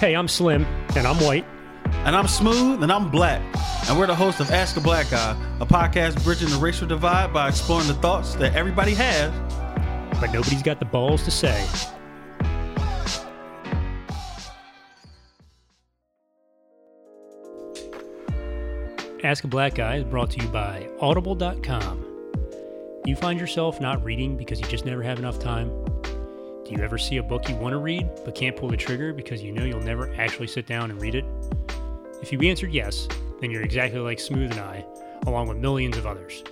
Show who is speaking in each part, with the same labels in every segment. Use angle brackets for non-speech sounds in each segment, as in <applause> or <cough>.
Speaker 1: Hey, I'm Slim, and I'm white.
Speaker 2: And I'm Smooth, and I'm Black. And we're the host of Ask a Black Guy, a podcast bridging the racial divide by exploring the thoughts that everybody has.
Speaker 1: But nobody's got the balls to say. Ask a Black Guy is brought to you by Audible.com. Do you find yourself not reading because you just never have enough time? Do you ever see a book you want to read but can't pull the trigger because you know you'll never actually sit down and read it? If you answered yes, then you're exactly like Smooth and I, along with millions of others.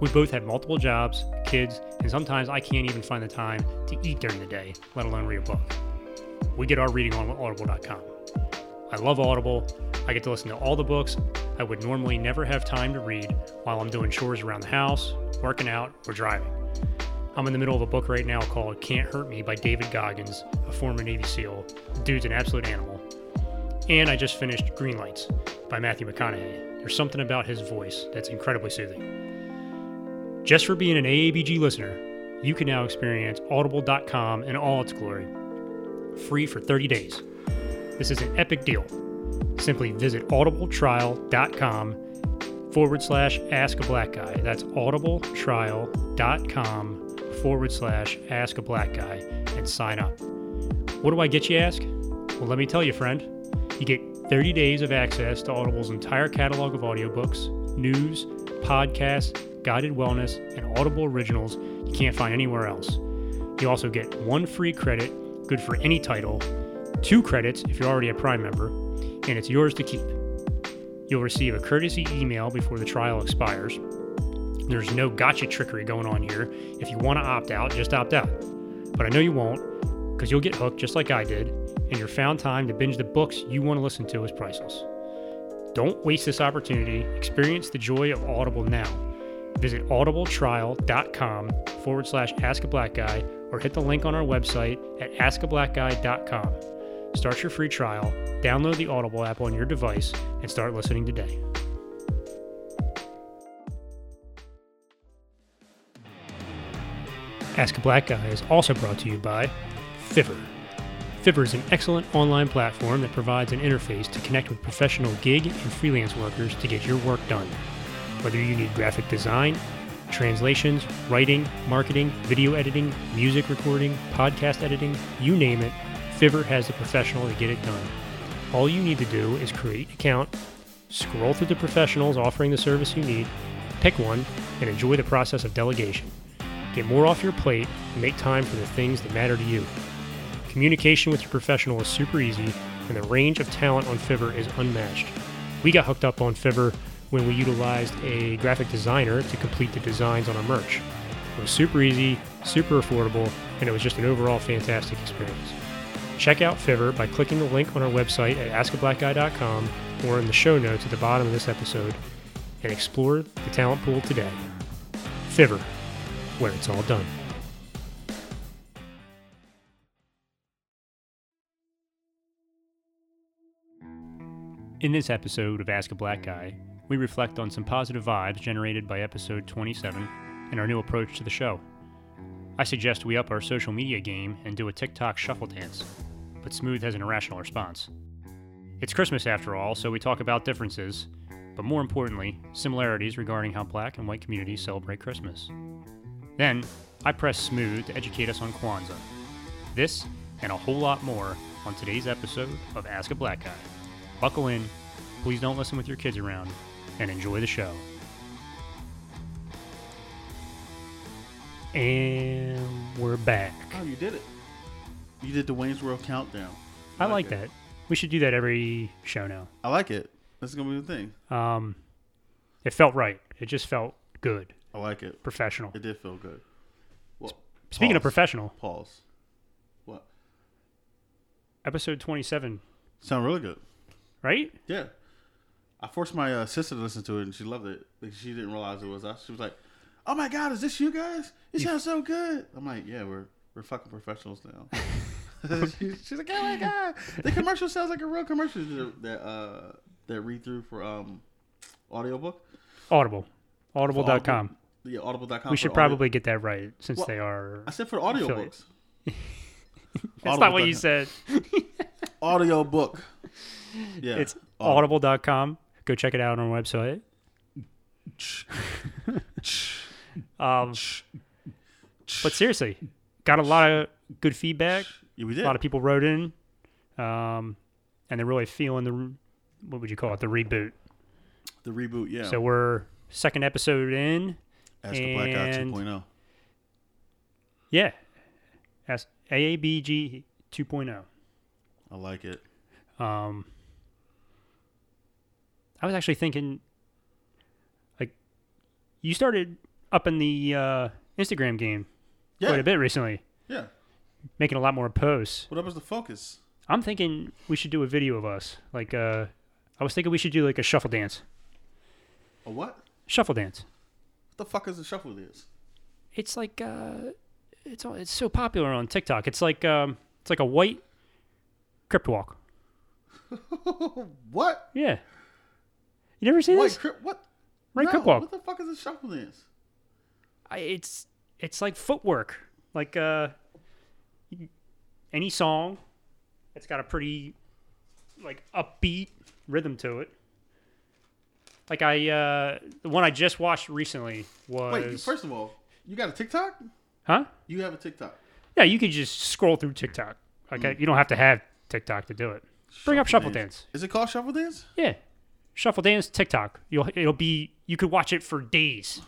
Speaker 1: We both have multiple jobs, kids, and sometimes I can't even find the time to eat during the day, let alone read a book. We get our reading on with audible.com. I love Audible. I get to listen to all the books I would normally never have time to read while I'm doing chores around the house, working out, or driving. I'm in the middle of a book right now called Can't Hurt Me by David Goggins, a former Navy SEAL. The dude's an absolute animal. And I just finished Green Lights by Matthew McConaughey. There's something about his voice that's incredibly soothing. Just for being an AABG listener, you can now experience audible.com in all its glory, free for 30 days. This is an epic deal. Simply visit audibletrial.com forward slash ask a black guy. That's audibletrial.com forward slash ask a black guy and sign up. What do I get, you ask? Well, let me tell you, friend. You get 30 days of access to Audible's entire catalog of audiobooks, news, podcasts, guided wellness, and Audible originals you can't find anywhere else. You also get one free credit, good for any title, two credits if you're already a Prime member, and it's yours to keep. You'll receive a courtesy email before the trial expires. There's no gotcha trickery going on here. If you want to opt out, just opt out. But I know you won't, because you'll get hooked just like I did, and your found time to binge the books you want to listen to is priceless. Don't waste this opportunity. Experience the joy of Audible now. Visit audibletrial.com forward slash ask a black guy or hit the link on our website at askablackguy.com. Start your free trial, download the Audible app on your device, and start listening today. Ask a Black Guy is also brought to you by Fiverr. Fiverr is an excellent online platform that provides an interface to connect with professional gig and freelance workers to get your work done. Whether you need graphic design, translations, writing, marketing, video editing, music recording, podcast editing, you name it, Fiverr has the professional to get it done. All you need to do is create an account, scroll through the professionals offering the service you need, pick one, and enjoy the process of delegation. Get more off your plate and make time for the things that matter to you. Communication with your professional is super easy, and the range of talent on Fiverr is unmatched. We got hooked up on Fiverr when we utilized a graphic designer to complete the designs on our merch. It was super easy, super affordable, and it was just an overall fantastic experience. Check out Fiverr by clicking the link on our website at askablackguy.com or in the show notes at the bottom of this episode and explore the talent pool today. Fiverr, where it's all done. In this episode of Ask a Black Guy, we reflect on some positive vibes generated by episode 27 and our new approach to the show. I suggest we up our social media game and do a TikTok shuffle dance, but Smooth has an irrational response. It's Christmas after all, so we talk about differences, but more importantly, similarities regarding how black and white communities celebrate Christmas. Then, I press Smooth to educate us on Kwanzaa. This and a whole lot more on today's episode of Ask a Black Guy. Buckle in, please don't listen with your kids around, and enjoy the show. And we're back.
Speaker 2: Oh, you did it. You did the Wayne's World countdown.
Speaker 1: I like
Speaker 2: it.
Speaker 1: that. We should do that every show now.
Speaker 2: I like it. That's gonna be the thing.
Speaker 1: Um, it felt right. It just felt good,
Speaker 2: I like it.
Speaker 1: professional.
Speaker 2: It did feel good. Well,
Speaker 1: Speaking of
Speaker 2: pause.
Speaker 1: professional,
Speaker 2: pause. What?
Speaker 1: episode 27,
Speaker 2: Sound really good.
Speaker 1: right?
Speaker 2: Yeah. I forced my uh, sister to listen to it, and she loved it. Like, she didn't realize it was us. She was like, "Oh my god, is this you guys? It sounds so good." I'm like, "Yeah, we're we're fucking professionals now."
Speaker 1: <laughs>
Speaker 2: <laughs> She- she's like, "Oh my god, the commercial sounds like a real commercial that that, uh, that read through for um audiobook."
Speaker 1: Audible. Audible.com.
Speaker 2: Audible. Yeah, audible.com.
Speaker 1: We
Speaker 2: for
Speaker 1: should
Speaker 2: audio-
Speaker 1: probably get that right since
Speaker 2: Well,
Speaker 1: they are.
Speaker 2: <laughs> I said for audiobooks.
Speaker 1: That's not what you
Speaker 2: Audible.com.
Speaker 1: said. <laughs>
Speaker 2: audio book. Yeah, <laughs>
Speaker 1: It's
Speaker 2: audio.
Speaker 1: audible.com. Go check it out on our
Speaker 2: <laughs>
Speaker 1: website. Um, but seriously, got a lot of good feedback.
Speaker 2: Yeah, we
Speaker 1: A <laughs>
Speaker 2: did.
Speaker 1: lot of people wrote in, um, and they're really feeling the re- what would you call it the reboot.
Speaker 2: the reboot, yeah.
Speaker 1: So we're second episode in.
Speaker 2: Ask a Black Guy
Speaker 1: and-
Speaker 2: 2.0.
Speaker 1: Yeah, that's AABG 2.0.
Speaker 2: I like it.
Speaker 1: oh. Um, I was actually thinking, like, you started up in the uh, Instagram game
Speaker 2: Yeah,
Speaker 1: quite a bit recently,
Speaker 2: yeah.
Speaker 1: making a lot more posts.
Speaker 2: What up is the focus?
Speaker 1: I'm thinking we should do a video of us. Like, uh, I was thinking we should do like a shuffle dance.
Speaker 2: A what? What
Speaker 1: Shuffle dance.
Speaker 2: the fuck is a shuffle this?
Speaker 1: It's like uh, it's all- it's so popular on TikTok. It's like um, it's like a white crypt walk.
Speaker 2: what?
Speaker 1: Yeah. You never see
Speaker 2: What?
Speaker 1: this?
Speaker 2: Crypt, what?
Speaker 1: Right,
Speaker 2: no,
Speaker 1: crypt walk.
Speaker 2: What the fuck is a shuffle dance?
Speaker 1: I, it's it's like footwork. Like uh, any song, it's got a pretty like upbeat rhythm to it. Like I, uh, the one I just watched recently was
Speaker 2: Wait, you- first of all, you got a TikTok?
Speaker 1: huh?
Speaker 2: You have a TikTok.
Speaker 1: Yeah, you could just scroll through TikTok. Like
Speaker 2: Hmm.
Speaker 1: I, you don't have to have TikTok to do it. Bring up Shuffle Dance.
Speaker 2: Is it called shuffle dance?
Speaker 1: Yeah, Shuffle Dance TikTok. You'll it'll be you could watch it for days.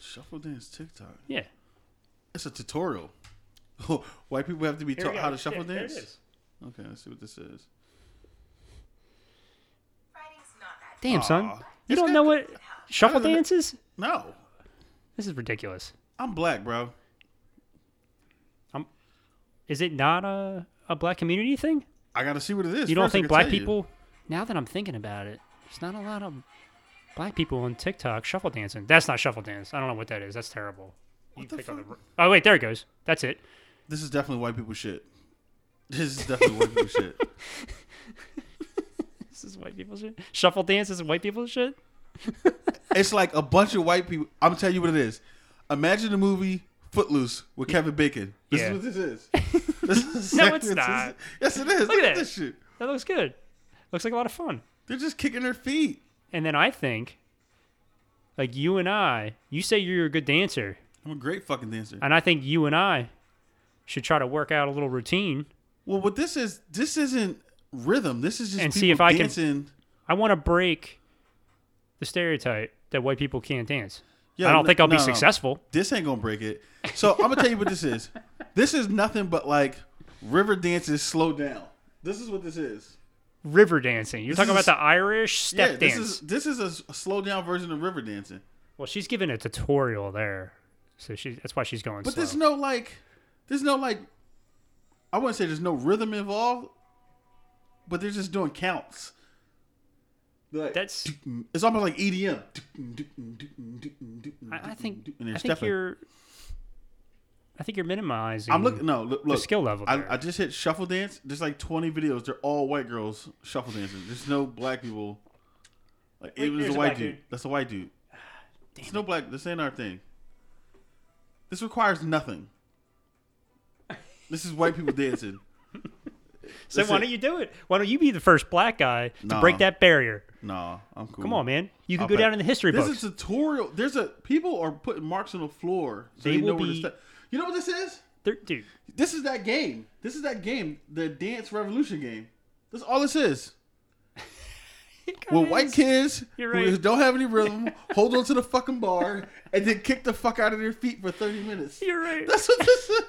Speaker 2: Shuffle dance TikTok.
Speaker 1: Yeah,
Speaker 2: It's a tutorial. <laughs> White people have to be
Speaker 1: Here we
Speaker 2: taught
Speaker 1: go.
Speaker 2: how to shuffle
Speaker 1: Yeah, there it
Speaker 2: dance.
Speaker 1: is.
Speaker 2: Okay, let's see what this is.
Speaker 3: Writing's not that
Speaker 1: Damn, son.
Speaker 2: Aw.
Speaker 1: You
Speaker 2: It's
Speaker 1: don't
Speaker 2: got-
Speaker 1: know what shuffle
Speaker 2: don't know.
Speaker 1: dance is?
Speaker 2: No,
Speaker 1: This is ridiculous.
Speaker 2: I'm black, bro.
Speaker 1: Is it not a, a black community thing?
Speaker 2: I gotta see what it is.
Speaker 1: You don't
Speaker 2: first, I
Speaker 1: think
Speaker 2: can
Speaker 1: black
Speaker 2: tell you.
Speaker 1: people, now that I'm thinking about it, there's not a lot of black people on TikTok shuffle dancing. That's not shuffle dance. I don't know what that is. That's terrible. You
Speaker 2: the
Speaker 1: clicked on
Speaker 2: fuck?
Speaker 1: the- oh, wait, there it goes. That's it.
Speaker 2: This is definitely white people shit. This is definitely white people shit.
Speaker 1: <laughs> This is white people's shit. Shuffle dance is white people's shit?
Speaker 2: It's like a bunch of white people. I'm telling you what it is. Imagine the movie Footloose with Kevin Bacon. This
Speaker 1: Yeah.
Speaker 2: is what
Speaker 1: <laughs>
Speaker 2: this is. This is
Speaker 1: No,
Speaker 2: exactly
Speaker 1: it's
Speaker 2: what this
Speaker 1: not.
Speaker 2: is. Yes, it is. Look,
Speaker 1: at that.
Speaker 2: at this shit.
Speaker 1: That looks good. Looks like a lot of fun.
Speaker 2: They're just kicking their feet.
Speaker 1: And then I think, like you and I, you say you're a good dancer.
Speaker 2: I'm a great fucking dancer.
Speaker 1: And I think you and I should try to work out a little routine.
Speaker 2: Well, what this is, this isn't rhythm. This is just
Speaker 1: And
Speaker 2: people
Speaker 1: see if I can-
Speaker 2: dancing.
Speaker 1: I want to break the stereotype that white people can't dance.
Speaker 2: Yeah,
Speaker 1: I don't
Speaker 2: no-
Speaker 1: think I'll be
Speaker 2: no, no.
Speaker 1: successful.
Speaker 2: This ain't gonna break it. So I'm gonna tell you what this
Speaker 1: <laughs>
Speaker 2: is. This is nothing but like river dances slow down. This is what this is.
Speaker 1: River dancing. You're talking
Speaker 2: is-
Speaker 1: about the Irish step
Speaker 2: yeah,
Speaker 1: dance.
Speaker 2: this is this is a s- a slow down version of river dancing.
Speaker 1: Well, she's giving a tutorial there, so she that's why she's going
Speaker 2: But
Speaker 1: slow.
Speaker 2: there's no like, there's no like, I wouldn't say there's no rhythm involved, but they're just doing counts. They're like,
Speaker 1: that's
Speaker 2: it's almost like E EDM.
Speaker 1: I, I think
Speaker 2: And
Speaker 1: I
Speaker 2: they're
Speaker 1: think
Speaker 2: stepping.
Speaker 1: you're I think you're minimizing.
Speaker 2: I'm looking. No, look. look
Speaker 1: skill level
Speaker 2: I,
Speaker 1: there.
Speaker 2: I just hit shuffle dance. There's like 20 videos. They're all white girls shuffle dancing. There's no black people. Like
Speaker 1: Wait,
Speaker 2: it was a
Speaker 1: there's a
Speaker 2: white
Speaker 1: black
Speaker 2: dude.
Speaker 1: dude.
Speaker 2: That's a white dude.
Speaker 1: Ah,
Speaker 2: It's no black. This ain't our thing. This requires nothing. This is white
Speaker 1: <laughs>
Speaker 2: people dancing.
Speaker 1: So why
Speaker 2: it.
Speaker 1: don't you do it? Why don't you be the first black guy to
Speaker 2: Nah.
Speaker 1: break that barrier?
Speaker 2: Nah, I'm cool.
Speaker 1: Come on, man. You could
Speaker 2: I'll
Speaker 1: go
Speaker 2: bet.
Speaker 1: down in the history
Speaker 2: This
Speaker 1: books.
Speaker 2: is a tutorial. There's a people are putting marks on the floor. So
Speaker 1: They
Speaker 2: you know
Speaker 1: will
Speaker 2: where
Speaker 1: be-
Speaker 2: to step. You know what this is?
Speaker 1: There- dude,
Speaker 2: This is that game. This is that game. The Dance Revolution game. That's all this is. <laughs> Well, white kids
Speaker 1: You're
Speaker 2: who
Speaker 1: right.
Speaker 2: don't have any <laughs> rhythm hold on to the fucking bar and then kick the fuck out of their feet for 30 minutes.
Speaker 1: <laughs> You're right.
Speaker 2: That's what this <laughs> is.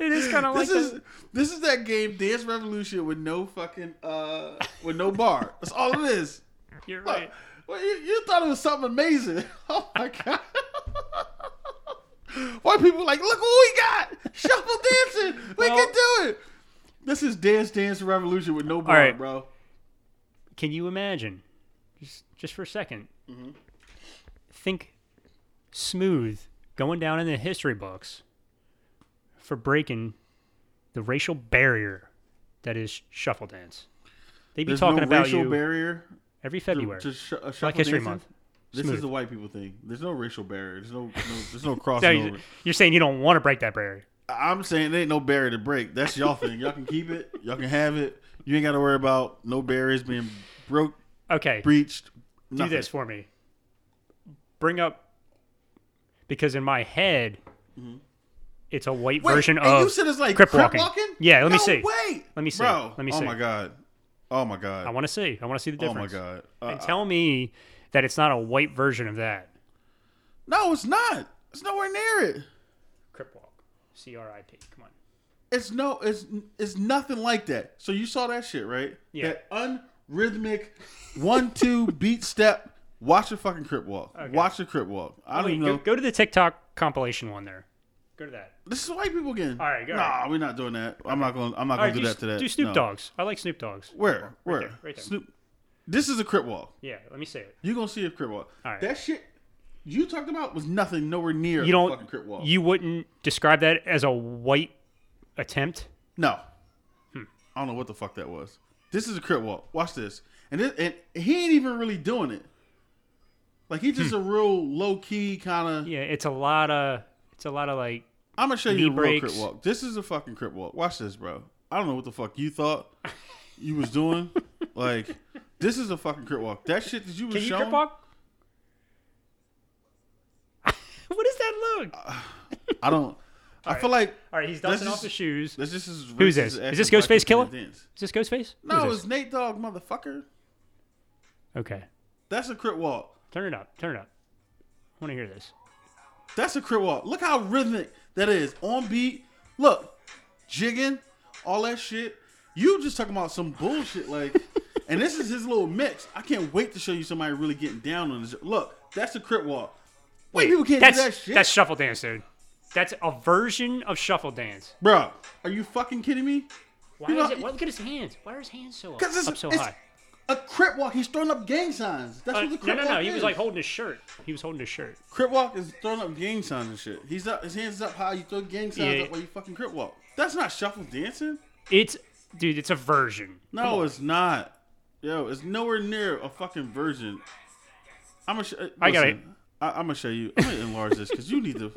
Speaker 1: It is kinda like
Speaker 2: this is
Speaker 1: that.
Speaker 2: this is that game Dance Revolution with no fucking uh with no bar. That's all it is.
Speaker 1: You're
Speaker 2: Look,
Speaker 1: right.
Speaker 2: well, you, you thought it was something amazing. <laughs> Oh my god. White people like, look what we got. Shuffle dancing. We
Speaker 1: Well-
Speaker 2: can do it. This is Dance Dance Revolution with no bar,
Speaker 1: right.
Speaker 2: bro.
Speaker 1: can you imagine just just for a 2nd
Speaker 2: Mm-hmm.
Speaker 1: think smooth going down in the history books for breaking the racial barrier that is shuffle dance they be
Speaker 2: There's
Speaker 1: talking
Speaker 2: no
Speaker 1: about
Speaker 2: racial
Speaker 1: you
Speaker 2: barrier
Speaker 1: every february
Speaker 2: to sh- uh,
Speaker 1: black
Speaker 2: shuffle
Speaker 1: history
Speaker 2: dancing?
Speaker 1: month
Speaker 2: This
Speaker 1: Smooth.
Speaker 2: is the white people thing. There's no racial barrier. There's no, no
Speaker 1: <laughs>
Speaker 2: there's no
Speaker 1: So
Speaker 2: crossing
Speaker 1: you-
Speaker 2: over.
Speaker 1: you're saying you don't want to break that barrier
Speaker 2: I'm saying there ain't no barrier to break. That's y'all thing. Y'all can keep it. Y'all can have it. You ain't got to worry about no barriers being broke,
Speaker 1: Okay,
Speaker 2: breached.
Speaker 1: do
Speaker 2: Nothing.
Speaker 1: this for me. Bring up because in my head, it's a white
Speaker 2: Mm-hmm. Wait,
Speaker 1: version
Speaker 2: and
Speaker 1: of.
Speaker 2: you said it's like
Speaker 1: crip
Speaker 2: crip
Speaker 1: walking.
Speaker 2: walking.
Speaker 1: Yeah, let me
Speaker 2: No
Speaker 1: see.
Speaker 2: Wait,
Speaker 1: Let me see.
Speaker 2: Bro.
Speaker 1: Let me
Speaker 2: Oh
Speaker 1: see.
Speaker 2: my god. Oh my god.
Speaker 1: I want to see. I want to see the
Speaker 2: oh
Speaker 1: difference.
Speaker 2: my god. Uh,
Speaker 1: And tell me that it's not a white version of that.
Speaker 2: no, it's not. It's nowhere near it.
Speaker 1: Crip walk. C R I P. Come on.
Speaker 2: It's no. It's it's nothing like that. So you saw that shit, right?
Speaker 1: Yeah.
Speaker 2: That unrhythmic one two <laughs> beat step. Watch the fucking crip walk. Watch the crip walk. I don't
Speaker 1: Wait,
Speaker 2: even
Speaker 1: go,
Speaker 2: know.
Speaker 1: go to the TikTok compilation one there. Go to that.
Speaker 2: This is white people again.
Speaker 1: All right, go
Speaker 2: Nah,
Speaker 1: ahead.
Speaker 2: we're not doing that. I'm not going. to I'm not
Speaker 1: All
Speaker 2: going
Speaker 1: right,
Speaker 2: to do
Speaker 1: do,
Speaker 2: that today.
Speaker 1: do Snoop
Speaker 2: No.
Speaker 1: Dogs. I like Snoop Dogs.
Speaker 2: Where? Where?
Speaker 1: there, right there.
Speaker 2: Snoop. This is a crip walk.
Speaker 1: Yeah, let me see it.
Speaker 2: You gonna see a crip walk.
Speaker 1: All right.
Speaker 2: That shit you talked about was nothing nowhere near
Speaker 1: You
Speaker 2: a fucking
Speaker 1: don't.
Speaker 2: crip walk.
Speaker 1: You wouldn't describe that as a white attempt.
Speaker 2: no.
Speaker 1: Hmm.
Speaker 2: I don't know what the fuck that was. This is a crip walk. Watch this. And it, and he ain't even really doing it. Like he just a real low key kind of.
Speaker 1: Hmm. Yeah, it's a lot of. It's a lot of like.
Speaker 2: I'm gonna show you
Speaker 1: Knee
Speaker 2: the real crip
Speaker 1: breaks.
Speaker 2: walk. This is a fucking crip walk. Watch this, bro. I don't know what the fuck you thought
Speaker 1: <laughs>
Speaker 2: you was doing. like this is a fucking crip walk. That shit that you was
Speaker 1: Can you
Speaker 2: showing.
Speaker 1: crip walk? <laughs> what does that look?
Speaker 2: I don't. I feel like
Speaker 1: All right, he's
Speaker 2: Let's
Speaker 1: dusting off
Speaker 2: just-
Speaker 1: the shoes.
Speaker 2: this just is
Speaker 1: Who's this? Is this Ghostface Killah? Is this Ghostface? Who
Speaker 2: No,
Speaker 1: is
Speaker 2: it's
Speaker 1: this?
Speaker 2: Nate Dogg, motherfucker.
Speaker 1: okay.
Speaker 2: That's a crit walk.
Speaker 1: Turn it up. Turn it up. I want to hear this.
Speaker 2: That's a crit walk. Look how rhythmic that is. On beat. Look, jigging, all that shit. You just talking about some
Speaker 1: <laughs>
Speaker 2: bullshit like, and this is his little mix. I can't wait to show you somebody really getting down on this. Look, that's a crit walk. Wait, people can't
Speaker 1: That's
Speaker 2: do that shit,
Speaker 1: that's shuffle dance, dude. That's a version of shuffle dance.
Speaker 2: bro. Are you fucking kidding me?
Speaker 1: Why
Speaker 2: You know-
Speaker 1: is it? Why, look at his hands. Why are his hands so up,
Speaker 2: 'Cause it's-
Speaker 1: up so
Speaker 2: it's-
Speaker 1: high?
Speaker 2: A crit walk. He's throwing up gang signs. That's
Speaker 1: Uh,
Speaker 2: what the
Speaker 1: no,
Speaker 2: crit
Speaker 1: no,
Speaker 2: walk
Speaker 1: no. He was
Speaker 2: is.
Speaker 1: like holding his shirt. He was holding his shirt.
Speaker 2: Crip walk is throwing up gang signs and shit. He's up, his hands is up high. You throw gang signs
Speaker 1: Yeah.
Speaker 2: up while you fucking crip walk. That's not shuffle dancing.
Speaker 1: It's dude. It's a version.
Speaker 2: No, it's not. Yo, it's nowhere near a fucking version. I'm gonna. Sh- uh,
Speaker 1: I got
Speaker 2: listen, I, I'm gonna show you. I'm gonna enlarge this because you need to.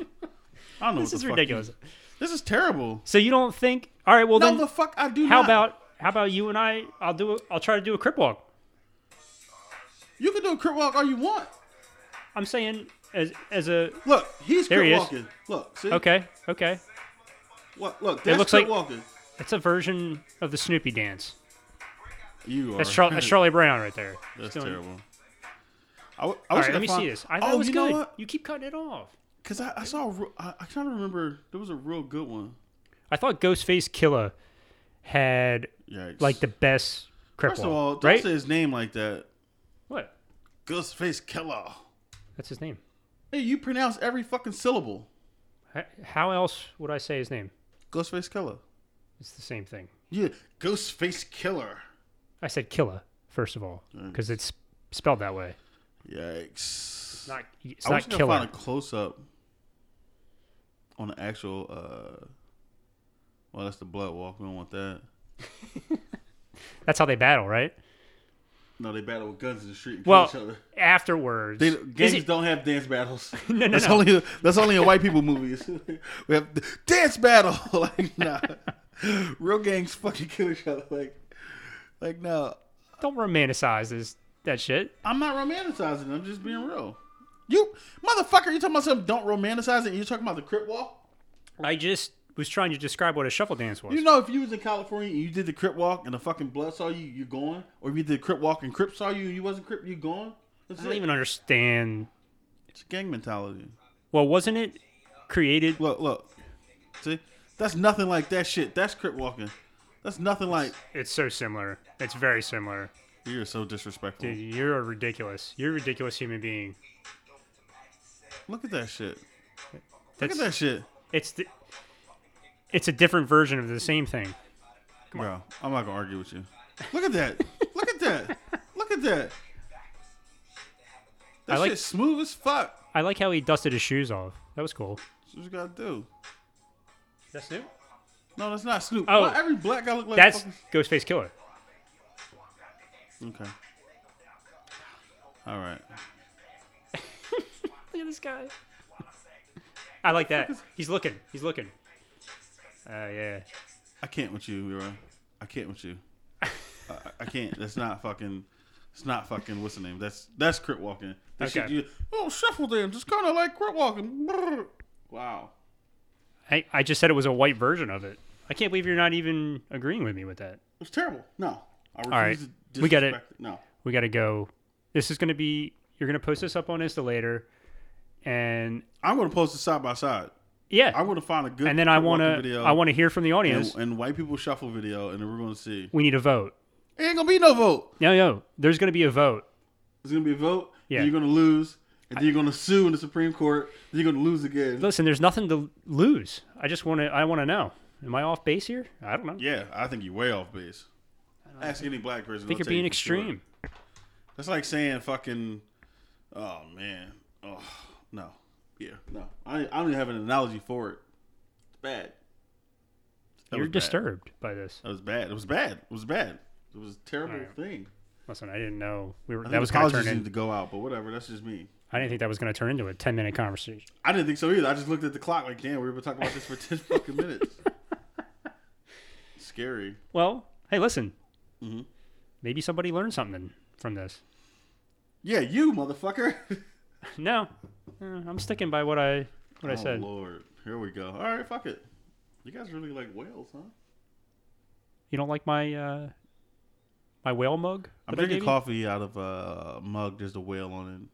Speaker 2: I don't know.
Speaker 1: This
Speaker 2: what
Speaker 1: is
Speaker 2: the fuck
Speaker 1: ridiculous.
Speaker 2: you- this is terrible.
Speaker 1: So you don't think? All right. Well
Speaker 2: No,
Speaker 1: then,
Speaker 2: the fuck I do.
Speaker 1: how
Speaker 2: not.
Speaker 1: about how about you and I? I'll do. A, I'll try to do a crip walk.
Speaker 2: you can do a crip walk all you want?
Speaker 1: I'm saying as as a
Speaker 2: Look, he's
Speaker 1: There
Speaker 2: crip
Speaker 1: he is.
Speaker 2: walking. Look, see?
Speaker 1: okay okay.
Speaker 2: Look, look that's
Speaker 1: looks
Speaker 2: crip
Speaker 1: like-
Speaker 2: walking.
Speaker 1: It's a version of the Snoopy dance.
Speaker 2: You are.
Speaker 1: That's, Char- that's Charlie Brown right there.
Speaker 2: That's
Speaker 1: Just doing-
Speaker 2: terrible. I w- I
Speaker 1: All
Speaker 2: wish
Speaker 1: right,
Speaker 2: I
Speaker 1: let me
Speaker 2: could find-
Speaker 1: see this. I thought
Speaker 2: oh,
Speaker 1: it was
Speaker 2: you
Speaker 1: good.
Speaker 2: Know what?
Speaker 1: You keep cutting it off.
Speaker 2: Cause I, I saw a real- I, I trying to remember there was a real good one.
Speaker 1: I thought Ghostface Killer had
Speaker 2: Yikes.
Speaker 1: like the best crip
Speaker 2: first of
Speaker 1: walk,
Speaker 2: all, don't
Speaker 1: right?
Speaker 2: say his name like that.
Speaker 1: What?
Speaker 2: Ghostface Killer.
Speaker 1: That's his name.
Speaker 2: Hey, you pronounce every fucking syllable.
Speaker 1: H- How else would I say his name?
Speaker 2: Ghostface Killer.
Speaker 1: It's the same thing.
Speaker 2: Yeah, Ghostface Killer.
Speaker 1: I said Killer first of all
Speaker 2: Mm.
Speaker 1: because it's spelled that way.
Speaker 2: Yikes.
Speaker 1: Not it's
Speaker 2: I wish
Speaker 1: not
Speaker 2: I could
Speaker 1: Killer.
Speaker 2: find a close up on the actual. uh Well, that's the blood walk. We don't want that.
Speaker 1: That's how they battle, right?
Speaker 2: No, they battle with guns in the street and kill
Speaker 1: Well,
Speaker 2: each other.
Speaker 1: afterwards,
Speaker 2: They,
Speaker 1: is
Speaker 2: gangs
Speaker 1: it-
Speaker 2: don't have dance battles.
Speaker 1: <laughs> No, no,
Speaker 2: that's
Speaker 1: no.
Speaker 2: only that's only in white people movies. <laughs> we have the dance battle. <laughs> like nah, real gangs fucking kill each other. Like like no,
Speaker 1: don't romanticize this that shit.
Speaker 2: I'm not romanticizing. I'm just being real. You motherfucker, you talking about something? Don't romanticize it. You talking about the crip walk?
Speaker 1: I just was trying to describe what a shuffle dance was.
Speaker 2: You know, if you was in California and you did the crip walk and the fucking blood saw you, you gone. Or if you did the crip walk and crip saw you, and you wasn't crip, you gone. That's
Speaker 1: I don't
Speaker 2: it.
Speaker 1: even understand.
Speaker 2: It's gang mentality.
Speaker 1: Well, wasn't it created?
Speaker 2: Look, look. See? That's nothing like that shit. That's crip walking. That's nothing like.
Speaker 1: It's so similar. It's very similar.
Speaker 2: You're so disrespectful.
Speaker 1: Dude, you're a ridiculous. You're a ridiculous human being.
Speaker 2: Look at that shit. Look
Speaker 1: That's,
Speaker 2: at that shit.
Speaker 1: It's the, it's a different version of the same thing.
Speaker 2: Bro, I'm not going to argue with you. Look at that. Look at that. Look
Speaker 1: <laughs>
Speaker 2: at that. That
Speaker 1: I like-
Speaker 2: shit's smooth as fuck.
Speaker 1: I like how he dusted his shoes off. That was cool.
Speaker 2: That's what you got to do.
Speaker 1: That's new.
Speaker 2: No, that's not Snoop.
Speaker 1: Oh.
Speaker 2: Why every black guy look like
Speaker 1: That's
Speaker 2: fucking-
Speaker 1: Ghostface Killer.
Speaker 2: Okay. All right.
Speaker 1: Look at this guy. I like that. He's looking. He's looking. Uh, yeah.
Speaker 2: I can't with you, Leroy. I can't with you. I, I can't. That's not fucking. It's not fucking. What's the name? That's that's crit walking. That shit
Speaker 1: Okay.
Speaker 2: you oh shuffle them, just kind of like crit walking. Brrr. Wow.
Speaker 1: I, I just said it was a white version of it. I can't believe you're not even agreeing with me with that.
Speaker 2: It's terrible. No. I refuse
Speaker 1: right.
Speaker 2: to
Speaker 1: We got it.
Speaker 2: disrespect No.
Speaker 1: We got to go. This is going to be, you're going to post this up on Insta later. And
Speaker 2: I'm gonna post it side by side.
Speaker 1: yeah.
Speaker 2: I'm gonna find a good
Speaker 1: and then I
Speaker 2: crit
Speaker 1: want
Speaker 2: walking
Speaker 1: to,
Speaker 2: video
Speaker 1: I want to hear from the
Speaker 2: and,
Speaker 1: audience.
Speaker 2: and white people shuffle video and then we're gonna see.
Speaker 1: We need a vote.
Speaker 2: Ain't gonna be no vote.
Speaker 1: No, no, there's going to be a vote.
Speaker 2: It's gonna be a vote.
Speaker 1: Yeah.
Speaker 2: And you're gonna lose. And then you're gonna sue in the Supreme Court. Then you're gonna lose again.
Speaker 1: Listen, there's nothing to lose. I just want to, I want to know. Am I off base here? I don't know.
Speaker 2: Yeah, I think you're way off base. Ask any black person.
Speaker 1: I think
Speaker 2: they'll
Speaker 1: you're
Speaker 2: tell you
Speaker 1: being
Speaker 2: for sure.
Speaker 1: extreme.
Speaker 2: That's like saying fucking. Oh man. Oh no. Yeah. No. I I don't even have an analogy for it. It's bad. That
Speaker 1: You're
Speaker 2: was bad.
Speaker 1: disturbed by this.
Speaker 2: That was bad. It was bad. It was bad. It was a terrible
Speaker 1: Alright.
Speaker 2: thing.
Speaker 1: Listen, I didn't know we were,
Speaker 2: I
Speaker 1: that
Speaker 2: think
Speaker 1: was going to
Speaker 2: apologies
Speaker 1: turn
Speaker 2: need
Speaker 1: in.
Speaker 2: to go out, but whatever. That's just me.
Speaker 1: I didn't think that was going to turn into a 10 minute conversation.
Speaker 2: I didn't think so either. I just looked at the clock like, damn, we were talking about this for <laughs> ten fucking minutes. Scary.
Speaker 1: Well, hey, listen.
Speaker 2: Mhm.
Speaker 1: Maybe somebody learned something from this.
Speaker 2: Yeah, you motherfucker. <laughs>
Speaker 1: No, Uh, I'm sticking by what I what I
Speaker 2: oh,
Speaker 1: said.
Speaker 2: Lord, here we go. All right, fuck it. You guys really like whales, huh?
Speaker 1: You don't like my uh, my whale mug?
Speaker 2: I'm
Speaker 1: that I gave
Speaker 2: drinking
Speaker 1: you?
Speaker 2: coffee out of a mug. There's a whale on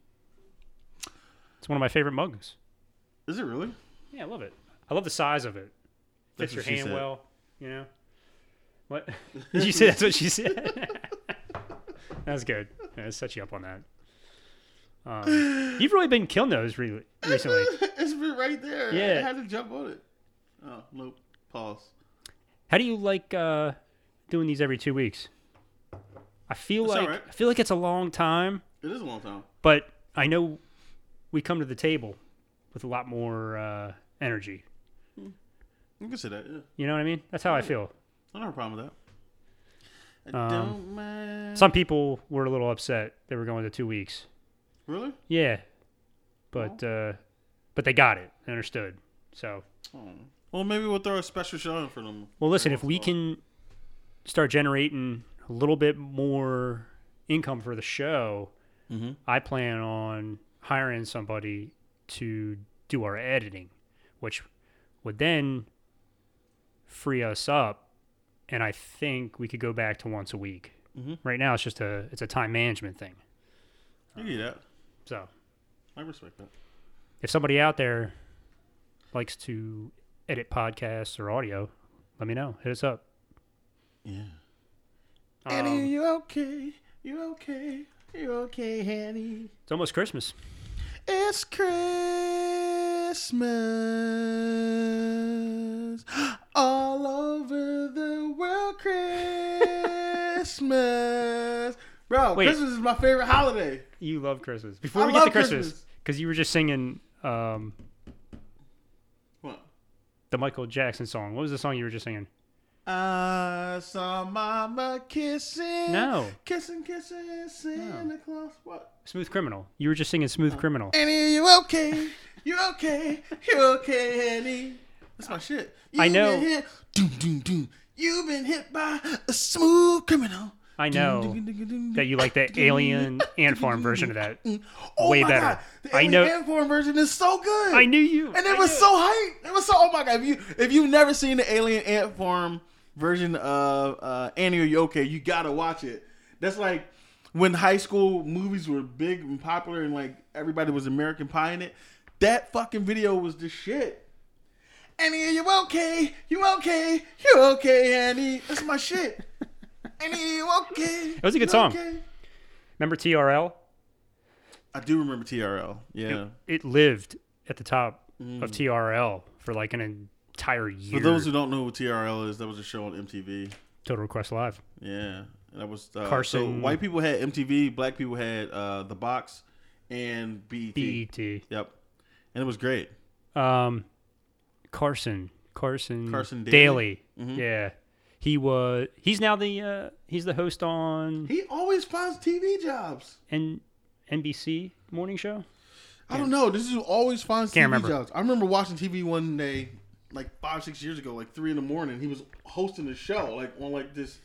Speaker 1: It's one of my favorite mugs.
Speaker 2: it. Is it really?
Speaker 1: Yeah, I love it. I love the size of it.
Speaker 2: That's
Speaker 1: Fits your
Speaker 2: what she
Speaker 1: hand
Speaker 2: said.
Speaker 1: well. You know. What? Did you say that's what she said? <laughs> that was good. I set you up on that.
Speaker 2: <sighs>
Speaker 1: Um, you've really been killing those re- recently.
Speaker 2: <laughs> it's been right there.
Speaker 1: Yeah.
Speaker 2: I had to jump on it. Oh, nope. Pause.
Speaker 1: How do you like uh, doing these every two weeks? I feel
Speaker 2: It's all
Speaker 1: like
Speaker 2: right.
Speaker 1: I feel like it's a long time,
Speaker 2: It is a long time.
Speaker 1: but I know we come to the table with a lot more uh, energy.
Speaker 2: You can say that, yeah.
Speaker 1: You know what I mean? That's how I feel.
Speaker 2: I don't have a problem with that. I
Speaker 1: Um,
Speaker 2: don't mind.
Speaker 1: Some people were a little upset they were going to two weeks.
Speaker 2: really?
Speaker 1: Yeah, but uh, but they got it. They understood. So
Speaker 2: Oh. Well, maybe we'll throw a special show in for them.
Speaker 1: well, listen.
Speaker 2: Every
Speaker 1: If
Speaker 2: once
Speaker 1: we
Speaker 2: in a while.
Speaker 1: can start generating a little bit more income for the show,
Speaker 2: Mhm.
Speaker 1: I plan on hiring somebody to do our editing, which would then free us up, and I think we could go back to once a week.
Speaker 2: Mhm.
Speaker 1: Right now, it's just a it's a time management thing.
Speaker 2: You can do that.
Speaker 1: So,
Speaker 2: I respect that.
Speaker 1: if somebody out there likes to edit podcasts or audio, let me know. Hit us up.
Speaker 2: Yeah. Annie,
Speaker 1: Um,
Speaker 2: you okay? You okay? You okay, Annie?
Speaker 1: it's almost Christmas.
Speaker 2: It's Christmas all over the world. Christmas, bro.
Speaker 1: Wait.
Speaker 2: Christmas is my favorite holiday.
Speaker 1: You love Christmas. Before
Speaker 2: I
Speaker 1: we get to
Speaker 2: love
Speaker 1: Christmas,
Speaker 2: Christmas.
Speaker 1: because you were just singing um,
Speaker 2: What?
Speaker 1: the Michael Jackson song. What was the song you were just singing?
Speaker 2: I saw Mama kissing.
Speaker 1: No.
Speaker 2: Kissing, kissing, Santa Claus. What?
Speaker 1: Smooth Criminal. You were just singing Smooth Criminal.
Speaker 2: Annie, you okay? You okay? You okay, Annie? That's my shit. You
Speaker 1: I know.
Speaker 2: Been hit, doom, doom, doom. You've been hit by a smooth criminal.
Speaker 1: I know that you like the Alien Ant Farm version of that.
Speaker 2: oh
Speaker 1: way
Speaker 2: my
Speaker 1: better.
Speaker 2: God. The
Speaker 1: I
Speaker 2: Alien
Speaker 1: know-
Speaker 2: Ant Farm version is so good.
Speaker 1: I knew you.
Speaker 2: And
Speaker 1: I
Speaker 2: it was
Speaker 1: knew.
Speaker 2: so hype. It was so. Oh my god! If you if you've never seen the Alien Ant Farm version of uh, Annie, are you okay? You gotta watch it. That's like when high school movies were big and popular, and like everybody was American Pie in it. That fucking video was the shit. Annie, are you okay? You okay? You okay, Annie? That's
Speaker 1: <laughs>
Speaker 2: my shit. Annie, are you okay? It
Speaker 1: was a good song. Remember TRL?
Speaker 2: I do remember TRL. Yeah.
Speaker 1: It lived at the top of TRL for like an entire year.
Speaker 2: Mm. For those who don't know what TRL is, that was a show on MTV.
Speaker 1: Total Request Live.
Speaker 2: Yeah, and that was uh,
Speaker 1: Carson-
Speaker 2: So white people had MTV, black people had uh, the box and BET.
Speaker 1: BET.
Speaker 2: Yep, and it was great.
Speaker 1: E Um, Carson. Carson.
Speaker 2: Carson
Speaker 1: Daly. Mm-hmm.
Speaker 2: Daly?
Speaker 1: Yeah. He was. He's now the. Uh, he's the host on
Speaker 2: He always finds TV jobs.
Speaker 1: N- NBC morning show.
Speaker 2: I don't know. This is who always finds TV
Speaker 1: Can't remember.
Speaker 2: jobs. I remember watching TV one day, like five six years ago, like three in the morning. He was hosting a show, like on like this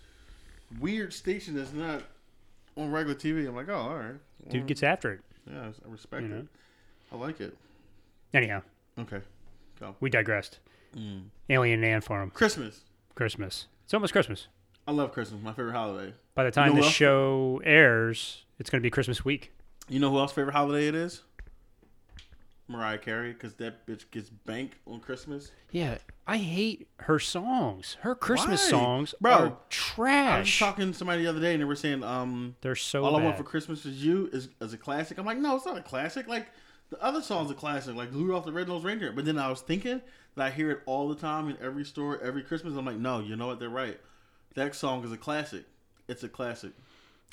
Speaker 2: weird station that's not on regular TV. I'm like, oh, all right.
Speaker 1: Dude gets after it.
Speaker 2: Yeah, I respect
Speaker 1: You know.
Speaker 2: it. I like it.
Speaker 1: Anyhow,
Speaker 2: Okay.
Speaker 1: we digressed. Mm. Alien and Ant Farm.
Speaker 2: Christmas.
Speaker 1: Christmas. It's almost Christmas.
Speaker 2: I love Christmas. My favorite holiday.
Speaker 1: By the time
Speaker 2: know
Speaker 1: this
Speaker 2: what?
Speaker 1: show airs, it's going to be Christmas week.
Speaker 2: You know who else's favorite holiday it is? Mariah Carey, because that bitch gets banked on Christmas.
Speaker 1: Yeah, I hate her songs. Her Christmas
Speaker 2: Why?
Speaker 1: songs
Speaker 2: Bro,
Speaker 1: are
Speaker 2: I was
Speaker 1: trash.
Speaker 2: talking to somebody the other day, and they were saying, um,
Speaker 1: They're so
Speaker 2: "All
Speaker 1: bad.
Speaker 2: I Want for Christmas Is You" is, is a classic. I'm like, no, it's not a classic. Like the other song's a classic, like Rudolph the Red-Nosed Reindeer. But then I was thinking that I hear it all the time in every store, every Christmas. I'm like, no, you know what? They're right. That song is a classic. It's a classic.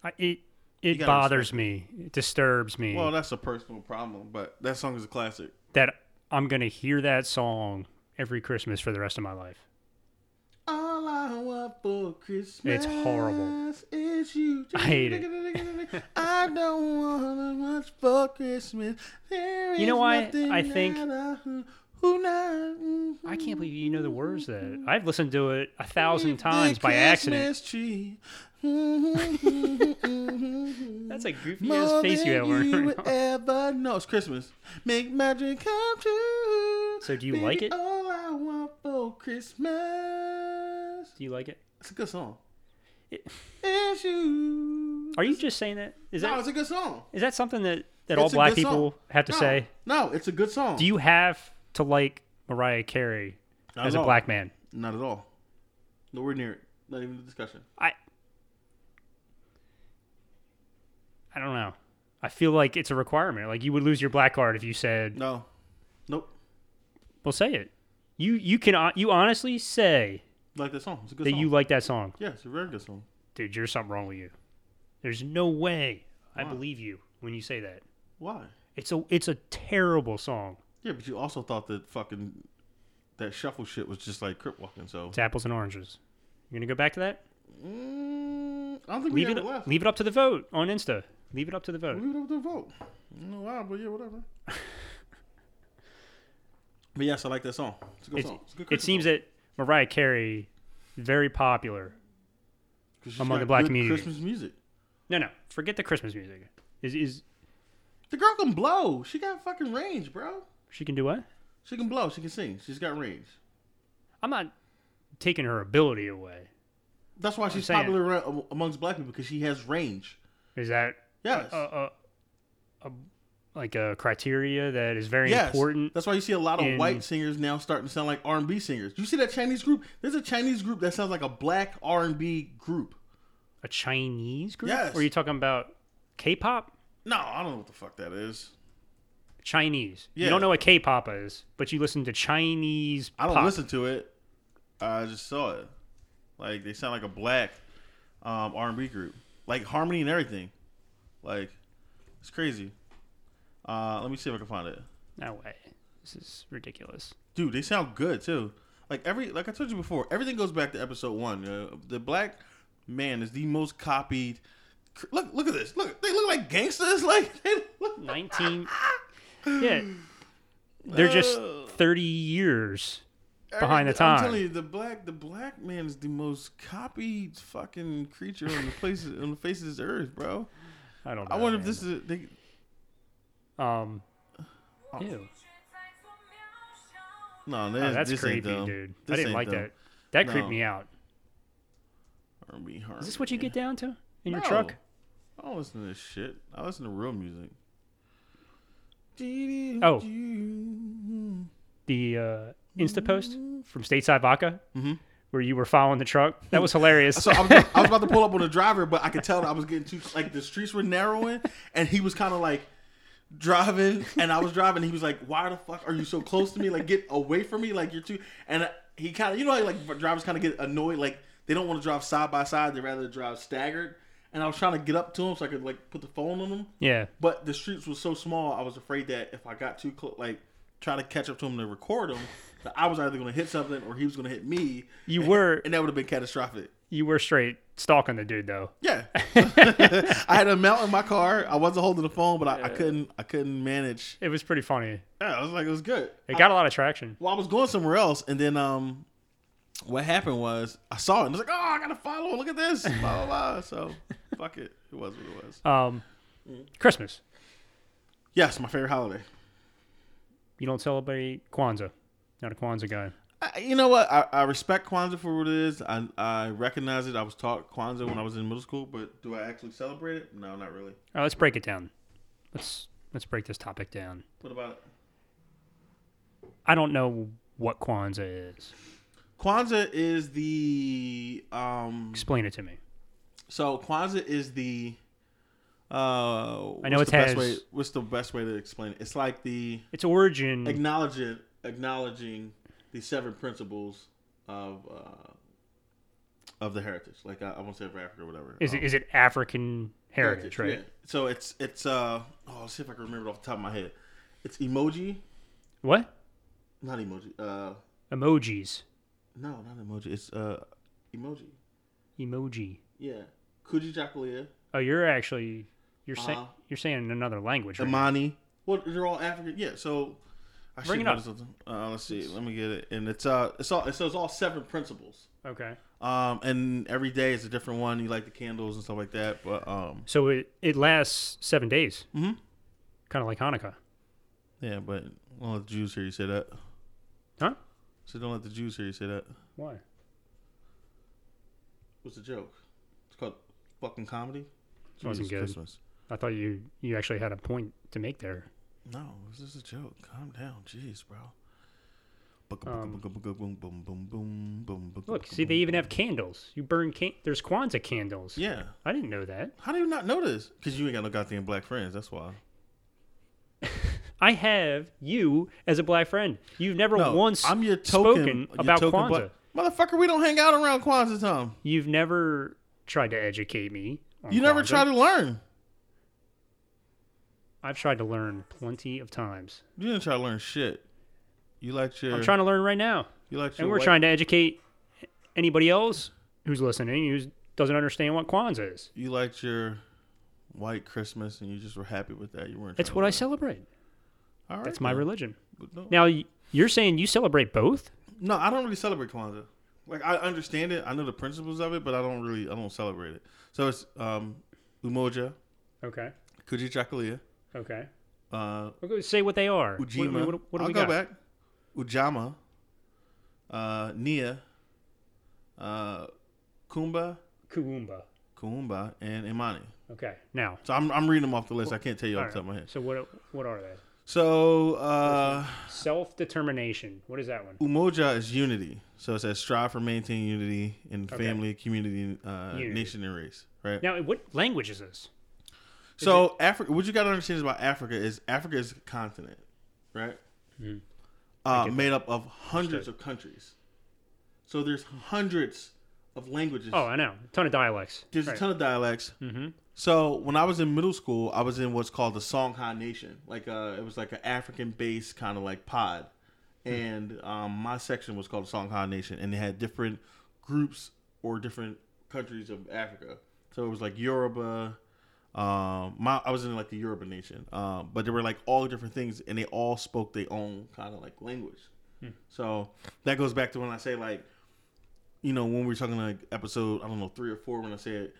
Speaker 1: I, it it
Speaker 2: gotta
Speaker 1: bothers me. It disturbs me
Speaker 2: Well, that's a personal problem, but that song is a classic.
Speaker 1: that I'm going to hear that song every Christmas for the rest of my life.
Speaker 2: All I want for Christmas
Speaker 1: It's horrible.
Speaker 2: is you.
Speaker 1: I hate
Speaker 2: <laughs> I don't want much for Christmas. There
Speaker 1: You know
Speaker 2: is
Speaker 1: why?
Speaker 2: nothing
Speaker 1: I think-
Speaker 2: that I- who not- mm-hmm,
Speaker 1: I can't believe you know the words to that. I've listened to it a thousand
Speaker 2: The
Speaker 1: times by accident.
Speaker 2: Christmas
Speaker 1: <laughs>
Speaker 2: tree. Mm-hmm, That's
Speaker 1: That's a goofy ass face you have.
Speaker 2: you
Speaker 1: wearing
Speaker 2: would
Speaker 1: right now.
Speaker 2: ever know. It's Christmas. Make magic come true.
Speaker 1: So do you like
Speaker 2: Baby,
Speaker 1: it?
Speaker 2: All I want for Christmas.
Speaker 1: <laughs> Do you like it?
Speaker 2: It's a good song.
Speaker 1: It-
Speaker 2: Is you.
Speaker 1: Are you just saying that? Is
Speaker 2: No,
Speaker 1: that
Speaker 2: it's a good song.
Speaker 1: is that something that that all
Speaker 2: It's a
Speaker 1: black
Speaker 2: good song.
Speaker 1: people have to
Speaker 2: no,
Speaker 1: say?
Speaker 2: No, it's a good song.
Speaker 1: Do you have to like Mariah Carey
Speaker 2: Not
Speaker 1: as
Speaker 2: at
Speaker 1: a
Speaker 2: all.
Speaker 1: black man?
Speaker 2: Not at all. Nowhere near it. Not even a discussion.
Speaker 1: I I don't know. I feel like it's a requirement. Like you would lose your black card if you said,
Speaker 2: No. Nope.
Speaker 1: "Well, say it." You you can hon- you honestly say
Speaker 2: Like that song. It's a good
Speaker 1: that
Speaker 2: song.
Speaker 1: you like that song,
Speaker 2: yeah, it's a very good song.
Speaker 1: dude. There's something wrong with you. There's no way I
Speaker 2: Why?
Speaker 1: believe you when you say that.
Speaker 2: Why?
Speaker 1: It's a it's a terrible song.
Speaker 2: Yeah, but you also thought that fucking that shuffle shit was just like crip walking. So
Speaker 1: It's apples and oranges. You're gonna go back to that.
Speaker 2: mm, I don't think
Speaker 1: Leave
Speaker 2: we ever
Speaker 1: it
Speaker 2: left.
Speaker 1: leave it up to the vote on Insta. Leave it up to the vote.
Speaker 2: We don't have to vote. No, why? But yeah, whatever. but yes, I like that song. It's a good
Speaker 1: It's-
Speaker 2: song. It's a good
Speaker 1: It seems that Mariah Carey, very popular, among the black community.
Speaker 2: Christmas music.
Speaker 1: No, no. Forget the Christmas music. Is is
Speaker 2: The girl can blow. She got fucking range, bro.
Speaker 1: she can do what?
Speaker 2: She can blow. She can sing. She's got range.
Speaker 1: I'm not taking her ability away.
Speaker 2: That's why she's
Speaker 1: saying-
Speaker 2: popular ra- amongst black people because she has range.
Speaker 1: Is that
Speaker 2: Yes.
Speaker 1: a, a, a like a criteria that is very
Speaker 2: yes.
Speaker 1: important?
Speaker 2: That's why you see a lot of
Speaker 1: in-
Speaker 2: white singers now starting to sound like R and B singers. You see that Chinese group? There's a Chinese group that sounds like a black R and B group.
Speaker 1: A Chinese group?
Speaker 2: Yes.
Speaker 1: Or are you talking about K-pop?
Speaker 2: No, I don't know what the fuck that is.
Speaker 1: Chinese. You
Speaker 2: Yeah.
Speaker 1: don't know what K-pop is, but you listen to Chinese.
Speaker 2: I don't
Speaker 1: pop.
Speaker 2: listen to it. I just saw it. Like they sound like a black um, R and B group, like harmony and everything. Like it's crazy. Uh, let me see if I can find it.
Speaker 1: No way. This is ridiculous.
Speaker 2: dude they sound good too like every like i told you before everything goes back to episode one you know? the black man is the most copied cr- look look at this look they look like gangsters <laughs> like they look,
Speaker 1: Nineteen. <laughs> yeah. They're just
Speaker 2: Ugh.
Speaker 1: thirty years. Behind the
Speaker 2: every- i'm
Speaker 1: time.
Speaker 2: telling you the black the black man is the most copied fucking creature on the place <laughs> on the face of this earth bro
Speaker 1: I don't. know.
Speaker 2: i wonder
Speaker 1: Oh, man.
Speaker 2: if this is a, they,
Speaker 1: Um.
Speaker 2: Oh.
Speaker 1: Ew.
Speaker 2: no
Speaker 1: Oh,
Speaker 2: this,
Speaker 1: that's
Speaker 2: this
Speaker 1: creepy,
Speaker 2: ain't them.
Speaker 1: dude.
Speaker 2: This
Speaker 1: I didn't
Speaker 2: ain't
Speaker 1: like
Speaker 2: them.
Speaker 1: that. That creeped
Speaker 2: No.
Speaker 1: me out.
Speaker 2: R&B,
Speaker 1: Is this what you
Speaker 2: harmony.
Speaker 1: get down to in your
Speaker 2: No.
Speaker 1: truck?
Speaker 2: I don't listen to this shit. I listen to real music.
Speaker 1: Oh.
Speaker 2: Mm-hmm.
Speaker 1: The uh, Insta post from Stateside Vodka, where you were following the truck. That <laughs> was hilarious.
Speaker 2: So I was, I was about to pull up on the driver, but I could tell that I was getting too like the streets were narrowing, and he was kind of like driving, and I was driving. He was like, "Why the fuck are you so close to me? Like, get away from me! Like, you're too." And he kind of, you know, how, like drivers kind of get annoyed, like they don't want to drive side by side; they rather drive staggered. And I was trying to get up to him so I could like put the phone on him.
Speaker 1: yeah.
Speaker 2: But the streets was so small, I was afraid that if I got too close, like try to catch up to him to record him, that I was either going to hit something or he was going to hit me,
Speaker 1: You were
Speaker 2: and that would have been catastrophic.
Speaker 1: you were straight stalking the dude though.
Speaker 2: Yeah, I had a mount in my car. I wasn't holding the phone, but I, I couldn't. I couldn't manage.
Speaker 1: It was pretty funny.
Speaker 2: Yeah, I was like, it was good.
Speaker 1: It got a lot of traction.
Speaker 2: Well, I was going somewhere else, and then um, what happened was I saw it and I was like, oh, I gotta follow. Look at this. Blah blah blah. So fuck it. It was what it was.
Speaker 1: Um, Christmas.
Speaker 2: Yes, my favorite holiday.
Speaker 1: You don't celebrate Kwanzaa. Not a Kwanzaa guy.
Speaker 2: I, you know what? I, I respect Kwanzaa for what it is. I I recognize it. I was taught Kwanzaa when I was in middle school, but do I actually celebrate it? No, not really.
Speaker 1: All right, let's break it down. Let's let's break this topic down.
Speaker 2: What about it?
Speaker 1: I don't know what Kwanzaa is.
Speaker 2: Kwanzaa is the um.
Speaker 1: Explain it to me.
Speaker 2: So Kwanzaa is the. Uh,
Speaker 1: I know
Speaker 2: what's
Speaker 1: it
Speaker 2: the best
Speaker 1: has-
Speaker 2: way, What's the best way to explain it? It's like the
Speaker 1: Its origin.
Speaker 2: acknowledge it, acknowledging the seven principles of uh, of the heritage. Like I, I won't say of Africa or whatever.
Speaker 1: is
Speaker 2: Um,
Speaker 1: it is it African heritage, right?
Speaker 2: yeah. So it's it's uh oh let's see if I can remember it off the top of my head. It's emoji,
Speaker 1: What
Speaker 2: not emoji. Uh
Speaker 1: emojis?
Speaker 2: no, not emoji. It's uh emoji.
Speaker 1: Emoji.
Speaker 2: Yeah, Kuji Jakulia,
Speaker 1: Oh, you're actually you're saying
Speaker 2: Uh-huh.
Speaker 1: you're saying another language. Right?
Speaker 2: Imani. Well, they're all African. Yeah. So I
Speaker 1: Bring
Speaker 2: should
Speaker 1: it
Speaker 2: know
Speaker 1: up.
Speaker 2: this something. Uh, let's see. Let me get it. And it's uh it's all so it's all seven principles.
Speaker 1: okay.
Speaker 2: Um, and every day is a different one. You light the candles and stuff like that. But um,
Speaker 1: So it it lasts seven days.
Speaker 2: Mhm.
Speaker 1: Kind of like Hanukkah,
Speaker 2: yeah, but don't let the Jews hear you say that.
Speaker 1: huh?
Speaker 2: So don't let the Jews hear you say that.
Speaker 1: Why?
Speaker 2: What's the joke? It's called fucking comedy.
Speaker 1: Wasn't
Speaker 2: Jesus,
Speaker 1: good.
Speaker 2: Christmas.
Speaker 1: I thought you you actually had a point to make there.
Speaker 2: No, this is a joke. Calm down, jeez, bro.
Speaker 1: Um, Look,
Speaker 2: Look,
Speaker 1: see, they even have candles. You burn can- there's Kwanzaa candles.
Speaker 2: Yeah.
Speaker 1: I didn't know that.
Speaker 2: How do you not know this? Because you ain't got no goddamn black friends. That's why.
Speaker 1: I have you as a black friend. You've never
Speaker 2: No,
Speaker 1: once
Speaker 2: I'm your
Speaker 1: spoken
Speaker 2: token. your
Speaker 1: about
Speaker 2: token
Speaker 1: Kwanzaa.
Speaker 2: black- Motherfucker, we don't hang out around Kwanzaa time.
Speaker 1: You've never tried to educate me. on
Speaker 2: You never
Speaker 1: Kwanzaa.
Speaker 2: try to learn.
Speaker 1: I've tried to learn plenty of times.
Speaker 2: You didn't try to learn shit. You let your
Speaker 1: I'm trying to learn right now,
Speaker 2: you let your
Speaker 1: and we're
Speaker 2: white-
Speaker 1: trying to educate anybody else who's listening who doesn't understand what Kwanzaa is.
Speaker 2: you liked your white Christmas and you just were happy with that. You weren't.
Speaker 1: That's
Speaker 2: trying
Speaker 1: what
Speaker 2: to
Speaker 1: I celebrate.
Speaker 2: learn. All right,
Speaker 1: That's my
Speaker 2: then.
Speaker 1: religion.
Speaker 2: But No,
Speaker 1: Hmm. Now y- you're saying you celebrate both?
Speaker 2: no, I don't really celebrate Kwanzaa. Like I understand it, I know the principles of it, but I don't really, I don't celebrate it. So it's um, Umoja,
Speaker 1: Okay.
Speaker 2: Kuji Chakalia,
Speaker 1: Okay.
Speaker 2: uh,
Speaker 1: We're going to say what they are. What-
Speaker 2: Ujima.
Speaker 1: What, what, what do
Speaker 2: I'll
Speaker 1: we
Speaker 2: go
Speaker 1: got?
Speaker 2: back. Ujama, uh, Nia, uh, Kumba,
Speaker 1: Kuumba.
Speaker 2: Kumba, and Imani.
Speaker 1: Okay. Now.
Speaker 2: So I'm, I'm reading them off the list. I can't tell you off
Speaker 1: all
Speaker 2: the top of my
Speaker 1: right.
Speaker 2: head.
Speaker 1: So what what are they?
Speaker 2: So uh,
Speaker 1: Self determination. What is that one?
Speaker 2: Umoja is unity. So it says strive for maintaining unity in
Speaker 1: Okay.
Speaker 2: family, community, uh,
Speaker 1: Unity.
Speaker 2: nation, and race. Right.
Speaker 1: Now, what language is this?
Speaker 2: so Africa, what you got to understand about Africa is Africa is a continent, right? Uh, made up of hundreds of countries. So there's hundreds of languages.
Speaker 1: Oh, I know. ton of dialects.
Speaker 2: there's a ton of dialects.
Speaker 1: Mhm.
Speaker 2: So when I was in middle school, I was in what's called the Songhai Nation. Like uh, it was like an African-based kind of like pod, and um, my section was called the Songhai Nation, and they had different groups or different countries of Africa. So it was like Yoruba. Um, my I was in like the Yoruba Nation, um, but there were like all different things, and they all spoke their own kind of like language. So that goes back to when I say like, you know, when we were talking like episode I don't know three or four when I said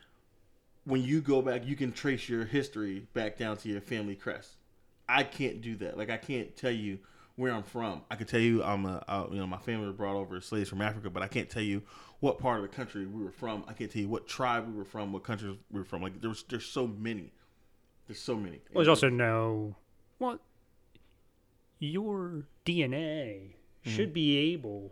Speaker 2: when you go back, you can trace your history back down to your family crest. I can't do that. Like I can't tell you where I'm from. I could tell you I'm a I, you know my family was brought over as slaves from Africa, but I can't tell you what part of the country we were from. I can't tell you what tribe we were from, what country we were from. Like there's there's so many, there's so many.
Speaker 1: Well, there's also no. Well, your DNA
Speaker 2: Hmm.
Speaker 1: should be able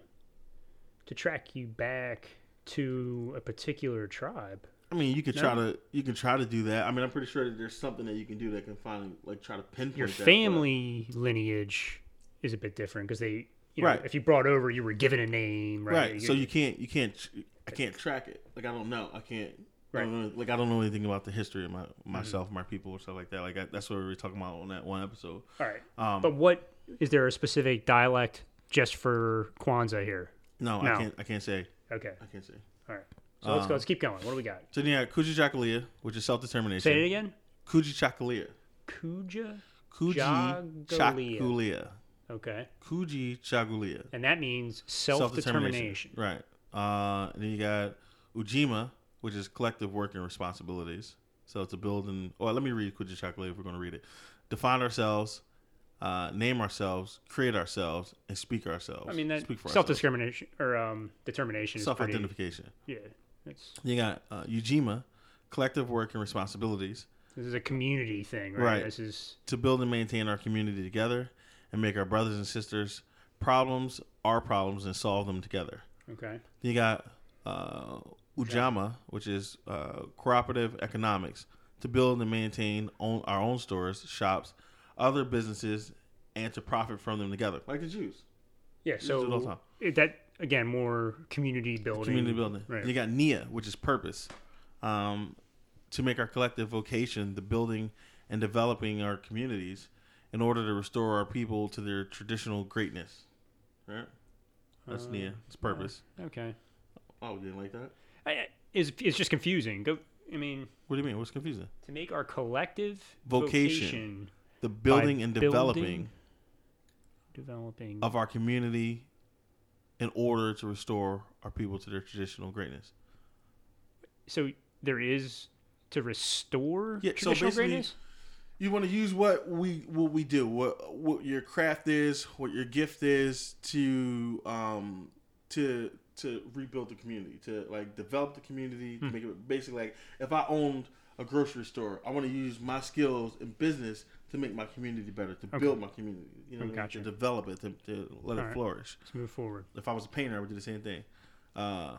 Speaker 1: to track you back to a particular tribe.
Speaker 2: I mean, you could try to you can try to do that. I mean, I'm pretty sure that there's something that you can do that can finally like try to pinpoint
Speaker 1: Your
Speaker 2: that, but-
Speaker 1: family lineage is a bit different because they, you know,
Speaker 2: Right.
Speaker 1: if you brought over, you were given a name, right?
Speaker 2: right? So you can't you can't tr- I can't track it. Like I don't know. I can't. I don't know, like I don't know anything about the history of my
Speaker 1: Mm-hmm.
Speaker 2: myself, my people, or stuff like that. Like I, that's what we were talking about on that one episode.
Speaker 1: All right.
Speaker 2: Um,
Speaker 1: but what is there a specific dialect just for Kwanzaa here?
Speaker 2: No,
Speaker 1: No.
Speaker 2: I can't. I can't say.
Speaker 1: Okay.
Speaker 2: I can't say.
Speaker 1: All right. So let's go.
Speaker 2: Um,
Speaker 1: Let's keep going. What do we got?
Speaker 2: So yeah, Kuji Jakalia, which is self determination.
Speaker 1: Say it again.
Speaker 2: Kuji Chakalia.
Speaker 1: Kuja.
Speaker 2: Kuji
Speaker 1: Jagalia.
Speaker 2: Chakulia.
Speaker 1: Okay.
Speaker 2: Kuji Chagulia.
Speaker 1: And that means self determination.
Speaker 2: Right. Uh, and then you got Ujima, which is collective work and responsibilities. So it's a building. Well, let me read Kuja Chocolate if we're going to read it. Define ourselves, uh, name ourselves, create ourselves, and speak ourselves.
Speaker 1: I mean, that
Speaker 2: speak for
Speaker 1: self
Speaker 2: ourselves.
Speaker 1: discrimination or um, determination is pretty.
Speaker 2: self-identification.
Speaker 1: Yeah, it's,
Speaker 2: You got uh, Ujima, collective work and responsibilities
Speaker 1: this is a community thing, right?
Speaker 2: Right.
Speaker 1: This is
Speaker 2: to build and maintain our community together and make our brothers and sisters problems our problems and solve them together.
Speaker 1: okay.
Speaker 2: Then you got uh, Ujama, which is uh, cooperative economics, to build and maintain own, our own stores, shops, other businesses, and to profit from them together, like the Jews.
Speaker 1: Yeah,
Speaker 2: do it all the
Speaker 1: so
Speaker 2: time.
Speaker 1: it, that again more community building.
Speaker 2: community building.
Speaker 1: right?
Speaker 2: You got Nia, which is purpose, um, to make our collective vocation the building and developing our communities in order to restore our people to their traditional greatness. Right? That's
Speaker 1: Uh,
Speaker 2: Nia. It's purpose.
Speaker 1: okay,
Speaker 2: Oh, you didn't like that?
Speaker 1: I, I- it's it's just confusing. Go, I mean,
Speaker 2: What do you mean? What's confusing?
Speaker 1: to make our collective
Speaker 2: Vocation.
Speaker 1: vocation,
Speaker 2: The building and
Speaker 1: building-
Speaker 2: developing
Speaker 1: developing.
Speaker 2: of our community in order to restore our people to their traditional greatness.
Speaker 1: so there is to restore
Speaker 2: Yeah,
Speaker 1: traditional
Speaker 2: so basically-
Speaker 1: greatness.
Speaker 2: you want to use what we what we do what what your craft is what your gift is to um to to rebuild the community to like develop the community to make it basically like if i owned a grocery store i want to use my skills in business to make my community better to build my community you know what I mean?
Speaker 1: Gotcha.
Speaker 2: to develop it to, to let it
Speaker 1: Alright.
Speaker 2: flourish
Speaker 1: Let's move forward.
Speaker 2: if I was a painter, I would do the same thing. Uh,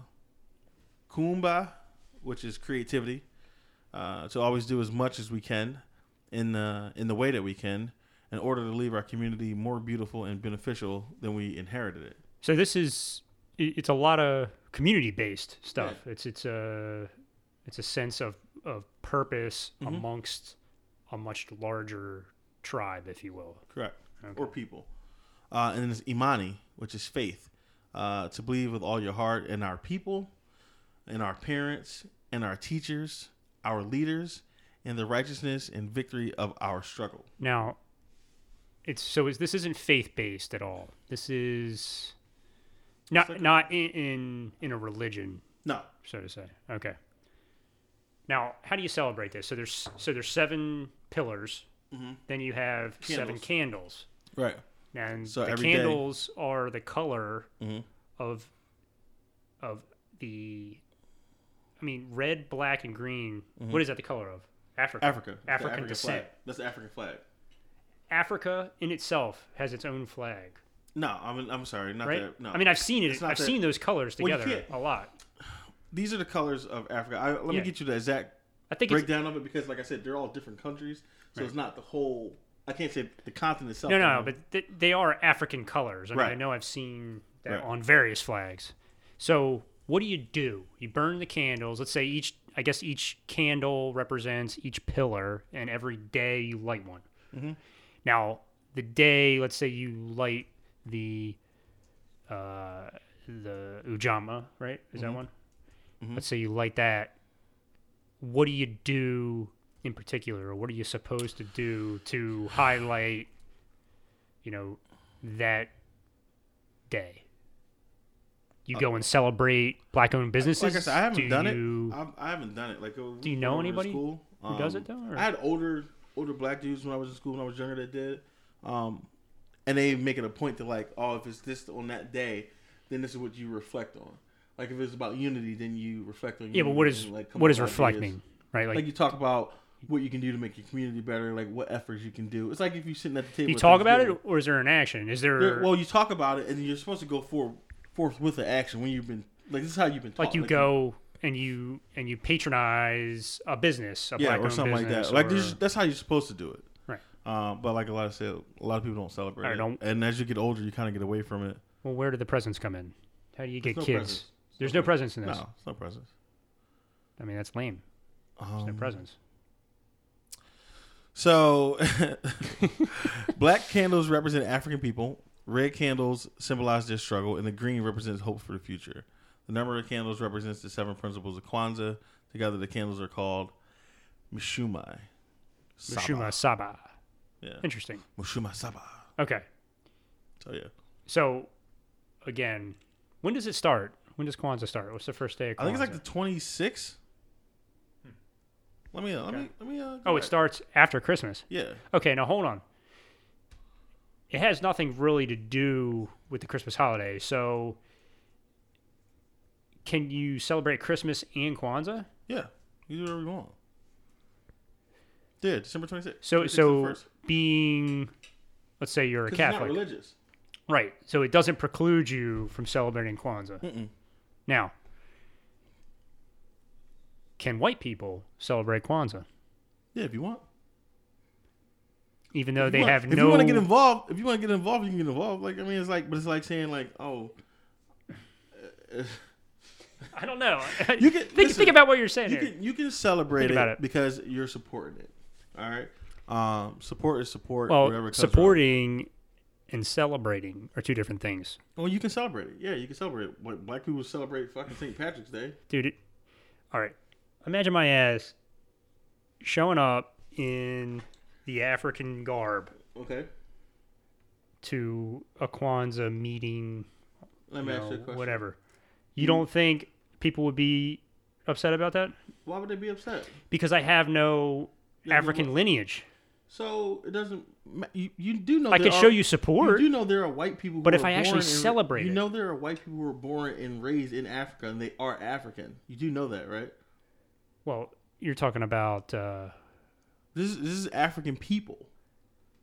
Speaker 2: Kumba, which is creativity, uh, to always do as much as we can in the in the way that we can, in order to leave our community more beautiful and beneficial than we inherited it.
Speaker 1: So this is i- it's a lot of community based stuff. It's it's a it's a sense of of purpose amongst a much larger tribe, if you will.
Speaker 2: Correct. Or people. Uh, and then there's Imani, which is faith, uh, to believe with all your heart in our people, in our parents, in our teachers, our leaders, and the righteousness and victory of our struggle.
Speaker 1: Now, it's so is this isn't faith based at all. This is not not in, in in a religion,
Speaker 2: No,
Speaker 1: so to say. Okay. Now, how do you celebrate this? So there's so there's seven pillars. Then you have seven
Speaker 2: Candles.
Speaker 1: candles.
Speaker 2: right.
Speaker 1: and
Speaker 2: So
Speaker 1: the
Speaker 2: every day- Mm-hmm.
Speaker 1: candles are the color of of the i mean red black and green what is that the color of africa
Speaker 2: Mm-hmm. Africa. It's the
Speaker 1: African
Speaker 2: African
Speaker 1: descent.
Speaker 2: Flag. That's the African flag.
Speaker 1: africa in itself has its own flag
Speaker 2: No, I mean, I'm sorry, not
Speaker 1: right
Speaker 2: that. No,
Speaker 1: i mean i've seen it
Speaker 2: not
Speaker 1: i've
Speaker 2: that-
Speaker 1: seen those colors
Speaker 2: Well, you
Speaker 1: together
Speaker 2: can't-
Speaker 1: a lot
Speaker 2: these are the colors of Africa. I, let me
Speaker 1: Yeah.
Speaker 2: get you the exact
Speaker 1: i think it's
Speaker 2: breakdown of it because, like I said, they're all different countries, so it's not the whole. I can't say the continent itself.
Speaker 1: no no no, but th- they are african colors I, mean, I
Speaker 2: Right.
Speaker 1: know i've seen that
Speaker 2: Right.
Speaker 1: on various flags so what do you do you burn the candles let's say each i guess each candle represents each pillar and every day you light one
Speaker 2: Mm-hmm.
Speaker 1: now the day let's say you light the uh the ujama right is
Speaker 2: Mm-hmm.
Speaker 1: that one let's say you light that what do you do in particular or what are you supposed to do to highlight you know that day you go and celebrate black owned businesses
Speaker 2: like I said, I haven't
Speaker 1: do
Speaker 2: done
Speaker 1: you,
Speaker 2: it. I'm, I haven't done it. Like, do
Speaker 1: you know anybody
Speaker 2: school, Um,
Speaker 1: who does it, though, or-
Speaker 2: I had older older black dudes when I was in school when I was younger that did, it. um, and they make it a point to like, oh, if it's this on that day, then this is what you reflect on. Like if it's about unity, then you reflect on.
Speaker 1: yeah but what
Speaker 2: unity
Speaker 1: is
Speaker 2: and, like, come
Speaker 1: what
Speaker 2: up
Speaker 1: is
Speaker 2: with ideas.
Speaker 1: reflect mean right like,
Speaker 2: like you talk about what you can do to make your community better, like what efforts you can do. It's like if you're sitting at the table.
Speaker 1: you
Speaker 2: at
Speaker 1: talk about it
Speaker 2: Thanksgiving.
Speaker 1: or is there an action is there
Speaker 2: There- well, you talk about it, and you're supposed to go for forth with the action when you've been like this is how you've been.
Speaker 1: like
Speaker 2: taught,
Speaker 1: you go and you and you patronize a business, a
Speaker 2: yeah,
Speaker 1: black
Speaker 2: or something like that. Like this, that's how you're supposed to do it.
Speaker 1: right.
Speaker 2: Uh, but like a lot of say, a lot of people don't celebrate.
Speaker 1: I
Speaker 2: it.
Speaker 1: don't-
Speaker 2: And as you get older, you kind of get away from it.
Speaker 1: Well, where do the presents come in? How do you get
Speaker 2: no
Speaker 1: kids?
Speaker 2: presents.
Speaker 1: There's no presents in this.
Speaker 2: No, it's not presents.
Speaker 1: I mean, that's lame. There's no
Speaker 2: Um,
Speaker 1: presents.
Speaker 2: So, <laughs> black candles represent African people. Red candles symbolize their struggle, and the green represents hope for the future. The number of candles represents the seven principles of Kwanzaa. Together, the candles are called Mishumai. Saba.
Speaker 1: Mushuma Saba.
Speaker 2: Yeah.
Speaker 1: Interesting.
Speaker 2: Mushuma Saba.
Speaker 1: Okay.
Speaker 2: So yeah,
Speaker 1: So, again, when does it start? When does Kwanzaa start? What's the first day of Kwanzaa?
Speaker 2: I think it's like the 26th. Let me uh, let me let me. Uh, go
Speaker 1: oh, it
Speaker 2: back.
Speaker 1: starts after Christmas.
Speaker 2: Yeah,
Speaker 1: Okay, now hold on. It has nothing really to do with the Christmas holiday. So, can you celebrate Christmas and Kwanzaa?
Speaker 2: yeah. You do whatever you want. Yeah, December 26th.
Speaker 1: So,
Speaker 2: 26th is the
Speaker 1: so
Speaker 2: first.
Speaker 1: being, let's say you're a
Speaker 2: 'Cause it's not
Speaker 1: Catholic,
Speaker 2: religious.
Speaker 1: right? So it doesn't preclude you from celebrating Kwanzaa.
Speaker 2: Mm-mm.
Speaker 1: Now, can white people celebrate Kwanzaa,
Speaker 2: Yeah, if you want.
Speaker 1: even though
Speaker 2: If
Speaker 1: they
Speaker 2: you want-
Speaker 1: have
Speaker 2: if
Speaker 1: no?
Speaker 2: you want to get involved, if you want to get involved, you can get involved. Like I mean, it's like, but it's like saying like, oh,
Speaker 1: I don't know. <laughs>
Speaker 2: You can-
Speaker 1: think,
Speaker 2: listen.
Speaker 1: think about what you're saying.
Speaker 2: you
Speaker 1: here.
Speaker 2: can you can celebrate
Speaker 1: Think
Speaker 2: it,
Speaker 1: about it.
Speaker 2: because you're supporting it. All right, um, support is support. whatever
Speaker 1: well,
Speaker 2: it comes from.
Speaker 1: supporting and celebrating are two different things,
Speaker 2: Well, you can celebrate it. Yeah, you can celebrate it. What, black people celebrate fucking St. Patrick's Day.
Speaker 1: dude. It, all right, imagine my ass showing up in the African garb
Speaker 2: Okay.
Speaker 1: to a Kwanzaa meeting,
Speaker 2: Let
Speaker 1: you
Speaker 2: me ask you a
Speaker 1: know,
Speaker 2: question.
Speaker 1: whatever.
Speaker 2: Hmm.
Speaker 1: You don't think people would be upset about that?
Speaker 2: Why would they be upset?
Speaker 1: Because I have no
Speaker 2: Yeah, but
Speaker 1: African lineage.
Speaker 2: So it doesn't. ma- You, you do know
Speaker 1: I
Speaker 2: there
Speaker 1: could
Speaker 2: are-
Speaker 1: show you
Speaker 2: You
Speaker 1: support.
Speaker 2: do know there are white people. Who
Speaker 1: But if
Speaker 2: were
Speaker 1: I actually
Speaker 2: born and-
Speaker 1: celebrate
Speaker 2: you
Speaker 1: it-
Speaker 2: know there are white people who were born and raised in Africa, and they are African. You do know that, right?
Speaker 1: well, you're talking about uh,
Speaker 2: This is, this is African people.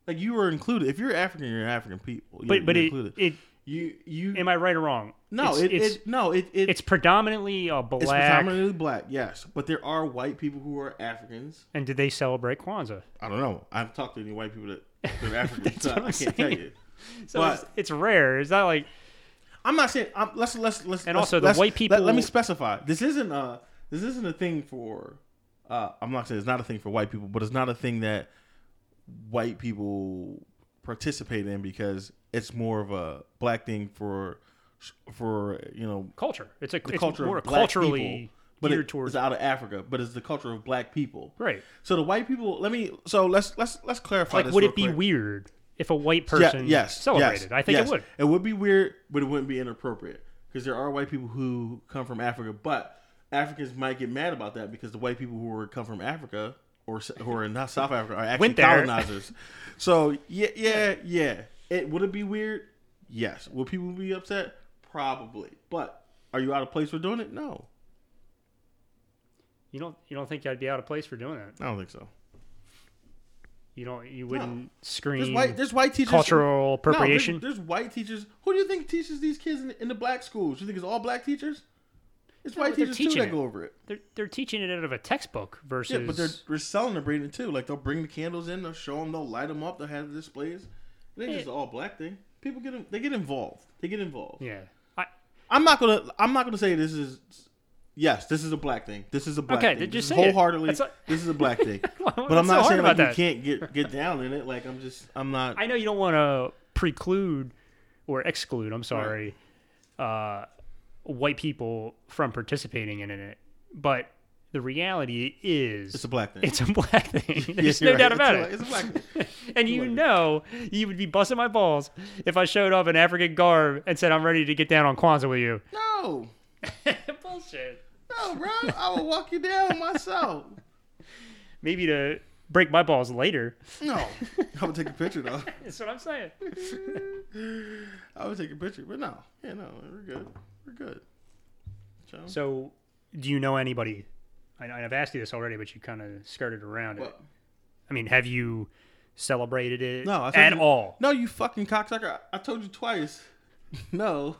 Speaker 2: Like you are included. If you're African, you're African people. You're,
Speaker 1: but but
Speaker 2: you're
Speaker 1: it,
Speaker 2: included.
Speaker 1: it
Speaker 2: you you
Speaker 1: am I right or wrong?
Speaker 2: no
Speaker 1: it's
Speaker 2: it,
Speaker 1: it's,
Speaker 2: it no it, it
Speaker 1: it's predominantly a
Speaker 2: it's
Speaker 1: black.
Speaker 2: predominantly black. Yes, but there are white people who are Africans.
Speaker 1: and do they celebrate Kwanzaa?
Speaker 2: I don't know. I haven't talked to any white people that
Speaker 1: <laughs>
Speaker 2: that are African.
Speaker 1: That's
Speaker 2: so
Speaker 1: what I'm
Speaker 2: I can't tell
Speaker 1: saying.
Speaker 2: you.
Speaker 1: So
Speaker 2: But-
Speaker 1: it's, it's rare. It's not like
Speaker 2: I'm not saying. I'm, let's let's let's.
Speaker 1: And
Speaker 2: let's-
Speaker 1: also the
Speaker 2: let's-
Speaker 1: white
Speaker 2: Let, let
Speaker 1: people-
Speaker 2: me specify. This isn't a this isn't a thing for. Uh, I'm not saying it's not a thing for white people, but it's not a thing that white people participate in because it's more of a black thing for for you know
Speaker 1: culture. It's a
Speaker 2: the
Speaker 1: it's
Speaker 2: culture
Speaker 1: more
Speaker 2: of black
Speaker 1: culturally
Speaker 2: people, but
Speaker 1: geared
Speaker 2: it-
Speaker 1: towards
Speaker 2: it's out of Africa, but it's the culture of black people.
Speaker 1: right.
Speaker 2: So the white people. Let me. So let's let's let's clarify.
Speaker 1: Like,
Speaker 2: this
Speaker 1: would
Speaker 2: real
Speaker 1: it be
Speaker 2: quick.
Speaker 1: weird if a white
Speaker 2: Yeah,
Speaker 1: person celebrated? I think
Speaker 2: yes.
Speaker 1: it would.
Speaker 2: It would be weird, but it wouldn't be inappropriate because there are white people who come from Africa, but Africans might get mad about that because the white people who are, come from Africa or s- who are in not South Africa are actually
Speaker 1: Went there.
Speaker 2: colonizers. so yeah, yeah, yeah. It would it be weird? Yes. Will people be upset? Probably. But are you out of place for doing it? No,
Speaker 1: You don't you don't think I'd be out of place for doing that?
Speaker 2: I don't think so.
Speaker 1: You don't you wouldn't
Speaker 2: There's
Speaker 1: scream
Speaker 2: white. There's white teachers.
Speaker 1: cultural
Speaker 2: No, there's-
Speaker 1: appropriation.
Speaker 2: there's, white teachers. Who do you think teaches these kids in, in the black schools? You think it's all black teachers? It's
Speaker 1: No,
Speaker 2: white
Speaker 1: but they're
Speaker 2: teachers too
Speaker 1: teaching
Speaker 2: that
Speaker 1: it.
Speaker 2: go over it.
Speaker 1: they're, they're teaching it out of a textbook versus
Speaker 2: Yeah, but they're they're celebrating it too. Like they'll bring the candles in, they'll show them, they'll light them up, they'll have displays. It ain't just
Speaker 1: Yeah.
Speaker 2: all black thing. People get in- they get involved. They get involved.
Speaker 1: yeah. I,
Speaker 2: I'm not gonna I'm not gonna say this is. Yes, this is a black thing. This is a black
Speaker 1: Okay,
Speaker 2: thing.
Speaker 1: then
Speaker 2: This
Speaker 1: just
Speaker 2: is
Speaker 1: say it.
Speaker 2: wholeheartedly,
Speaker 1: That's not-
Speaker 2: <laughs> this is a black
Speaker 1: <laughs>
Speaker 2: thing.
Speaker 1: Why-
Speaker 2: but
Speaker 1: what's
Speaker 2: I'm
Speaker 1: so
Speaker 2: not
Speaker 1: hard
Speaker 2: saying like
Speaker 1: about
Speaker 2: you
Speaker 1: that?
Speaker 2: can't get get down in it. Like I'm just I'm not.
Speaker 1: I know you don't want to preclude or exclude. I'm sorry, uh, white people from participating in it, but the reality is
Speaker 2: it's a black
Speaker 1: <laughs>
Speaker 2: thing.
Speaker 1: It's a black thing.
Speaker 2: <laughs> Yeah,
Speaker 1: There's
Speaker 2: you're
Speaker 1: no doubt about
Speaker 2: right. It's a-
Speaker 1: it.
Speaker 2: it's a black thing.
Speaker 1: <laughs> and you know, you would be busting my balls if I showed up in African garb and said, I'm ready to get down on Kwanzaa with you.
Speaker 2: <laughs> No,
Speaker 1: Bullshit.
Speaker 2: no, bro. I will walk you down myself.
Speaker 1: Maybe to break my balls later.
Speaker 2: No, I would take a picture though.
Speaker 1: That's what I'm saying.
Speaker 2: I would take a picture, but no, yeah, no, we're good. We're good. So,
Speaker 1: So, do you know anybody? I know, I've asked you this already, but you kind of skirted around it.
Speaker 2: What?
Speaker 1: I mean, have you celebrated it
Speaker 2: No, I told
Speaker 1: at
Speaker 2: you-
Speaker 1: all?
Speaker 2: no, you fucking cocksucker! I, I told you twice. <laughs> No,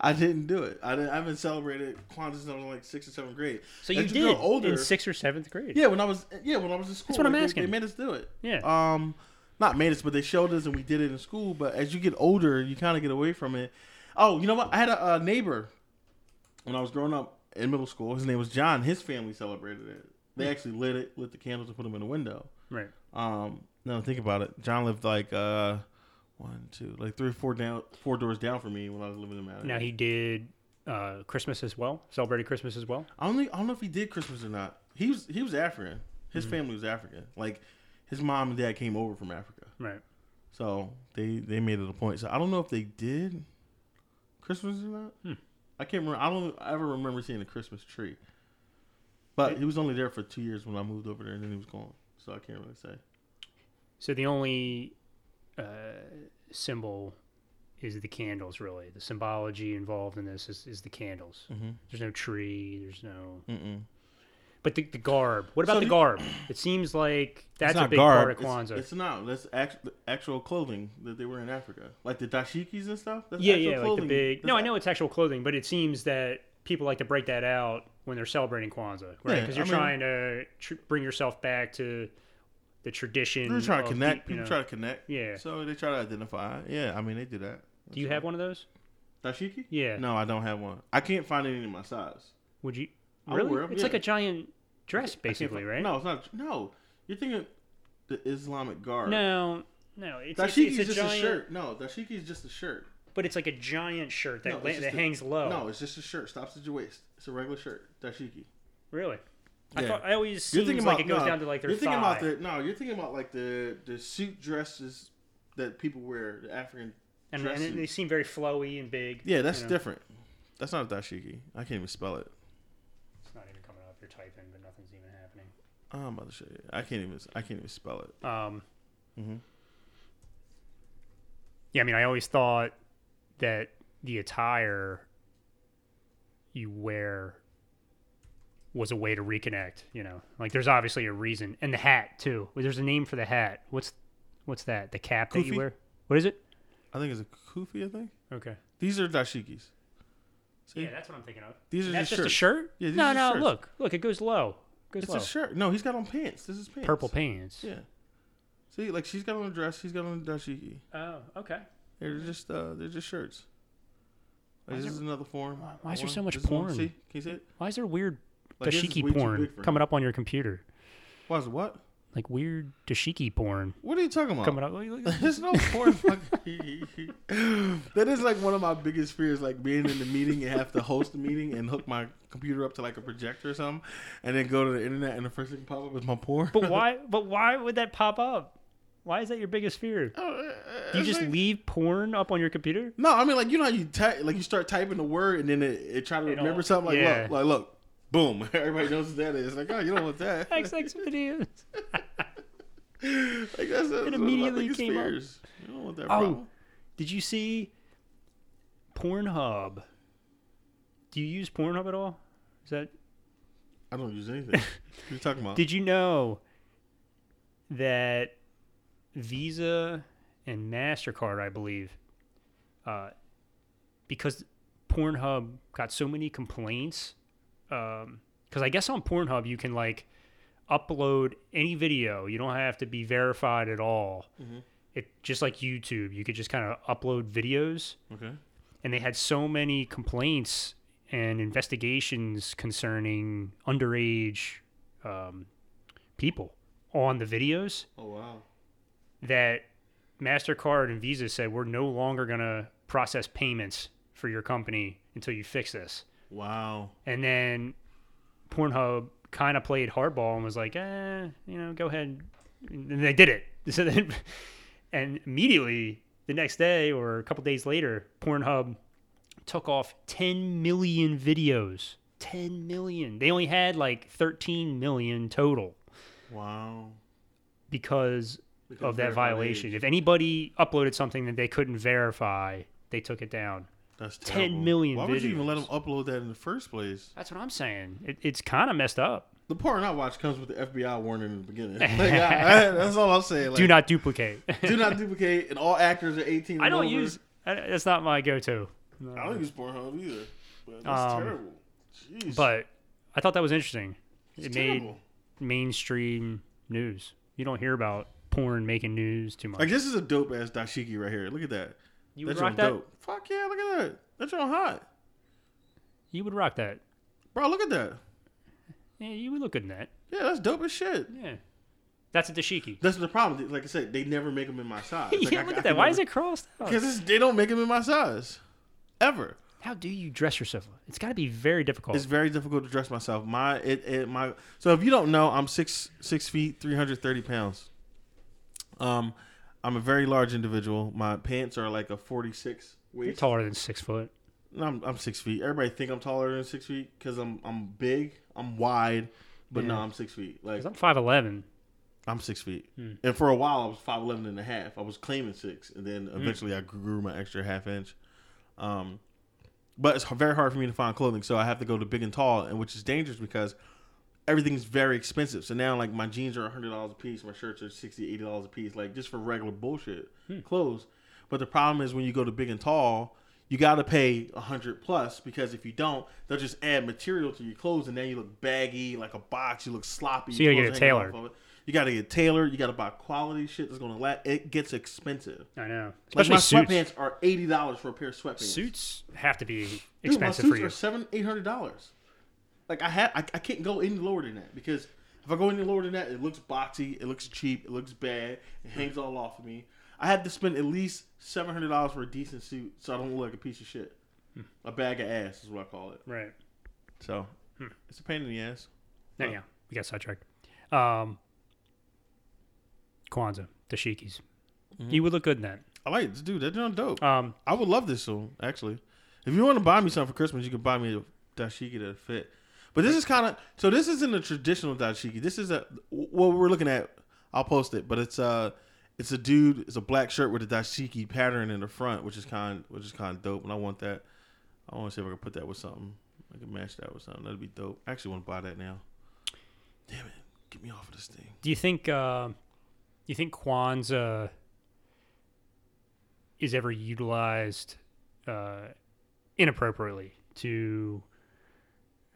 Speaker 2: I didn't do it. I didn't. I haven't celebrated Kwanzaa since I was like sixth or seventh grade.
Speaker 1: So you
Speaker 2: As
Speaker 1: did
Speaker 2: grow older.
Speaker 1: in sixth or seventh grade.
Speaker 2: yeah, when I was yeah when I was in school.
Speaker 1: what I'm
Speaker 2: they-
Speaker 1: asking.
Speaker 2: They made us do it.
Speaker 1: Yeah.
Speaker 2: um not made us but they showed us and we did it in school but as you get older you kind of get away from it oh you know what i had a, a neighbor when i was growing up in middle school his name was john his family celebrated it
Speaker 1: Hmm.
Speaker 2: they actually lit it lit the candles and put them in the window
Speaker 1: Right.
Speaker 2: um now think about it john lived like uh one two like three or four down four doors down from me when i was living in Maryland.
Speaker 1: Now he did uh, Christmas as well. Celebrated Christmas as well.
Speaker 2: I only I don't know if he did Christmas or not. He was he was African. His
Speaker 1: Hmm.
Speaker 2: family was African. Like his mom and dad came over from Africa.
Speaker 1: Right. Hmm.
Speaker 2: So they they made it a point. So I don't know if they did Christmas or not. I can't remember. I don't ever remember seeing a Christmas tree. But he was only there for two years when I moved over there, and then he was gone. So I can't really say.
Speaker 1: So the only uh, symbol is the candles, really. The symbology involved in this is, is the candles.
Speaker 2: Mm-hmm.
Speaker 1: There's no tree. There's no.
Speaker 2: Mm-mm.
Speaker 1: But the, the garb. What about
Speaker 2: So
Speaker 1: the
Speaker 2: do-
Speaker 1: garb? It seems like that's a
Speaker 3: not
Speaker 1: big
Speaker 3: garb,
Speaker 1: part of Kwanzaa.
Speaker 2: It's, it's not. That's act, the actual clothing that they wear in Africa, like the dashikis and stuff. That's
Speaker 1: yeah,
Speaker 2: actual
Speaker 1: yeah, like the
Speaker 2: clothing.
Speaker 1: big.
Speaker 2: That's
Speaker 1: No, I
Speaker 2: a-
Speaker 1: know it's actual clothing, but it seems that people like to break that out when they're celebrating Kwanzaa, right?
Speaker 2: Yeah,
Speaker 1: Because
Speaker 2: I
Speaker 1: you're
Speaker 2: mean-
Speaker 1: trying to tr- bring yourself back to the tradition.
Speaker 2: They're trying
Speaker 1: of
Speaker 2: to connect.
Speaker 1: the- you
Speaker 2: People
Speaker 1: know.
Speaker 2: try to connect.
Speaker 1: Yeah.
Speaker 2: So they try to identify. Yeah, I mean they do that.
Speaker 1: Do you have one of those?
Speaker 2: dashiki?
Speaker 1: Yeah.
Speaker 2: No, I don't have one. I can't find any in my size.
Speaker 1: Would you?
Speaker 2: I would
Speaker 1: Really?
Speaker 2: wear 'em,
Speaker 1: it's like
Speaker 2: yeah.
Speaker 1: a giant dress,
Speaker 2: I can't
Speaker 1: basically,
Speaker 2: fi-
Speaker 1: right?
Speaker 2: No, it's not. No, you're thinking the Islamic garb.
Speaker 1: no, no. It's, it's,
Speaker 2: dashiki
Speaker 1: it's
Speaker 2: is
Speaker 1: a
Speaker 2: just
Speaker 1: giant,
Speaker 2: a shirt. No, dashiki is just a shirt.
Speaker 1: but it's like a giant shirt that
Speaker 2: No, it's
Speaker 1: la-
Speaker 2: just
Speaker 1: that
Speaker 2: a-
Speaker 1: hangs low.
Speaker 2: No, it's just a shirt. Stops at your waist. It's a regular shirt. Dashiki.
Speaker 1: really. I
Speaker 2: Yeah.
Speaker 1: thought I always seems like it goes
Speaker 2: no,
Speaker 1: down to like their
Speaker 2: you're thinking
Speaker 1: thigh.
Speaker 2: about the no. You're thinking about like the the suit dresses that people wear. The African.
Speaker 1: and,
Speaker 2: dress
Speaker 1: and they
Speaker 2: suits.
Speaker 1: seem very flowy and big.
Speaker 2: yeah, that's
Speaker 1: you know.
Speaker 2: different. That's not a dashiki. I can't even spell it.
Speaker 1: It's not even coming up. You're typing, but nothing's even happening.
Speaker 2: Oh, I'm about to show you. I can't even. I can't even spell it.
Speaker 1: Um,
Speaker 2: Mhm.
Speaker 1: Yeah, I mean, I always thought that the attire you wear was a way to reconnect. You know, like there's obviously a reason, and the hat too. There's a name for the hat. What's what's that? The cap that
Speaker 2: Kufi?
Speaker 1: you wear. What is it?
Speaker 2: I think it's a kufi. I think
Speaker 1: Okay.
Speaker 2: these are dashikis. See,
Speaker 1: Yeah, that's what I'm thinking of.
Speaker 2: these are
Speaker 1: That's
Speaker 2: just
Speaker 1: just a
Speaker 2: shirts.
Speaker 1: shirt.
Speaker 2: Yeah, these
Speaker 1: no,
Speaker 2: are
Speaker 1: no.
Speaker 2: shirts.
Speaker 1: Look, look. It goes low. It goes
Speaker 2: it's
Speaker 1: low.
Speaker 2: a shirt. No, he's got on pants. This is pants.
Speaker 1: Purple pants.
Speaker 2: Yeah. See, like she's got on a dress. He's got on a dashiki.
Speaker 1: Oh, okay.
Speaker 2: They're just uh, they're just shirts. Like,
Speaker 1: Why is
Speaker 2: this
Speaker 1: there-
Speaker 2: is another form.
Speaker 1: why- why is there
Speaker 2: Form.
Speaker 1: so much
Speaker 2: This is one-
Speaker 1: porn?
Speaker 2: See, can you see it?
Speaker 1: Why is there weird
Speaker 2: Like, this is way
Speaker 1: dashiki
Speaker 2: too
Speaker 1: porn
Speaker 2: big for
Speaker 1: coming
Speaker 2: him.
Speaker 1: up on your computer?
Speaker 2: Why is it what?
Speaker 1: Like weird dashiki porn
Speaker 2: What are you talking about?
Speaker 1: coming up. Look, look, look.
Speaker 2: <laughs> There's no
Speaker 1: <laughs>
Speaker 2: porn. fucking- that is like one of my biggest fears, like being in the meeting and have to host the meeting and hook my computer up to like a projector or something, and then go to the internet and the first thing pop up is my porn. <laughs>
Speaker 1: But why? But why would that pop up? Why is that your biggest fear? Do you just leave porn up on your
Speaker 2: <laughs>
Speaker 1: computer?
Speaker 2: No, I mean like you know how you ty- like you start typing the word and then it, it try to
Speaker 1: It
Speaker 2: remember
Speaker 1: all-
Speaker 2: something like
Speaker 1: yeah.
Speaker 2: look like look boom <laughs> everybody knows what that is like oh you don't want
Speaker 1: <laughs>
Speaker 2: that like <laughs>
Speaker 1: XX videos.
Speaker 2: that's, that's it
Speaker 1: immediately came up.
Speaker 2: fears. you don't want that
Speaker 1: Oh.
Speaker 2: problem
Speaker 1: Did you see Pornhub? Do you use Pornhub at all? Is that?
Speaker 2: I don't use anything
Speaker 1: <laughs>
Speaker 2: what are you talking about
Speaker 1: Did you know that Visa and Mastercard, I believe, uh, because Pornhub got so many complaints. Because I guess on Pornhub you can like upload any video. You don't have to be verified at all.
Speaker 2: Mhm.
Speaker 1: It just like YouTube, you could just kind of upload videos
Speaker 2: okay
Speaker 1: and they had so many complaints and investigations concerning underage um, people on the videos
Speaker 2: oh wow
Speaker 1: that Mastercard and Visa said we're no longer gonna process payments for your company until you fix this.
Speaker 2: wow
Speaker 1: And then Pornhub kind of played hardball and was like, eh, you know, go ahead. And they did it. <laughs> So then, and immediately the next day or a couple days later, Pornhub took off 10 million videos. 10 million. They only had like 13 million total
Speaker 2: wow
Speaker 1: because
Speaker 2: Because
Speaker 1: of that
Speaker 2: verified
Speaker 1: violation.
Speaker 2: age.
Speaker 1: If anybody uploaded something that they couldn't verify, they took it down.
Speaker 2: that's
Speaker 1: 10
Speaker 2: terrible.
Speaker 1: million
Speaker 2: why would you even
Speaker 1: videos.
Speaker 2: let them upload that in the first place
Speaker 1: That's what I'm saying. It, it's kind of messed up.
Speaker 2: the porn I watch comes with the FBI warning in the
Speaker 1: <laughs>
Speaker 2: beginning like, I- I- that's all I'm saying like,
Speaker 1: Do not duplicate.
Speaker 2: <laughs> do not duplicate and all actors are 18 and
Speaker 1: I don't
Speaker 2: over.
Speaker 1: use. I- That's not my go-to.
Speaker 2: I don't use Pornhub either. But that's
Speaker 1: Um,
Speaker 2: terrible. Jeez.
Speaker 1: But I thought that was interesting.
Speaker 2: it's
Speaker 1: it made
Speaker 2: terrible.
Speaker 1: mainstream news. You don't hear about porn making news too much.
Speaker 2: Like this is a dope ass dashiki right here. Look at that.
Speaker 1: you
Speaker 2: that
Speaker 1: would
Speaker 2: joint
Speaker 1: rock that.
Speaker 2: dope. Fuck yeah, look at that. That joint hot.
Speaker 1: You would rock that.
Speaker 2: Bro, look at that.
Speaker 1: Yeah, you would look good in that.
Speaker 2: Yeah, that's dope as shit.
Speaker 1: Yeah, that's a
Speaker 2: <laughs>
Speaker 1: dashiki.
Speaker 2: That's the problem. Like I said, they never make them in
Speaker 1: <laughs>
Speaker 2: my size. Like,
Speaker 1: yeah,
Speaker 2: I-
Speaker 1: look
Speaker 2: I
Speaker 1: at that.
Speaker 2: can
Speaker 1: Why
Speaker 2: never- <laughs>
Speaker 1: is it crossed out?
Speaker 2: Because they don't make them in my size, ever.
Speaker 1: How do you dress yourself? up? It's got to be very difficult.
Speaker 2: It's very difficult to dress myself. My it, it my so if you don't know, I'm six six feet three hundred thirty pounds. Um, I'm a very large individual. My pants are like a forty six
Speaker 1: You're
Speaker 2: waist.
Speaker 1: taller than six foot.
Speaker 2: No, I'm, I'm six feet. Everybody think I'm taller than six feet because I'm I'm big, I'm wide, but no,
Speaker 1: Yeah.
Speaker 2: I'm six feet. Like
Speaker 1: Because I'm 5'11.
Speaker 2: I'm six feet.
Speaker 1: Hmm.
Speaker 2: And for a while, I was five eleven and a half. I was claiming six, and then eventually I grew my extra half inch. Um, but it's very hard for me to find clothing, so I have to go to big and tall, and which is dangerous because everything's very expensive. So now, like my jeans are hundred dollars a piece, my shirts are 60 dollars a piece, like just for regular bullshit
Speaker 1: Hmm.
Speaker 2: clothes. But the problem is when you go to big and tall. You gotta pay a hundred plus because if you don't, they'll just add material to your clothes and then you look baggy like a box. You look sloppy.
Speaker 1: So you gotta
Speaker 2: Clothes
Speaker 1: get it
Speaker 2: hanging off
Speaker 1: tailored.
Speaker 2: of it. You gotta get tailored. You gotta buy quality shit that's gonna last. It gets expensive.
Speaker 1: I know.
Speaker 2: Like
Speaker 1: Especially
Speaker 2: my
Speaker 1: suits.
Speaker 2: sweatpants are eighty dollars for a pair of sweatpants.
Speaker 1: Suits have to be
Speaker 2: Dude,
Speaker 1: expensive
Speaker 2: my
Speaker 1: for
Speaker 2: suits
Speaker 1: you.
Speaker 2: are seven, eight hundred dollars. Like I had, I, I can't go any lower than that because if I go any lower than that, it looks boxy, it looks cheap, it looks bad, it
Speaker 1: Mm-hmm.
Speaker 2: hangs all off of me. I had to spend at least seven hundred dollars for a decent suit so I don't look like a piece of shit.
Speaker 1: Hmm.
Speaker 2: A bag of ass is what I call it.
Speaker 1: Right.
Speaker 2: So
Speaker 1: Hmm.
Speaker 2: it's a pain in the ass.
Speaker 1: There you go. We got sidetracked. Um, Kwanzaa, dashikis.
Speaker 2: Mm-hmm.
Speaker 1: You would look good in that.
Speaker 2: I like this dude. That's not dope.
Speaker 1: Um,
Speaker 2: I would love this one actually. If you want to buy me something for Christmas, you can buy me a dashiki that fit. But this is kind of so. This isn't a traditional dashiki. This is a what we're looking at. I'll post it, but it's a it's a dude. It's a black shirt with a dashiki pattern in the front, which is kind which is kind of dope. And I want that. I want to see if I can put that with something. I can match that with something. That'd be dope. I actually want to buy that now. Damn it! Get me off of this thing.
Speaker 1: do you think uh, you think Kwanzaa is ever utilized uh, inappropriately to?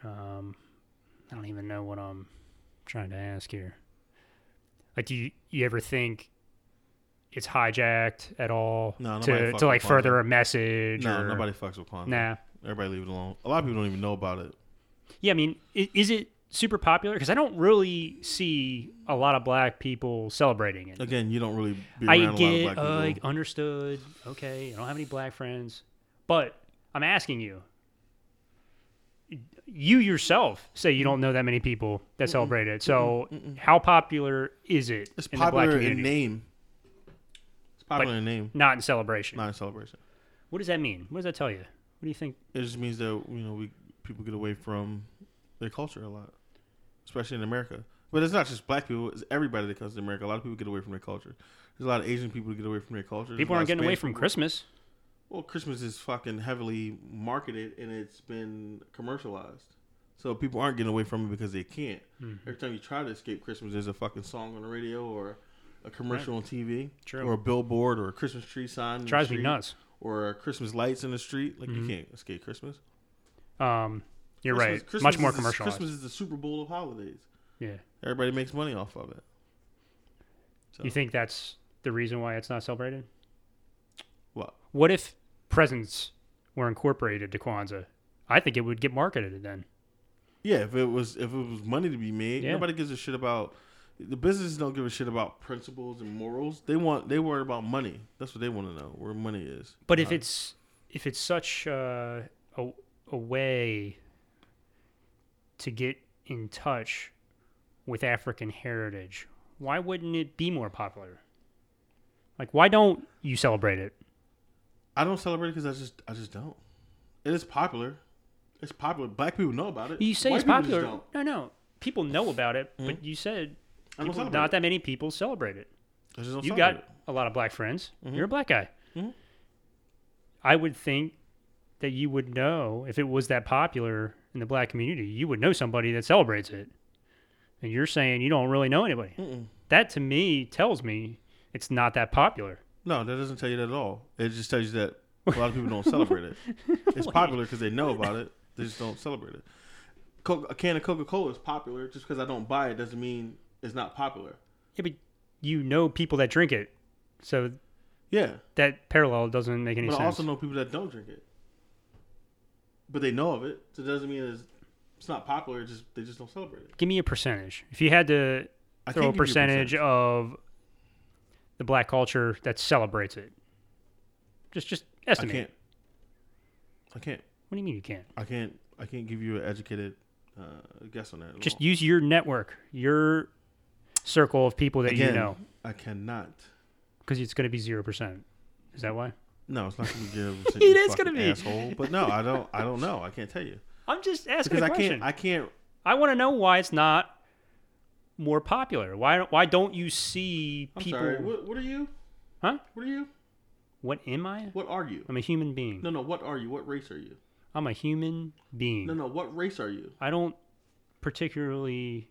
Speaker 1: Um, I don't even know what I'm trying to ask here. Like, do you, you ever think it's hijacked at all
Speaker 2: No, nobody
Speaker 1: to
Speaker 2: fuck
Speaker 1: to like
Speaker 2: with Kwanzaa.
Speaker 1: further a message?
Speaker 2: No,
Speaker 1: or,
Speaker 2: nobody fucks with Kwanzaa.
Speaker 1: Nah.
Speaker 2: Everybody leave it alone. A lot of people don't even know about it.
Speaker 1: Yeah, I mean, i- is it super popular? Because I don't really see a lot of black people celebrating it.
Speaker 2: Again, you don't really be around
Speaker 1: I
Speaker 2: a lot of black
Speaker 1: get,
Speaker 2: people.
Speaker 1: uh, like, understood. Okay, I don't have any black friends, but I'm asking you. You yourself say you don't know that many people that celebrate it. So, how popular is it
Speaker 2: It's
Speaker 1: in the black
Speaker 2: popular in
Speaker 1: community?
Speaker 2: name. It's popular in name,
Speaker 1: Not in celebration.
Speaker 2: not in celebration.
Speaker 1: What does that mean? What does that tell you? What do you think?
Speaker 2: It just means that you know we people get away from their culture a lot, especially in America. But it's not just black people; it's everybody that comes to America. A lot of people get away from their culture. There's a lot of Asian people that get away from their culture. There's
Speaker 1: People
Speaker 2: a lot
Speaker 1: aren't
Speaker 2: of
Speaker 1: getting away
Speaker 2: Spanish
Speaker 1: from
Speaker 2: people.
Speaker 1: Christmas.
Speaker 2: Well, Christmas is fucking heavily marketed and it's been commercialized. So people aren't getting away from it because they can't.
Speaker 1: Mm-hmm.
Speaker 2: Every time you try to escape Christmas, there's a fucking song on the radio or a commercial on TV,
Speaker 1: True.
Speaker 2: or a billboard or a Christmas tree sign. in the
Speaker 1: drives me
Speaker 2: street,
Speaker 1: nuts.
Speaker 2: Or Christmas lights in the street. Like you can't escape Christmas.
Speaker 1: Um, you're
Speaker 2: Christmas-
Speaker 1: right.
Speaker 2: Christmas
Speaker 1: Much more
Speaker 2: is the-
Speaker 1: commercialized.
Speaker 2: Christmas is the Super Bowl of holidays.
Speaker 1: Yeah.
Speaker 2: Everybody makes money off of it.
Speaker 1: You think that's the reason why it's not celebrated?
Speaker 2: Well,
Speaker 1: What if presents were incorporated to Kwanzaa? I think it would get marketed then.
Speaker 2: yeah. If it was if it was money to be made,
Speaker 1: Yeah.
Speaker 2: nobody gives a shit about. The businesses don't give a shit about principles and morals. They want they worry about money. That's what they want to know where money is.
Speaker 1: But if
Speaker 2: Right.
Speaker 1: it's if it's such uh, a a way to get in touch with African heritage, why wouldn't it be more popular? Like, why don't you celebrate it?
Speaker 2: I don't celebrate because I just I just don't. It is popular. It's popular. Black people know about it.
Speaker 1: You say
Speaker 2: White
Speaker 1: it's
Speaker 2: people just
Speaker 1: popular.
Speaker 2: don't. Hmm?
Speaker 1: No, no, people know about it, but you said
Speaker 2: I don't
Speaker 1: people,
Speaker 2: celebrate it.
Speaker 1: not that many people celebrate it.
Speaker 2: I just don't
Speaker 1: you
Speaker 2: celebrate
Speaker 1: got
Speaker 2: it.
Speaker 1: a lot of black friends.
Speaker 2: Mm-hmm.
Speaker 1: You're a black guy. I would think that you would know if it was that popular in the black community, you would know somebody that celebrates it. And you're saying you don't really know anybody. That to me tells me it's not that popular.
Speaker 2: No, that doesn't tell you that at all. It just tells you that a lot of
Speaker 1: <laughs>
Speaker 2: people don't celebrate it. It's popular because they know about it. They just don't celebrate it. Coca a can of Coca Cola is popular. Just because I don't buy it doesn't mean it's not popular.
Speaker 1: Yeah, but you know people that drink it. So
Speaker 2: Yeah,
Speaker 1: that parallel doesn't make any
Speaker 2: but I
Speaker 1: sense.
Speaker 2: also know people that don't drink it, but they know of it. So it doesn't mean it's, it's not popular. It's just they just don't celebrate it.
Speaker 1: Give me a percentage. If you had to
Speaker 2: I
Speaker 1: throw a
Speaker 2: can't give you
Speaker 1: percentage of the black culture that celebrates it. Just just
Speaker 2: I
Speaker 1: estimate.
Speaker 2: can't. I can't.
Speaker 1: What do you mean you can't?
Speaker 2: I can't. I can't give you an educated uh, guess on that. at
Speaker 1: Just
Speaker 2: all.
Speaker 1: use your network, your circle of people that you
Speaker 2: Again,
Speaker 1: know,
Speaker 2: I cannot.
Speaker 1: because it's going to be zero percent. Is that why?
Speaker 2: No, it's not gonna <laughs> be good.
Speaker 1: It is gonna be.
Speaker 2: asshole. But no, I don't. I don't know. I can't tell you
Speaker 1: I'm just asking
Speaker 2: because
Speaker 1: a
Speaker 2: I
Speaker 1: question.
Speaker 2: can't. I can't.
Speaker 1: I want to know why it's not more popular. Why why don't you see
Speaker 2: I'm
Speaker 1: people?
Speaker 2: sorry. What, what are you?
Speaker 1: Huh?
Speaker 2: What are you?
Speaker 1: What am I?
Speaker 2: What are you?
Speaker 1: I'm a human being.
Speaker 2: No, no. What are you? What race are you?
Speaker 1: I'm a human being.
Speaker 2: No, no. What race are you?
Speaker 1: I don't particularly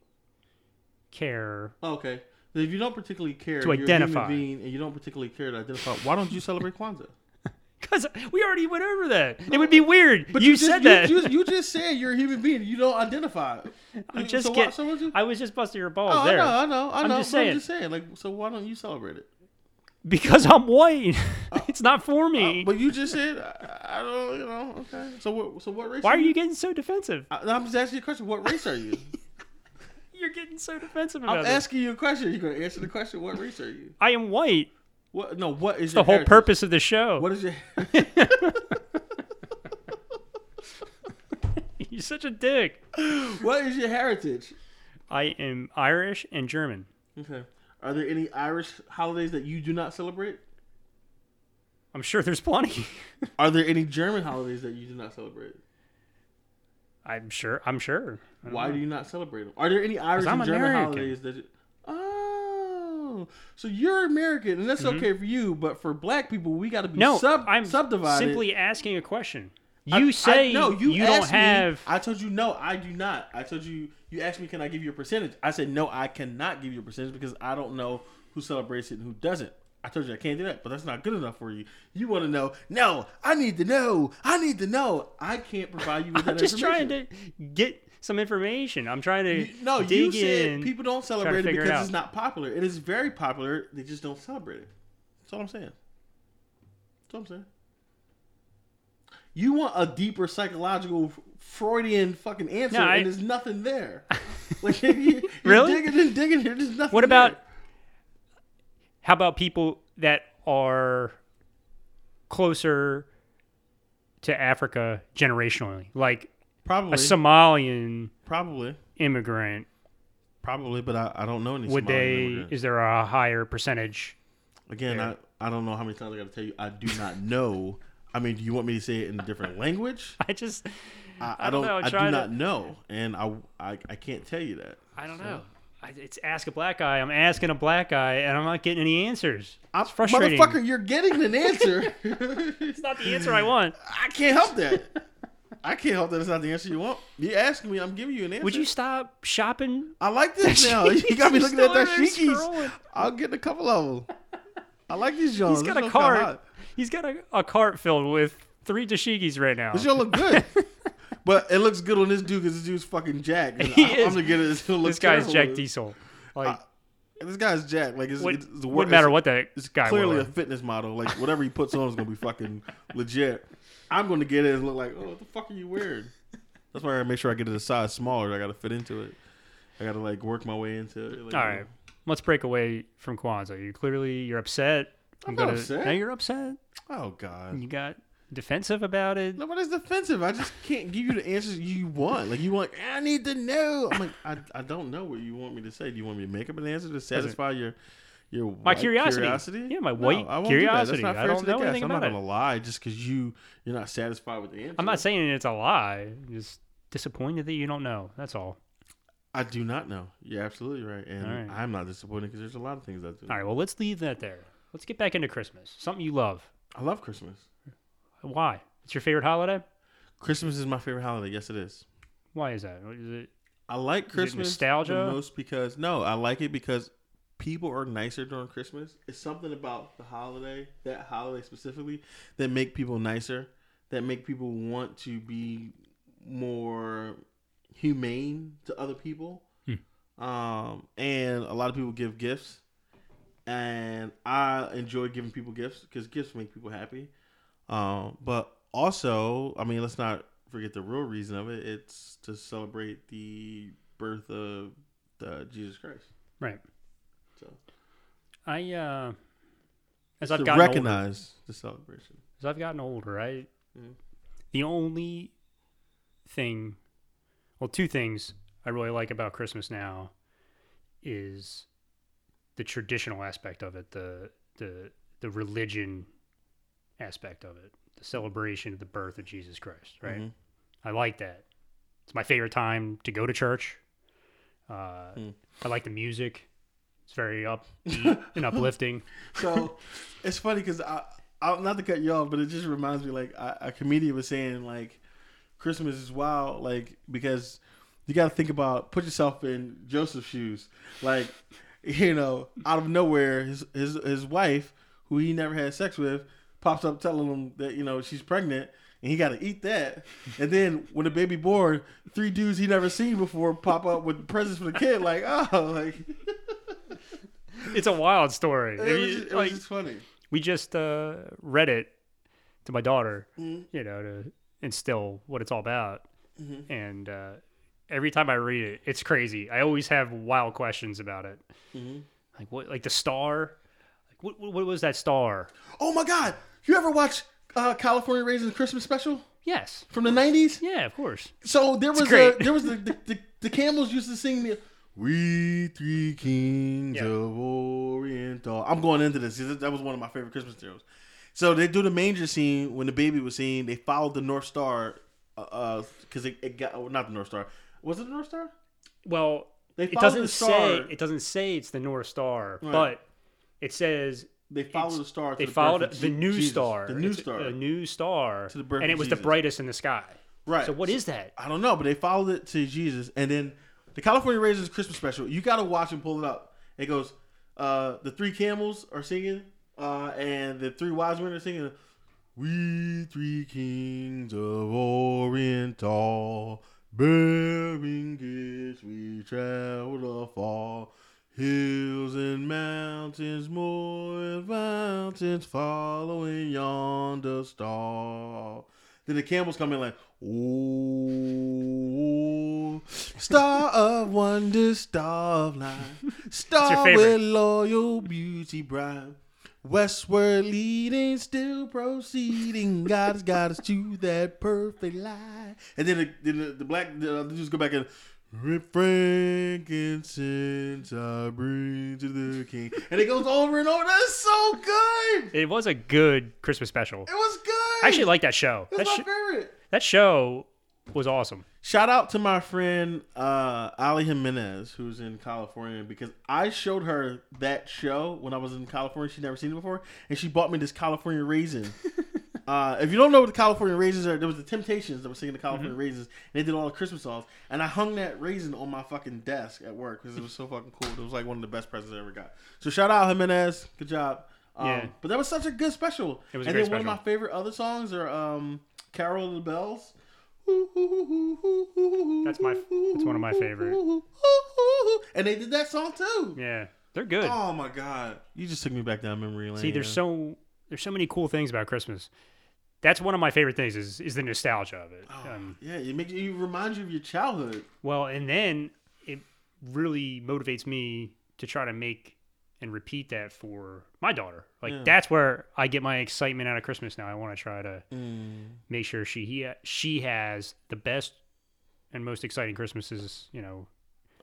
Speaker 1: care.
Speaker 2: Oh, okay. Then If you don't particularly care
Speaker 1: To
Speaker 2: you're a human
Speaker 1: identify.
Speaker 2: being, and you don't particularly care to identify, why don't you celebrate
Speaker 1: <laughs>
Speaker 2: Kwanzaa?
Speaker 1: Cause we already went over that. it would be weird. you,
Speaker 2: just-
Speaker 1: said that. <laughs>
Speaker 2: You, you just said you're a human being. and You don't identify.
Speaker 1: I'm just
Speaker 2: so why-
Speaker 1: kidding.
Speaker 2: so what'd you-
Speaker 1: I was just busting your balls
Speaker 2: Oh,
Speaker 1: there
Speaker 2: I know, I know, I
Speaker 1: I'm
Speaker 2: know.
Speaker 1: just
Speaker 2: but
Speaker 1: saying.
Speaker 2: I'm just saying. Like, so why don't you celebrate it?
Speaker 1: <laughs> because I'm
Speaker 2: <laughs>
Speaker 1: white. <laughs> it's not for me.
Speaker 2: Uh, but you just said, I, I don't, you know. Okay. So what? So what race?
Speaker 1: Why are you getting so defensive?
Speaker 2: I, I'm just asking you a question. What race
Speaker 1: <laughs>
Speaker 2: are you?
Speaker 1: You're getting so defensive about
Speaker 2: I'm
Speaker 1: this.
Speaker 2: asking you a question. You're gonna answer the question. What race are you?
Speaker 1: I am white.
Speaker 2: What? No. What is
Speaker 1: The
Speaker 2: your
Speaker 1: whole
Speaker 2: heritage?
Speaker 1: purpose of the show.
Speaker 2: What is your? <laughs>
Speaker 1: <laughs> You're such a dick.
Speaker 2: what is your heritage?
Speaker 1: I am Irish and German.
Speaker 2: Okay. Are there any Irish holidays that you do not celebrate?
Speaker 1: I'm sure there's plenty. <laughs>
Speaker 2: Are there any German holidays that you do not celebrate?
Speaker 1: I'm sure. I'm sure. I don't
Speaker 2: Why
Speaker 1: know.
Speaker 2: do you not celebrate them? Are there any Irish
Speaker 1: I'm
Speaker 2: and German
Speaker 1: American.
Speaker 2: holidays that? You... Oh, so you're American, and that's okay for you, but for Black people, we got to be
Speaker 1: No,
Speaker 2: sub-
Speaker 1: I'm
Speaker 2: subdivided.
Speaker 1: simply asking a question.
Speaker 2: I-
Speaker 1: You
Speaker 2: I-
Speaker 1: say
Speaker 2: no.
Speaker 1: you,
Speaker 2: You,
Speaker 1: don't
Speaker 2: asked me-
Speaker 1: have. <laughs>
Speaker 2: I told you no. I do not. I told you. You asked me, can I give you a percentage? I said no. I cannot give you a percentage because I don't know who celebrates it and who doesn't. I told you I can't do that, but that's not good enough for you. You want to know? No, I need to know. I need to know. I can't provide you with that
Speaker 1: I'm just
Speaker 2: information.
Speaker 1: trying to get some information. I'm trying to
Speaker 2: You- no, you
Speaker 1: dig
Speaker 2: said
Speaker 1: in.
Speaker 2: people don't celebrate it
Speaker 1: figure it
Speaker 2: because
Speaker 1: out.
Speaker 2: it's not popular. It is very popular. They just don't celebrate it. That's all I'm saying. That's all I'm saying. You want a deeper psychological Freudian fucking answer,
Speaker 1: No, I-
Speaker 2: and there's
Speaker 1: <laughs>
Speaker 2: nothing there. like you- you're
Speaker 1: Really?
Speaker 2: digging and digging, and there's nothing.
Speaker 1: What about
Speaker 2: there.
Speaker 1: how about people that are closer to Africa generationally, like a
Speaker 2: probably
Speaker 1: Somalian
Speaker 2: probably
Speaker 1: immigrant?
Speaker 2: probably? But I, I don't know any.
Speaker 1: Would
Speaker 2: Somali
Speaker 1: they?
Speaker 2: immigrants.
Speaker 1: Is there a higher percentage? <laughs>
Speaker 2: Again, I, I don't know how many times I got to tell you. I do not know. I mean, do you want me to say it in a different language?
Speaker 1: I just,
Speaker 2: I,
Speaker 1: I
Speaker 2: I
Speaker 1: don't
Speaker 2: don't.
Speaker 1: know,
Speaker 2: I do
Speaker 1: try to-
Speaker 2: not know, and I, I I can't tell you that.
Speaker 1: I don't know. I, it's ask a black guy. I'm asking a black guy, and I'm not getting any answers.
Speaker 2: I'm
Speaker 1: frustrating.
Speaker 2: motherfucker. You're getting
Speaker 1: <laughs>
Speaker 2: an answer.
Speaker 1: It's not the answer I
Speaker 2: <laughs>
Speaker 1: want.
Speaker 2: I can't help that. I can't help that. It's not the answer you want. You ask me, I'm giving you an answer.
Speaker 1: Would you stop
Speaker 2: <laughs>
Speaker 1: shopping?
Speaker 2: I like this now.
Speaker 1: <laughs>
Speaker 2: You got me
Speaker 1: You're
Speaker 2: looking at
Speaker 1: still
Speaker 2: that
Speaker 1: over there
Speaker 2: shikis.
Speaker 1: scrolling.
Speaker 2: I'll get a couple of them. I like these Johns.
Speaker 1: He's got
Speaker 2: This
Speaker 1: a
Speaker 2: one's kinda
Speaker 1: cart.
Speaker 2: hot.
Speaker 1: He's got a, a cart filled with three dashikis right now.
Speaker 2: This y'all
Speaker 1: <laughs>
Speaker 2: look good. But it looks good on this dude because this dude's fucking jacked.
Speaker 1: He
Speaker 2: I,
Speaker 1: is.
Speaker 2: am gonna get it. <laughs> This,
Speaker 1: This guy's Jack Diesel. Like,
Speaker 2: Uh, This guy's jacked. Like it's,
Speaker 1: what,
Speaker 2: it's the
Speaker 1: wouldn't
Speaker 2: worst.
Speaker 1: matter what that guy
Speaker 2: clearly
Speaker 1: wore.
Speaker 2: a fitness model. Like whatever he puts on is gonna be fucking legit. I'm gonna get it and look like, oh, what the fuck are you wearing? That's why I gotta make sure I get it a size smaller. I gotta fit into it. I gotta like work my way into it. Like,
Speaker 1: All right, let's break away from Kwanzaa. You clearly you're upset.
Speaker 2: I'm not upset.
Speaker 1: Now you're upset.
Speaker 2: Oh god.
Speaker 1: You got defensive about it.
Speaker 2: Nobody's defensive. I just can't give you the answers you want. Like you want, I need to know. I'm like, I, I don't know what you want me to say. Do you want me to make up an answer to satisfy your your
Speaker 1: My
Speaker 2: white
Speaker 1: curiosity.
Speaker 2: curiosity?
Speaker 1: Yeah, my
Speaker 2: No,
Speaker 1: white
Speaker 2: I won't do that. That's
Speaker 1: curiosity.
Speaker 2: not
Speaker 1: I
Speaker 2: fair
Speaker 1: don't
Speaker 2: to the
Speaker 1: know
Speaker 2: guest.
Speaker 1: anything
Speaker 2: I'm
Speaker 1: about
Speaker 2: not
Speaker 1: it.
Speaker 2: gonna lie just because you you're not satisfied with the answer.
Speaker 1: I'm not saying it's a lie. I'm just disappointed that you don't know. That's all.
Speaker 2: I do not know. You're absolutely right, and
Speaker 1: All right.
Speaker 2: I'm not disappointed because there's a lot of things I do.
Speaker 1: All right. Well, let's leave that there. Let's get back into Christmas. Something you love.
Speaker 2: I love Christmas.
Speaker 1: Why? It's your favorite holiday.
Speaker 2: Christmas is my favorite holiday. Yes, it is.
Speaker 1: Why is that? Is it?
Speaker 2: I like Christmas
Speaker 1: nostalgia?
Speaker 2: the most because no, I like it because people are nicer during Christmas. It's something about the holiday, that holiday specifically, that make people nicer, that make people want to be more humane to other people.
Speaker 1: Hmm.
Speaker 2: Um, and a lot of people give gifts, and I enjoy giving people gifts because gifts make people happy. Um, but also, I mean, let's not forget the real reason of it. It's to celebrate the birth of uh, Jesus Christ.
Speaker 1: Right.
Speaker 2: So
Speaker 1: I uh, as
Speaker 2: to
Speaker 1: I've gotten older,
Speaker 2: recognize the celebration.
Speaker 1: as I've gotten older, I
Speaker 2: Mhm.
Speaker 1: the only thing, well, two things I really like about Christmas now is the traditional aspect of it, the the the religion aspect of it, the celebration of the birth of Jesus Christ, right? I like that. It's my favorite time to go to church. Uh, I like the music. It's very up <laughs> and uplifting.
Speaker 2: So it's funny because I, I, not to cut you off, but it just reminds me like I, a comedian was saying like Christmas is wild, like because you got to think about put yourself in Joseph's shoes, like you know out of nowhere his his his wife who he never had sex with pops up telling him that you know she's pregnant. And he got to eat that, and then when the baby born, three dudes he never seen before pop up with presents for the kid. Like, oh, like
Speaker 1: It's a wild story.
Speaker 2: it was,
Speaker 1: You-
Speaker 2: just, it was
Speaker 1: like,
Speaker 2: just funny.
Speaker 1: we just uh, read it to my daughter,
Speaker 2: Mm-hmm.
Speaker 1: you know, to instill what it's all about. And uh, every time I read it, it's crazy. I always have wild questions about it,
Speaker 2: Mm-hmm.
Speaker 1: like what, like the star, like what, what, what was that star?
Speaker 2: Oh my God! You ever watch uh, California Raisins Christmas special
Speaker 1: Yes,
Speaker 2: from the nineties?
Speaker 1: yeah, of course.
Speaker 2: So there was a,
Speaker 1: great.
Speaker 2: there was the the, the the Campbells used to sing the "We Three Kings
Speaker 1: Yeah.
Speaker 2: of Oriental." I'm going into this 'cause that was one of my favorite Christmas carols. So they do the manger scene when the baby was seen. They followed the North Star, because uh 'cause it, it got oh, not the North Star. Was it the North Star?
Speaker 1: Well,
Speaker 2: They
Speaker 1: it
Speaker 2: followed
Speaker 1: doesn't
Speaker 2: the
Speaker 1: say
Speaker 2: star.
Speaker 1: it doesn't say it's the North Star,
Speaker 2: Right.
Speaker 1: but it says
Speaker 2: They followed the star. To
Speaker 1: they
Speaker 2: the birth
Speaker 1: followed
Speaker 2: of
Speaker 1: the
Speaker 2: Je-
Speaker 1: new
Speaker 2: Jesus.
Speaker 1: star,
Speaker 2: The new
Speaker 1: It's
Speaker 2: star.
Speaker 1: a new star,
Speaker 2: the birth
Speaker 1: and
Speaker 2: of
Speaker 1: it was the
Speaker 2: Jesus.
Speaker 1: brightest in the sky.
Speaker 2: right.
Speaker 1: So what is that?
Speaker 2: I don't know, but they followed it to Jesus, and then the California Raisins Christmas special. You got to watch and pull it up. It goes, uh, the three camels are singing, uh, and the three wise men are singing, "We three kings of Oriental, bearing gifts we traveled afar." Hills and mountains, moor and mountains, following yonder star. Then the camels come in like, ooh, star of wonder, star of light, star
Speaker 1: favorite.
Speaker 2: with loyal beauty bright. Westward leading, still proceeding. God has got us to that perfect light. And then the, then the, the black, the, the dudes go back and, Rip frankincense I bring to the king. And it goes over and over. That's so good. It
Speaker 1: It was a good Christmas special.
Speaker 2: was good.
Speaker 1: I actually like that show. That,
Speaker 2: it's my
Speaker 1: sh-
Speaker 2: favorite.
Speaker 1: that show was awesome.
Speaker 2: Shout out to my friend uh, Ali Jimenez, who's in California, because I showed her that show when I was in California. She'd never seen it before, and she bought me this California
Speaker 1: <laughs>
Speaker 2: raisin. uh, if you don't know what the California raisins are, there was the Temptations that were singing the
Speaker 1: Mm-hmm.
Speaker 2: California raisins, and they did all the Christmas songs. And I hung that raisin on my fucking desk at work because it was so fucking cool. It was like one of the best presents I ever got. So shout out Jimenez, good job. Um,
Speaker 1: Yeah.
Speaker 2: But that was such a good special.
Speaker 1: It was a
Speaker 2: and
Speaker 1: great
Speaker 2: then one of
Speaker 1: special.
Speaker 2: my favorite other songs are um, "Carol of the Bells." That's
Speaker 1: That's my- that's one of my favorite.
Speaker 2: And they did that song too.
Speaker 1: Yeah, they're good.
Speaker 2: Oh my god, you just took me back down memory lane.
Speaker 1: See, there's
Speaker 2: man.
Speaker 1: so there's so many cool things about Christmas. That's one of my favorite things is is the nostalgia of it.
Speaker 2: Oh,
Speaker 1: Um,
Speaker 2: yeah, it makes you remind you of your childhood.
Speaker 1: well, and then it really motivates me to try to make and repeat that for my daughter. Like
Speaker 2: Yeah.
Speaker 1: that's where I get my excitement out of Christmas now. I want to try
Speaker 2: Mm.
Speaker 1: to make sure she he, she has the best and most exciting Christmases, you know,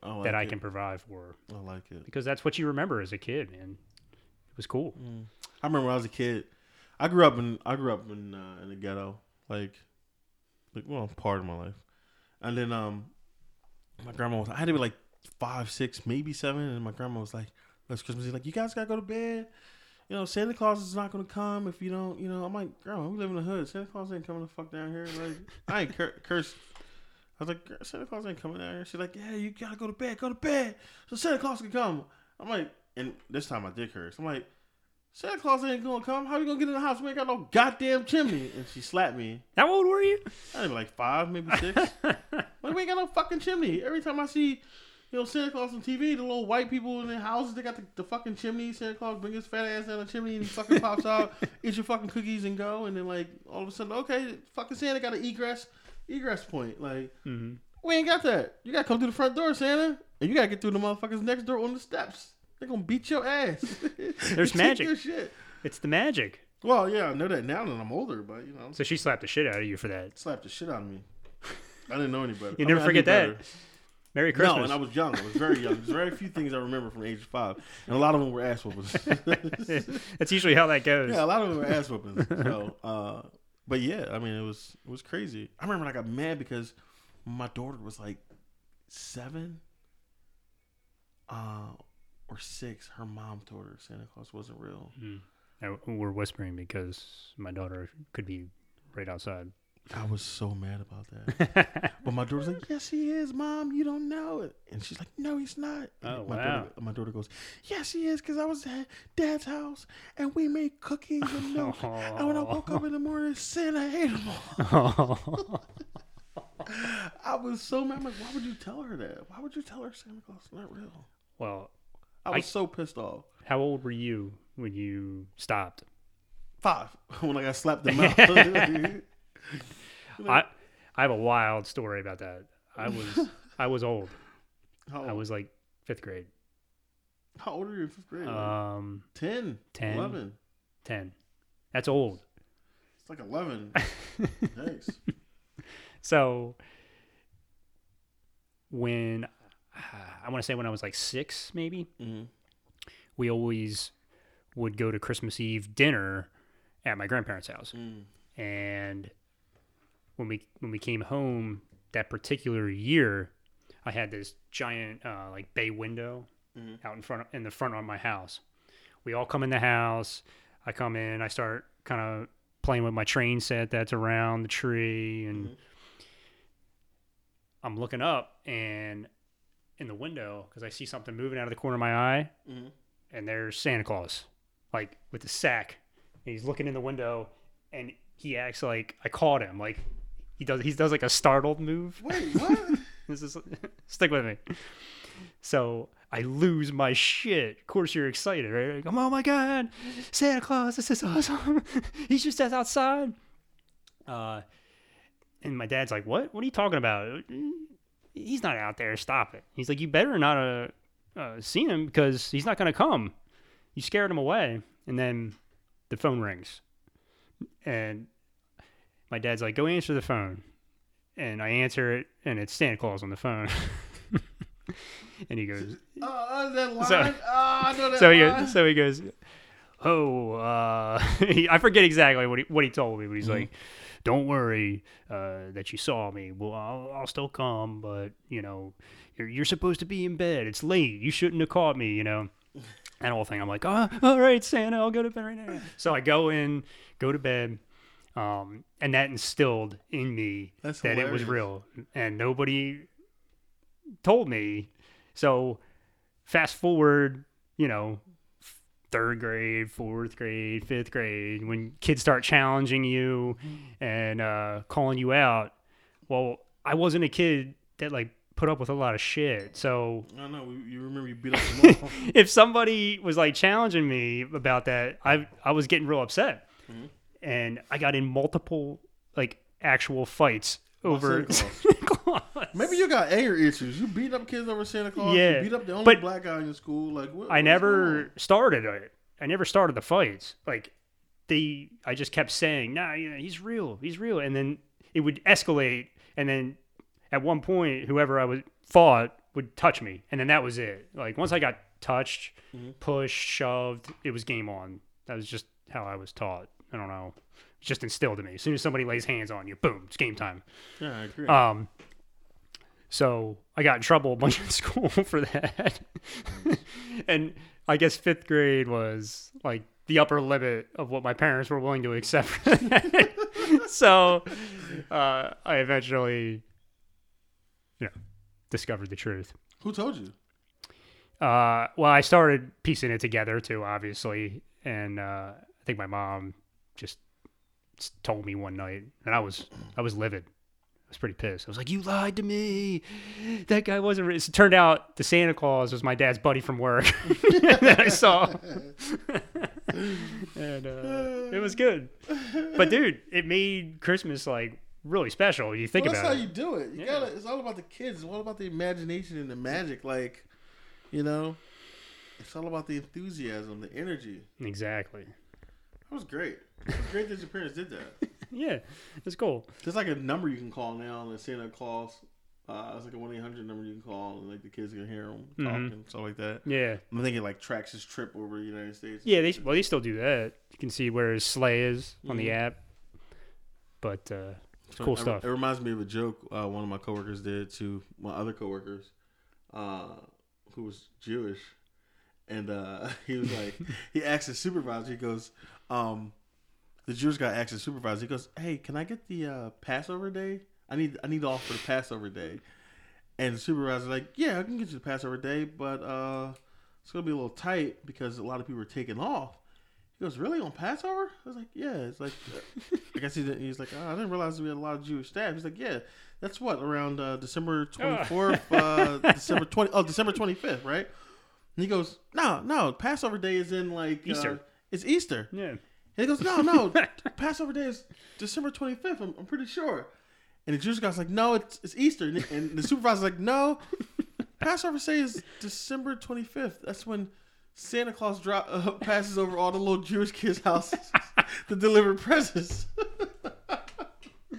Speaker 2: Oh, I like
Speaker 1: that I
Speaker 2: it.
Speaker 1: can provide for her.
Speaker 2: I like it.
Speaker 1: because that's what you remember as a kid, man. It was cool.
Speaker 2: Mm. I remember when I was a kid. I grew up in I grew up in uh, in the ghetto, like like well, part of my life. And then um, my grandma was I had to be like five, six, maybe seven, and my grandma was like, "Last Christmas, Eve, like you guys gotta go to bed. You know, Santa Claus is not gonna come if you don't. You know, I'm like, grandma, we live in the hood. Santa Claus ain't coming the fuck down here. Like, I ain't cur- <laughs> cursed. I was like, "Girl, Santa Claus ain't coming down here. She's like, yeah, you gotta go to bed, go to bed, so Santa Claus can come. I'm like, and this time I did curse. I'm like, Santa Claus ain't gonna come. How you gonna get in the house? We ain't got no goddamn chimney. And she slapped me.
Speaker 1: How old were you? <laughs>
Speaker 2: I was like five, maybe six. like we ain't got no fucking chimney. Every time I see, you know, Santa Claus on TV, the little white people in their houses, they got the, the fucking chimney. Santa Claus bring his fat ass down the chimney and he
Speaker 1: <laughs>
Speaker 2: fucking pops out, eat your fucking cookies and go. And then like all of a sudden, okay, fucking Santa got an egress, egress point. Like
Speaker 1: hmm
Speaker 2: we ain't got that. You gotta come through the front door, Santa, and you gotta get through the motherfuckers next door on the steps. They gonna beat your ass. <laughs>
Speaker 1: There's
Speaker 2: Take
Speaker 1: magic.
Speaker 2: your shit.
Speaker 1: It's the magic.
Speaker 2: Well, yeah, I know that now that I'm older, but you know,
Speaker 1: So she slapped the shit out of you for that.
Speaker 2: slapped the shit out of me. I didn't know any better.
Speaker 1: You
Speaker 2: I
Speaker 1: never
Speaker 2: mean, I
Speaker 1: forget
Speaker 2: knew
Speaker 1: that.
Speaker 2: better.
Speaker 1: Merry Christmas.
Speaker 2: No, and I was young. I was very young. There's very few things I remember from age five, and a lot of them were ass whoopings. <laughs>
Speaker 1: <laughs> That's usually how that goes.
Speaker 2: yeah, a lot of them were ass whoopings. So, uh, but yeah, I mean, it was it was crazy. I remember when I got mad because my daughter was like seven, uh, or six. Her mom told her Santa Claus wasn't real.
Speaker 1: Now, we're whispering because my daughter could be right
Speaker 2: <laughs>
Speaker 1: outside.
Speaker 2: I was so mad about that. But my daughter's like, "Yes, he is, mom. You don't know it." And she's like, "No, he's not." And
Speaker 1: Oh,
Speaker 2: my
Speaker 1: wow.
Speaker 2: Daughter, my daughter goes, "Yes, he is, because I was at dad's house and we made
Speaker 1: <laughs>
Speaker 2: cookies and milk. And when I woke up in the morning, Santa ate them all." <laughs> I was so mad. I'm like, "Why would you tell her that? Why would you tell her Santa Claus is not real?"
Speaker 1: well,
Speaker 2: I was so pissed off.
Speaker 1: how old were you when you stopped?
Speaker 2: Five <laughs> when I got slapped in the
Speaker 1: <laughs>
Speaker 2: mouth. <laughs>
Speaker 1: I I have a wild story about that. I
Speaker 2: <laughs>
Speaker 1: was I was old.
Speaker 2: how,
Speaker 1: I was like fifth grade,
Speaker 2: how old are you in fifth grade?
Speaker 1: um,
Speaker 2: 10,
Speaker 1: 10.
Speaker 2: 11.
Speaker 1: ten. That's old.
Speaker 2: It's like
Speaker 1: <laughs>
Speaker 2: 11. Thanks.
Speaker 1: So when I want to say when I was like six, maybe
Speaker 2: Mm-hmm.
Speaker 1: we always would go to Christmas Eve dinner at my grandparents' house.
Speaker 2: Mm.
Speaker 1: and when we when we came home that particular year i had this giant uh, like bay window
Speaker 2: Mhm.
Speaker 1: out in front in the front of my house we all come in the house i come in i start kind of playing with my train set that's around the tree and
Speaker 2: Mhm.
Speaker 1: i'm looking up and in the window because i see something moving out of the corner of my eye
Speaker 2: Mhm.
Speaker 1: and there's Santa Claus, like with the sack, and he's looking in the window, and he acts like I caught him, like he does. He does like a startled move.
Speaker 2: Wait, what?
Speaker 1: <laughs> This is stick with me. So I lose my shit. Of course, you're excited, right? Like, oh my god, Santa Claus! This is awesome. <laughs> He's just outside. Uh, and my dad's like, "What? What are you talking about? He's not out there. Stop it." He's like, "You better not uh, uh see him because he's not gonna come. You scared him away." And then the phone rings, and my dad's like, "Go answer the phone." And I answer it, and it's Santa Claus on the phone. <laughs> and he goes,
Speaker 2: Oh, uh, that line.
Speaker 1: So-
Speaker 2: oh, I know that
Speaker 1: so he
Speaker 2: <laughs> line.
Speaker 1: goes, so he goes, oh, uh, <laughs> he, I forget exactly what he what he told me, but he's like, don't worry uh, that you saw me. Well, I'll, I'll still come, but you know, you're you're supposed to be in bed. It's late. You shouldn't have caught me. You know. That whole thing. I'm like, oh, all right, Santa, I'll go to bed right
Speaker 2: <laughs>
Speaker 1: now. So I go in, go to bed, um, and that instilled in me
Speaker 2: That's
Speaker 1: that it was
Speaker 2: hilarious.
Speaker 1: real, and nobody told me. So fast forward, you know, third grade, fourth grade, fifth grade, when kids start challenging you
Speaker 2: Mm-hmm.
Speaker 1: and uh, calling you out. Well, I wasn't a kid that like put up with a lot of shit. So
Speaker 2: I don't know. we- You remember you beat up the mall.
Speaker 1: <laughs> if somebody was like challenging me about that, I I was getting real upset,
Speaker 2: Mhm.
Speaker 1: and I got in multiple like actual fights over <laughs>
Speaker 2: Santa
Speaker 1: Santa Claus.
Speaker 2: <laughs> Maybe you got anger issues. You beat up kids over Santa Claus.
Speaker 1: Yeah,
Speaker 2: You beat up the only
Speaker 1: but-
Speaker 2: black guy in your school. Like what,
Speaker 1: I
Speaker 2: what's
Speaker 1: never started it. I never started the fights. Like they, I just kept saying, "Nah, you know, he's real, he's real," and then it would escalate, and then at one point, whoever I was fought would touch me, and then that was it. Like once I got touched, pushed, shoved, it was game on. That was just how I was taught. I don't know, It's just instilled in me. As soon as somebody lays hands on you, boom, it's game time.
Speaker 2: going on? Yeah, I agree.
Speaker 1: Um, so I got in trouble a bunch <laughs> in school for that. <laughs> and I guess fifth grade was like the upper limit of what my parents were willing to accept. For that. <laughs> so uh, I eventually, you know, discovered the truth.
Speaker 2: Who told you?
Speaker 1: Uh, well, I started piecing it together too, obviously, and uh, I think my mom just s- told me one night, and I was I was livid. I was pretty pissed. I was like, "You lied to me. That guy wasn't." Re-. So it turned out the Santa Claus was my dad's buddy from work <laughs> that I saw, <laughs> and uh, it was good. But dude, it made Christmas like really special. You think
Speaker 2: Well, that's
Speaker 1: about
Speaker 2: how
Speaker 1: it.
Speaker 2: you do it. You gotta. It's all about the kids. It's all about the imagination and the magic. Like, you know, it's all about the enthusiasm, the energy.
Speaker 1: exactly.
Speaker 2: That was great. It's great that
Speaker 1: <laughs>
Speaker 2: your parents did that.
Speaker 1: Yeah, it's cool.
Speaker 2: There's like a number you can call now, the Santa Claus Uh, it's like a one eight hundred number you can call, and like the kids can hear them
Speaker 1: Mhm.
Speaker 2: talking, stuff like that.
Speaker 1: Yeah.
Speaker 2: I'm thinking like tracks his trip over the United States.
Speaker 1: Yeah, they well they still do that. You can see where his sleigh is on the
Speaker 2: Mhm.
Speaker 1: app. But uh,
Speaker 2: So
Speaker 1: cool
Speaker 2: it-
Speaker 1: stuff.
Speaker 2: It reminds me of a joke uh, one of my coworkers did to my other coworkers, uh, who was Jewish, and uh, <laughs> he was like, he asked his supervisor, he goes, um, the Jewish guy asked his supervisor, he goes, "Hey, can I get the uh, Passover day? I need I need off for the Passover day." And the supervisor's like, "Yeah, I can get you the Passover day, but uh, it's gonna be a little tight because a lot of people are taking off." He goes, "Really on Passover?" I was like, "Yeah." It's like, uh, I guess he did, he's like, oh, "I didn't realize we had a lot of Jewish staff." He's like, "Yeah, that's what around uh, December twenty fourth, uh, December twenty, oh, December twenty fifth, right?" And he goes, "No, no, Passover day is in like uh,
Speaker 1: Easter.
Speaker 2: it's Easter."
Speaker 1: yeah.
Speaker 2: And he goes, No,
Speaker 1: <laughs>
Speaker 2: no, Passover Day is December 25th, I'm, I'm pretty sure. And the Jewish guy's like, No, it's, it's Easter. And, and the supervisor's like, No, Passover Day is December 25th. That's when Santa Claus drop, uh, <laughs> passes over all the little Jewish kids' houses <laughs> to deliver presents.
Speaker 1: I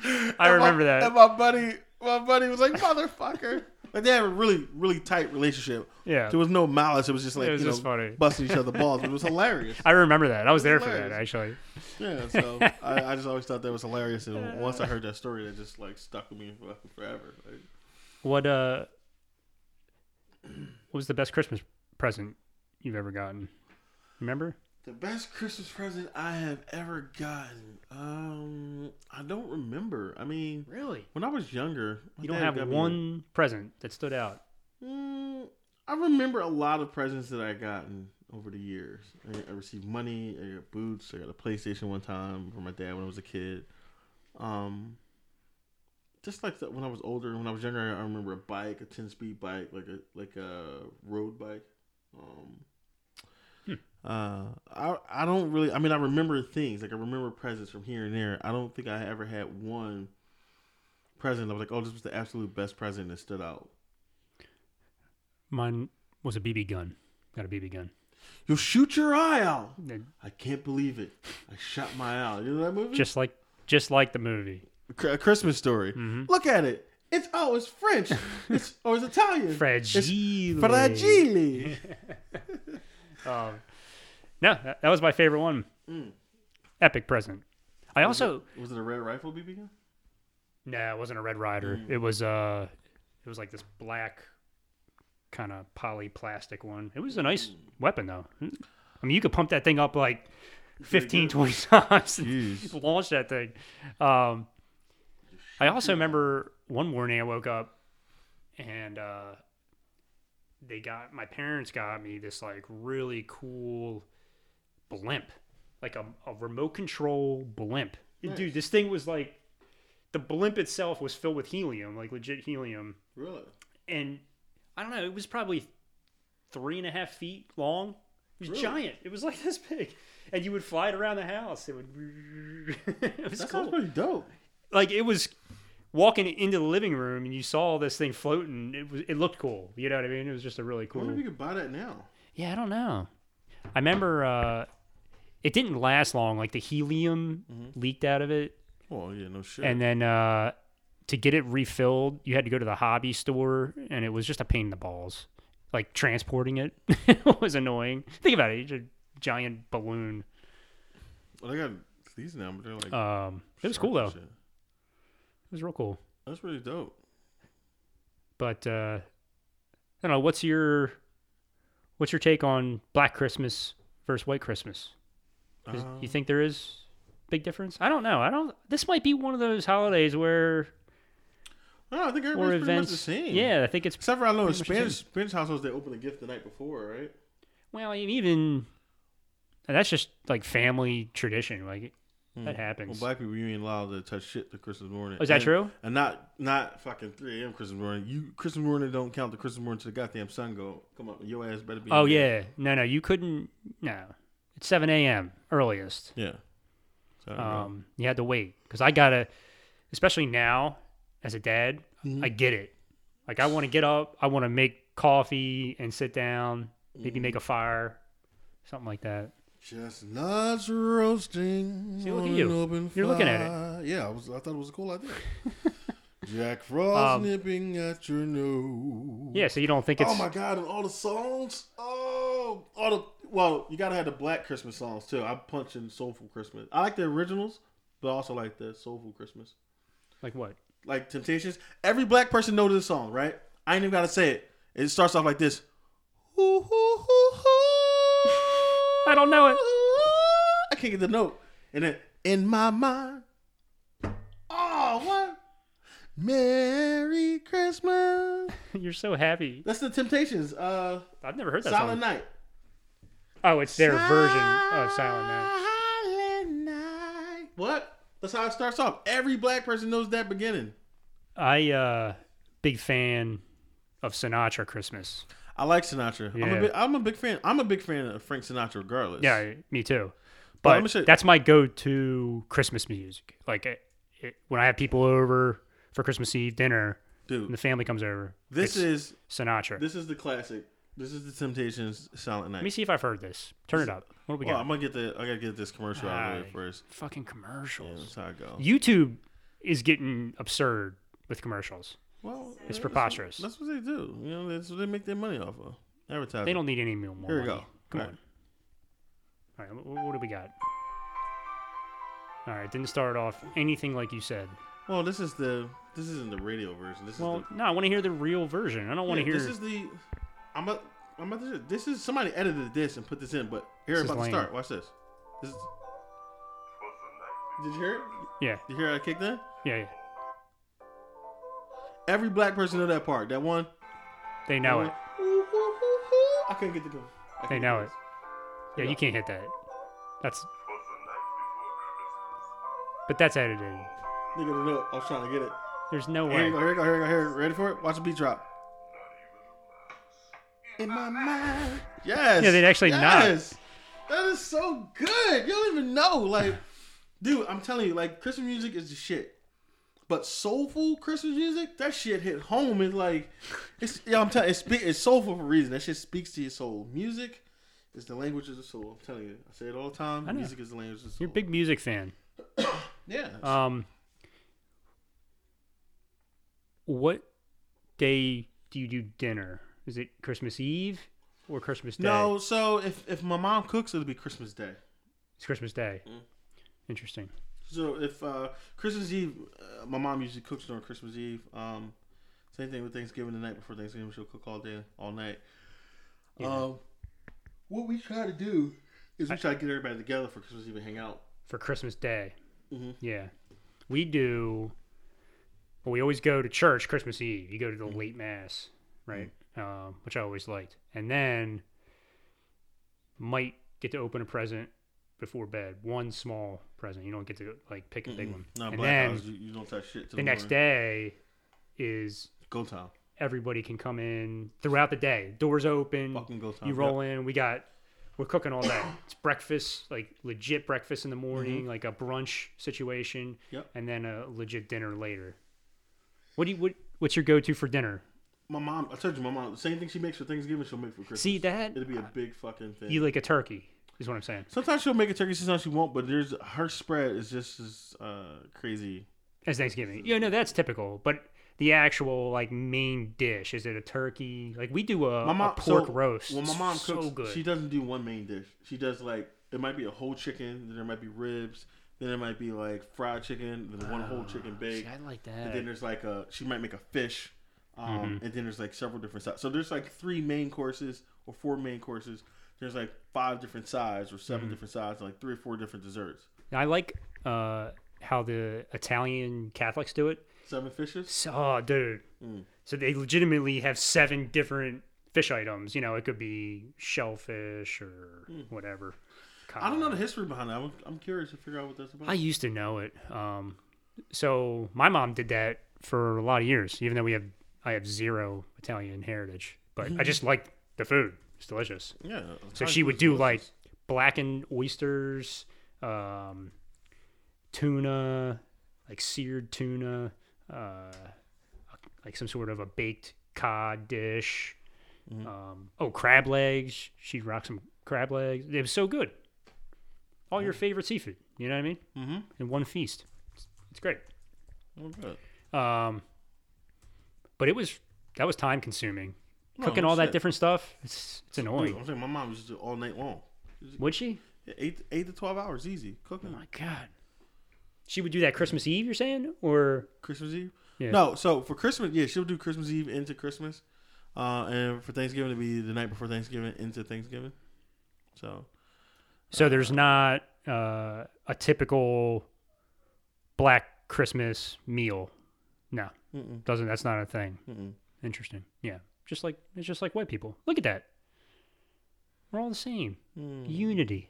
Speaker 2: And my-
Speaker 1: remember that.
Speaker 2: And my buddy, my buddy was like, Motherfucker. Like they had a really, really tight relationship.
Speaker 1: Yeah.
Speaker 2: There was no malice. It was just like
Speaker 1: It was
Speaker 2: you
Speaker 1: just
Speaker 2: know,
Speaker 1: funny.
Speaker 2: busting
Speaker 1: <laughs>
Speaker 2: each other balls. It was hilarious.
Speaker 1: I remember that. I was there for that
Speaker 2: hilarious.
Speaker 1: actually.
Speaker 2: Yeah, so I, I just always thought that was hilarious, and once I heard that story, that just like stuck with me for- forever. Like,
Speaker 1: What uh what was the best Christmas present you've ever gotten? Remember?
Speaker 2: the best Christmas present I have ever gotten. Um, I don't remember. I mean,
Speaker 1: Really?
Speaker 2: when I was younger, my
Speaker 1: You don't
Speaker 2: dad
Speaker 1: have
Speaker 2: got me-
Speaker 1: one present that stood out.
Speaker 2: Mm, I remember a lot of presents that I gotten over the years. I, I received money. I got boots. I got a PlayStation one time from my dad when I was a kid. Um, just like that when I was older, when I was younger, I remember a bike, a ten speed bike, like a like a road bike. Um, uh, I I don't really. I mean, I remember things like I remember presents from here and there. I don't think I ever had one present. I was like, oh, this was the absolute best present that stood out.
Speaker 1: Mine was a BB gun. Got a BB gun.
Speaker 2: You'll shoot your eye out.
Speaker 1: And
Speaker 2: I can't believe it. I shot my eye out. You know that movie?
Speaker 1: Just like just like the movie.
Speaker 2: C- a Christmas story.
Speaker 1: Mm-hmm.
Speaker 2: Look at it. It's oh,
Speaker 1: <laughs>
Speaker 2: it's French. It's or it's Italian.
Speaker 1: Fragile.
Speaker 2: Fragile.
Speaker 1: Um, no, that, that was my favorite one.
Speaker 2: Mm.
Speaker 1: Epic present. I also
Speaker 2: was it a red rifle BB gun?
Speaker 1: no, it wasn't a Red Rider. It was uh, it was like this black kind of poly plastic one. It was a nice weapon though. I mean, you could pump that thing up like 15, 20 <laughs> times. and
Speaker 2: Jeez.
Speaker 1: <laughs> launch that thing. Um, I also remember one morning I woke up and uh, they got my parents got me this like really cool blimp, like a, a remote control blimp. And Dude, this thing was like the blimp itself was filled with helium, like legit helium,
Speaker 2: Really?
Speaker 1: and I don't know, it was probably three and a half feet long. It was
Speaker 2: Really?
Speaker 1: giant. It was like <laughs> this big, and you would fly it around the house. It would. <laughs> it was
Speaker 2: That
Speaker 1: cool
Speaker 2: sounds pretty dope.
Speaker 1: like it was walking into the living room and you saw this thing floating. It was it looked cool. You know what I mean? It was just a really
Speaker 2: I wonder
Speaker 1: cool.
Speaker 2: if you could buy that now.
Speaker 1: Yeah, I don't know. I remember uh, it didn't last long. Like the helium
Speaker 2: Mm-hmm.
Speaker 1: leaked out of it,
Speaker 2: Well, Oh, yeah, no shit.
Speaker 1: and then uh, to get it refilled, you had to go to the hobby store, and it was just a pain in the balls. Like transporting it <laughs> was annoying. Think about it. It's a giant balloon.
Speaker 2: well, I got these now, but they're like.
Speaker 1: Um, it was
Speaker 2: sharp
Speaker 1: cool though.
Speaker 2: and
Speaker 1: It
Speaker 2: shit.
Speaker 1: was real cool.
Speaker 2: That's pretty dope.
Speaker 1: but uh, I don't know. What's your what's your take on Black Christmas versus White Christmas? Is-
Speaker 2: Um,
Speaker 1: you think there is big difference? I don't know. I don't. This might be one of those holidays where
Speaker 2: No, Oh, I think
Speaker 1: or
Speaker 2: everybody's pretty much
Speaker 1: events.
Speaker 2: the same.
Speaker 1: Yeah, I think it's
Speaker 2: Except for I know in
Speaker 1: Pretty much the
Speaker 2: Spanish Spanish households they open a gift the night before, right?
Speaker 1: well, even and that's just like family tradition. Like that
Speaker 2: Well,
Speaker 1: happens.
Speaker 2: black people, you ain't allowed to touch shit to Christmas morning.
Speaker 1: Oh, is that
Speaker 2: And-
Speaker 1: true?
Speaker 2: And not not fucking three a.m. Christmas morning. You Christmas morning don't count the Christmas morning to the goddamn sun go. Come up, your ass better be.
Speaker 1: Oh
Speaker 2: in bed.
Speaker 1: yeah, no, no, you couldn't. No, it's seven a.m. earliest.
Speaker 2: yeah. So,
Speaker 1: Um, you had to wait because I gotta, especially now as a dad, I get it. Like I want to get up, I want to make coffee and sit down, maybe make a fire, something like that.
Speaker 2: chestnuts roasting.
Speaker 1: See, look
Speaker 2: on
Speaker 1: at
Speaker 2: an
Speaker 1: you.
Speaker 2: Open
Speaker 1: You're looking at it. <laughs>
Speaker 2: fire. Yeah, I was. I thought it was a cool idea. Jack Frost
Speaker 1: Um,
Speaker 2: nipping at your nose.
Speaker 1: Yeah, so you don't think it's
Speaker 2: Oh my god, and all the songs. Oh, all the well, you gotta have the Black Christmas songs too. I'm punching Soulful Christmas. I like the originals, but I also like the Soulful Christmas,
Speaker 1: like what?
Speaker 2: like Temptations. Every black person knows this song, right? I ain't even gotta say it. It starts off like this. Hoo, hoo, hoo, hoo.
Speaker 1: I don't know it. <laughs>
Speaker 2: I can't get the note. And then in my mind. Oh, what? Merry Christmas.
Speaker 1: You're so happy.
Speaker 2: That's the Temptations. Uh,
Speaker 1: I've never heard that
Speaker 2: Silent
Speaker 1: song.
Speaker 2: Night.
Speaker 1: Oh, it's their version of Silent Night.
Speaker 2: Silent Night. What? That's how it starts off. Every black person knows that beginning.
Speaker 1: I uh big fan of Sinatra Christmas.
Speaker 2: I like Sinatra. I'm,
Speaker 1: Yeah.
Speaker 2: a big, I'm a big fan. I'm a big fan of Frank Sinatra, regardless.
Speaker 1: Yeah, me too.
Speaker 2: Well, I'm
Speaker 1: But
Speaker 2: gonna say-
Speaker 1: that's my go-to Christmas music. Like it, it, when I have people over for Christmas Eve dinner, and
Speaker 2: dude.
Speaker 1: the family comes over.
Speaker 2: This
Speaker 1: it's
Speaker 2: is
Speaker 1: Sinatra.
Speaker 2: this is the classic. This is the Temptations, Silent Night.
Speaker 1: Let me see if I've heard this. Turn it up. What do we
Speaker 2: Well,
Speaker 1: got?
Speaker 2: I'm gonna get the. I gotta get this commercial out of the way
Speaker 1: Aye.
Speaker 2: first.
Speaker 1: Fucking commercials.
Speaker 2: That's how I go.
Speaker 1: YouTube is getting absurd with commercials.
Speaker 2: Well,
Speaker 1: It's
Speaker 2: that's-
Speaker 1: preposterous.
Speaker 2: That's what they do. You know, that's what they make their money off of. Advertising.
Speaker 1: They don't need any more
Speaker 2: Here we
Speaker 1: money.
Speaker 2: go.
Speaker 1: Come
Speaker 2: All
Speaker 1: on. All right, what, what do we got? All right, didn't start off anything like you said.
Speaker 2: Well, this is the. This isn't the radio version. This is
Speaker 1: Well,
Speaker 2: the
Speaker 1: no, I want to hear the real version. I don't want to
Speaker 2: Yeah,
Speaker 1: hear.
Speaker 2: This is the. I'm a, I'm about to. This is somebody edited this and put this in, but here
Speaker 1: This
Speaker 2: it's
Speaker 1: is
Speaker 2: about
Speaker 1: lame.
Speaker 2: to start. Watch this. This is, did you hear it?
Speaker 1: yeah,
Speaker 2: Did you hear I kicked that?
Speaker 1: yeah, yeah.
Speaker 2: Every black person know that part. That one.
Speaker 1: They know it.
Speaker 2: that one. Ooh, ooh, ooh, ooh. I couldn't get the. I couldn't
Speaker 1: They
Speaker 2: get
Speaker 1: know
Speaker 2: the-
Speaker 1: it. Yeah, you can't hit that. That's. But that's edited.
Speaker 2: Nigga, don't know. I was trying to get it.
Speaker 1: There's no
Speaker 2: Here
Speaker 1: way.
Speaker 2: you go. Here you go. Here you go. Here. you go. Ready for it? Watch the beat drop. In my mind. Yes.
Speaker 1: Yeah, they'd actually not.
Speaker 2: yes. That is so good. You don't even know. Like, <laughs> dude, I'm telling you, like, Christmas music is the shit. But soulful Christmas music, that shit hit home. It's like, it's yeah, I'm telling. It's spe- it's soulful for a reason. That shit speaks to your soul. Music is the language of the soul. I'm telling you. I say it all the time.
Speaker 1: know.
Speaker 2: Music is the language of the soul.
Speaker 1: You're a big music fan.
Speaker 2: Yeah.
Speaker 1: Um. What day do you do dinner? Is it Christmas Eve or Christmas Day?
Speaker 2: no. So if if my mom cooks, it'll be Christmas Day.
Speaker 1: it's Christmas Day. Interesting.
Speaker 2: So if uh, Christmas Eve, uh, my mom usually cooks during Christmas Eve. Um, same thing with Thanksgiving. The night before Thanksgiving, she'll cook all day, all night.
Speaker 1: Yeah.
Speaker 2: Um, what we try to do is we try to get everybody together for Christmas Eve and hang out.
Speaker 1: for Christmas Day.
Speaker 2: Mhm.
Speaker 1: Yeah, we do. Well, we always go to church Christmas Eve. You go to
Speaker 2: Mm-hmm.
Speaker 1: the late mass, right? Um, which I always liked, and then might get to open a present before bed. One small present. You don't get to like pick a big one.
Speaker 2: No,
Speaker 1: and
Speaker 2: black
Speaker 1: then
Speaker 2: house, you, you don't touch shit. Till
Speaker 1: the next day is
Speaker 2: go time,
Speaker 1: everybody can come in throughout the day. Doors open.
Speaker 2: fucking go time.
Speaker 1: You roll in. We got we're cooking all
Speaker 2: <coughs>
Speaker 1: day. It's breakfast, like legit breakfast in the morning, like a brunch situation,
Speaker 2: Mm-hmm. Yep.
Speaker 1: and then a legit dinner later. What do you what What's your go to for dinner?
Speaker 2: My mom, I told you, my mom, the same thing she makes for Thanksgiving, she'll make for Christmas.
Speaker 1: See that
Speaker 2: It'll be a big fucking thing.
Speaker 1: you like a turkey is what I'm saying,
Speaker 2: Sometimes she'll make a turkey, sometimes she won't. But there's her spread is just as uh, crazy.
Speaker 1: as Thanksgiving. Yeah, no, that's typical, but. The actual like main dish is it a turkey? Like we do a,
Speaker 2: my mom
Speaker 1: a pork
Speaker 2: so,
Speaker 1: roast.
Speaker 2: When my mom
Speaker 1: so
Speaker 2: cooks,
Speaker 1: good.
Speaker 2: she doesn't do one main dish. She does like it might be a whole chicken, then there might be ribs, then it might be like fried chicken, then one whole chicken
Speaker 1: Ah, See,
Speaker 2: baked,
Speaker 1: I like
Speaker 2: and then
Speaker 1: that. Mm-hmm.
Speaker 2: there's like a she might make a fish, um, and then there's like several different sides. So there's like three main courses or four main courses. There's like five different sides or 7
Speaker 1: Mm.
Speaker 2: different sides, and like three or four different desserts.
Speaker 1: I like uh, how the Italian Catholics do it.
Speaker 2: Seven fishes.
Speaker 1: So, oh, dude.
Speaker 2: Mm.
Speaker 1: So they legitimately have seven different fish items. You know, it could be shellfish or whatever.
Speaker 2: Mm. I don't know the history behind that. I'm, I'm curious to figure out what that's about.
Speaker 1: uh, I used to know it. Um, so my mom did that for a lot of years, even though we have I have zero Italian heritage, but
Speaker 2: Mm-hmm.
Speaker 1: I just liked the food. It's delicious.
Speaker 2: yeah.
Speaker 1: So she would do like blackened oysters, um, tuna, like seared tuna, uh, like some sort of a baked cod dish.
Speaker 2: Mm-hmm.
Speaker 1: Um, oh, crab legs. She'd rock some crab legs. It was so good. All
Speaker 2: Mm.
Speaker 1: your favorite seafood. You know what I mean? Mm-hmm. In one feast. It's, it's great.
Speaker 2: Oh, good.
Speaker 1: Um, But it was that was time consuming.
Speaker 2: No,
Speaker 1: Cooking
Speaker 2: no
Speaker 1: all that
Speaker 2: shit.
Speaker 1: different stuff, it's it's
Speaker 2: Dude,
Speaker 1: annoying.
Speaker 2: I'm saying my mom used to do it all night long.
Speaker 1: Would she?
Speaker 2: Yeah, Eight, eight to twelve hours, easy
Speaker 1: Oh
Speaker 2: cooking.
Speaker 1: my god. She would do that Christmas Eve, you're saying? Or
Speaker 2: Christmas Eve.
Speaker 1: Yeah.
Speaker 2: No, so for Christmas, yeah, she'll do Christmas Eve into Christmas, uh, and for Thanksgiving to be the night before Thanksgiving into Thanksgiving. So
Speaker 1: so there's not uh, a typical black Christmas meal. No.
Speaker 2: Mm-mm.
Speaker 1: Doesn't that's not a thing.
Speaker 2: Mm-mm.
Speaker 1: Interesting. Yeah. Just like it's just like white people. Look at that. We're all the same. Unity.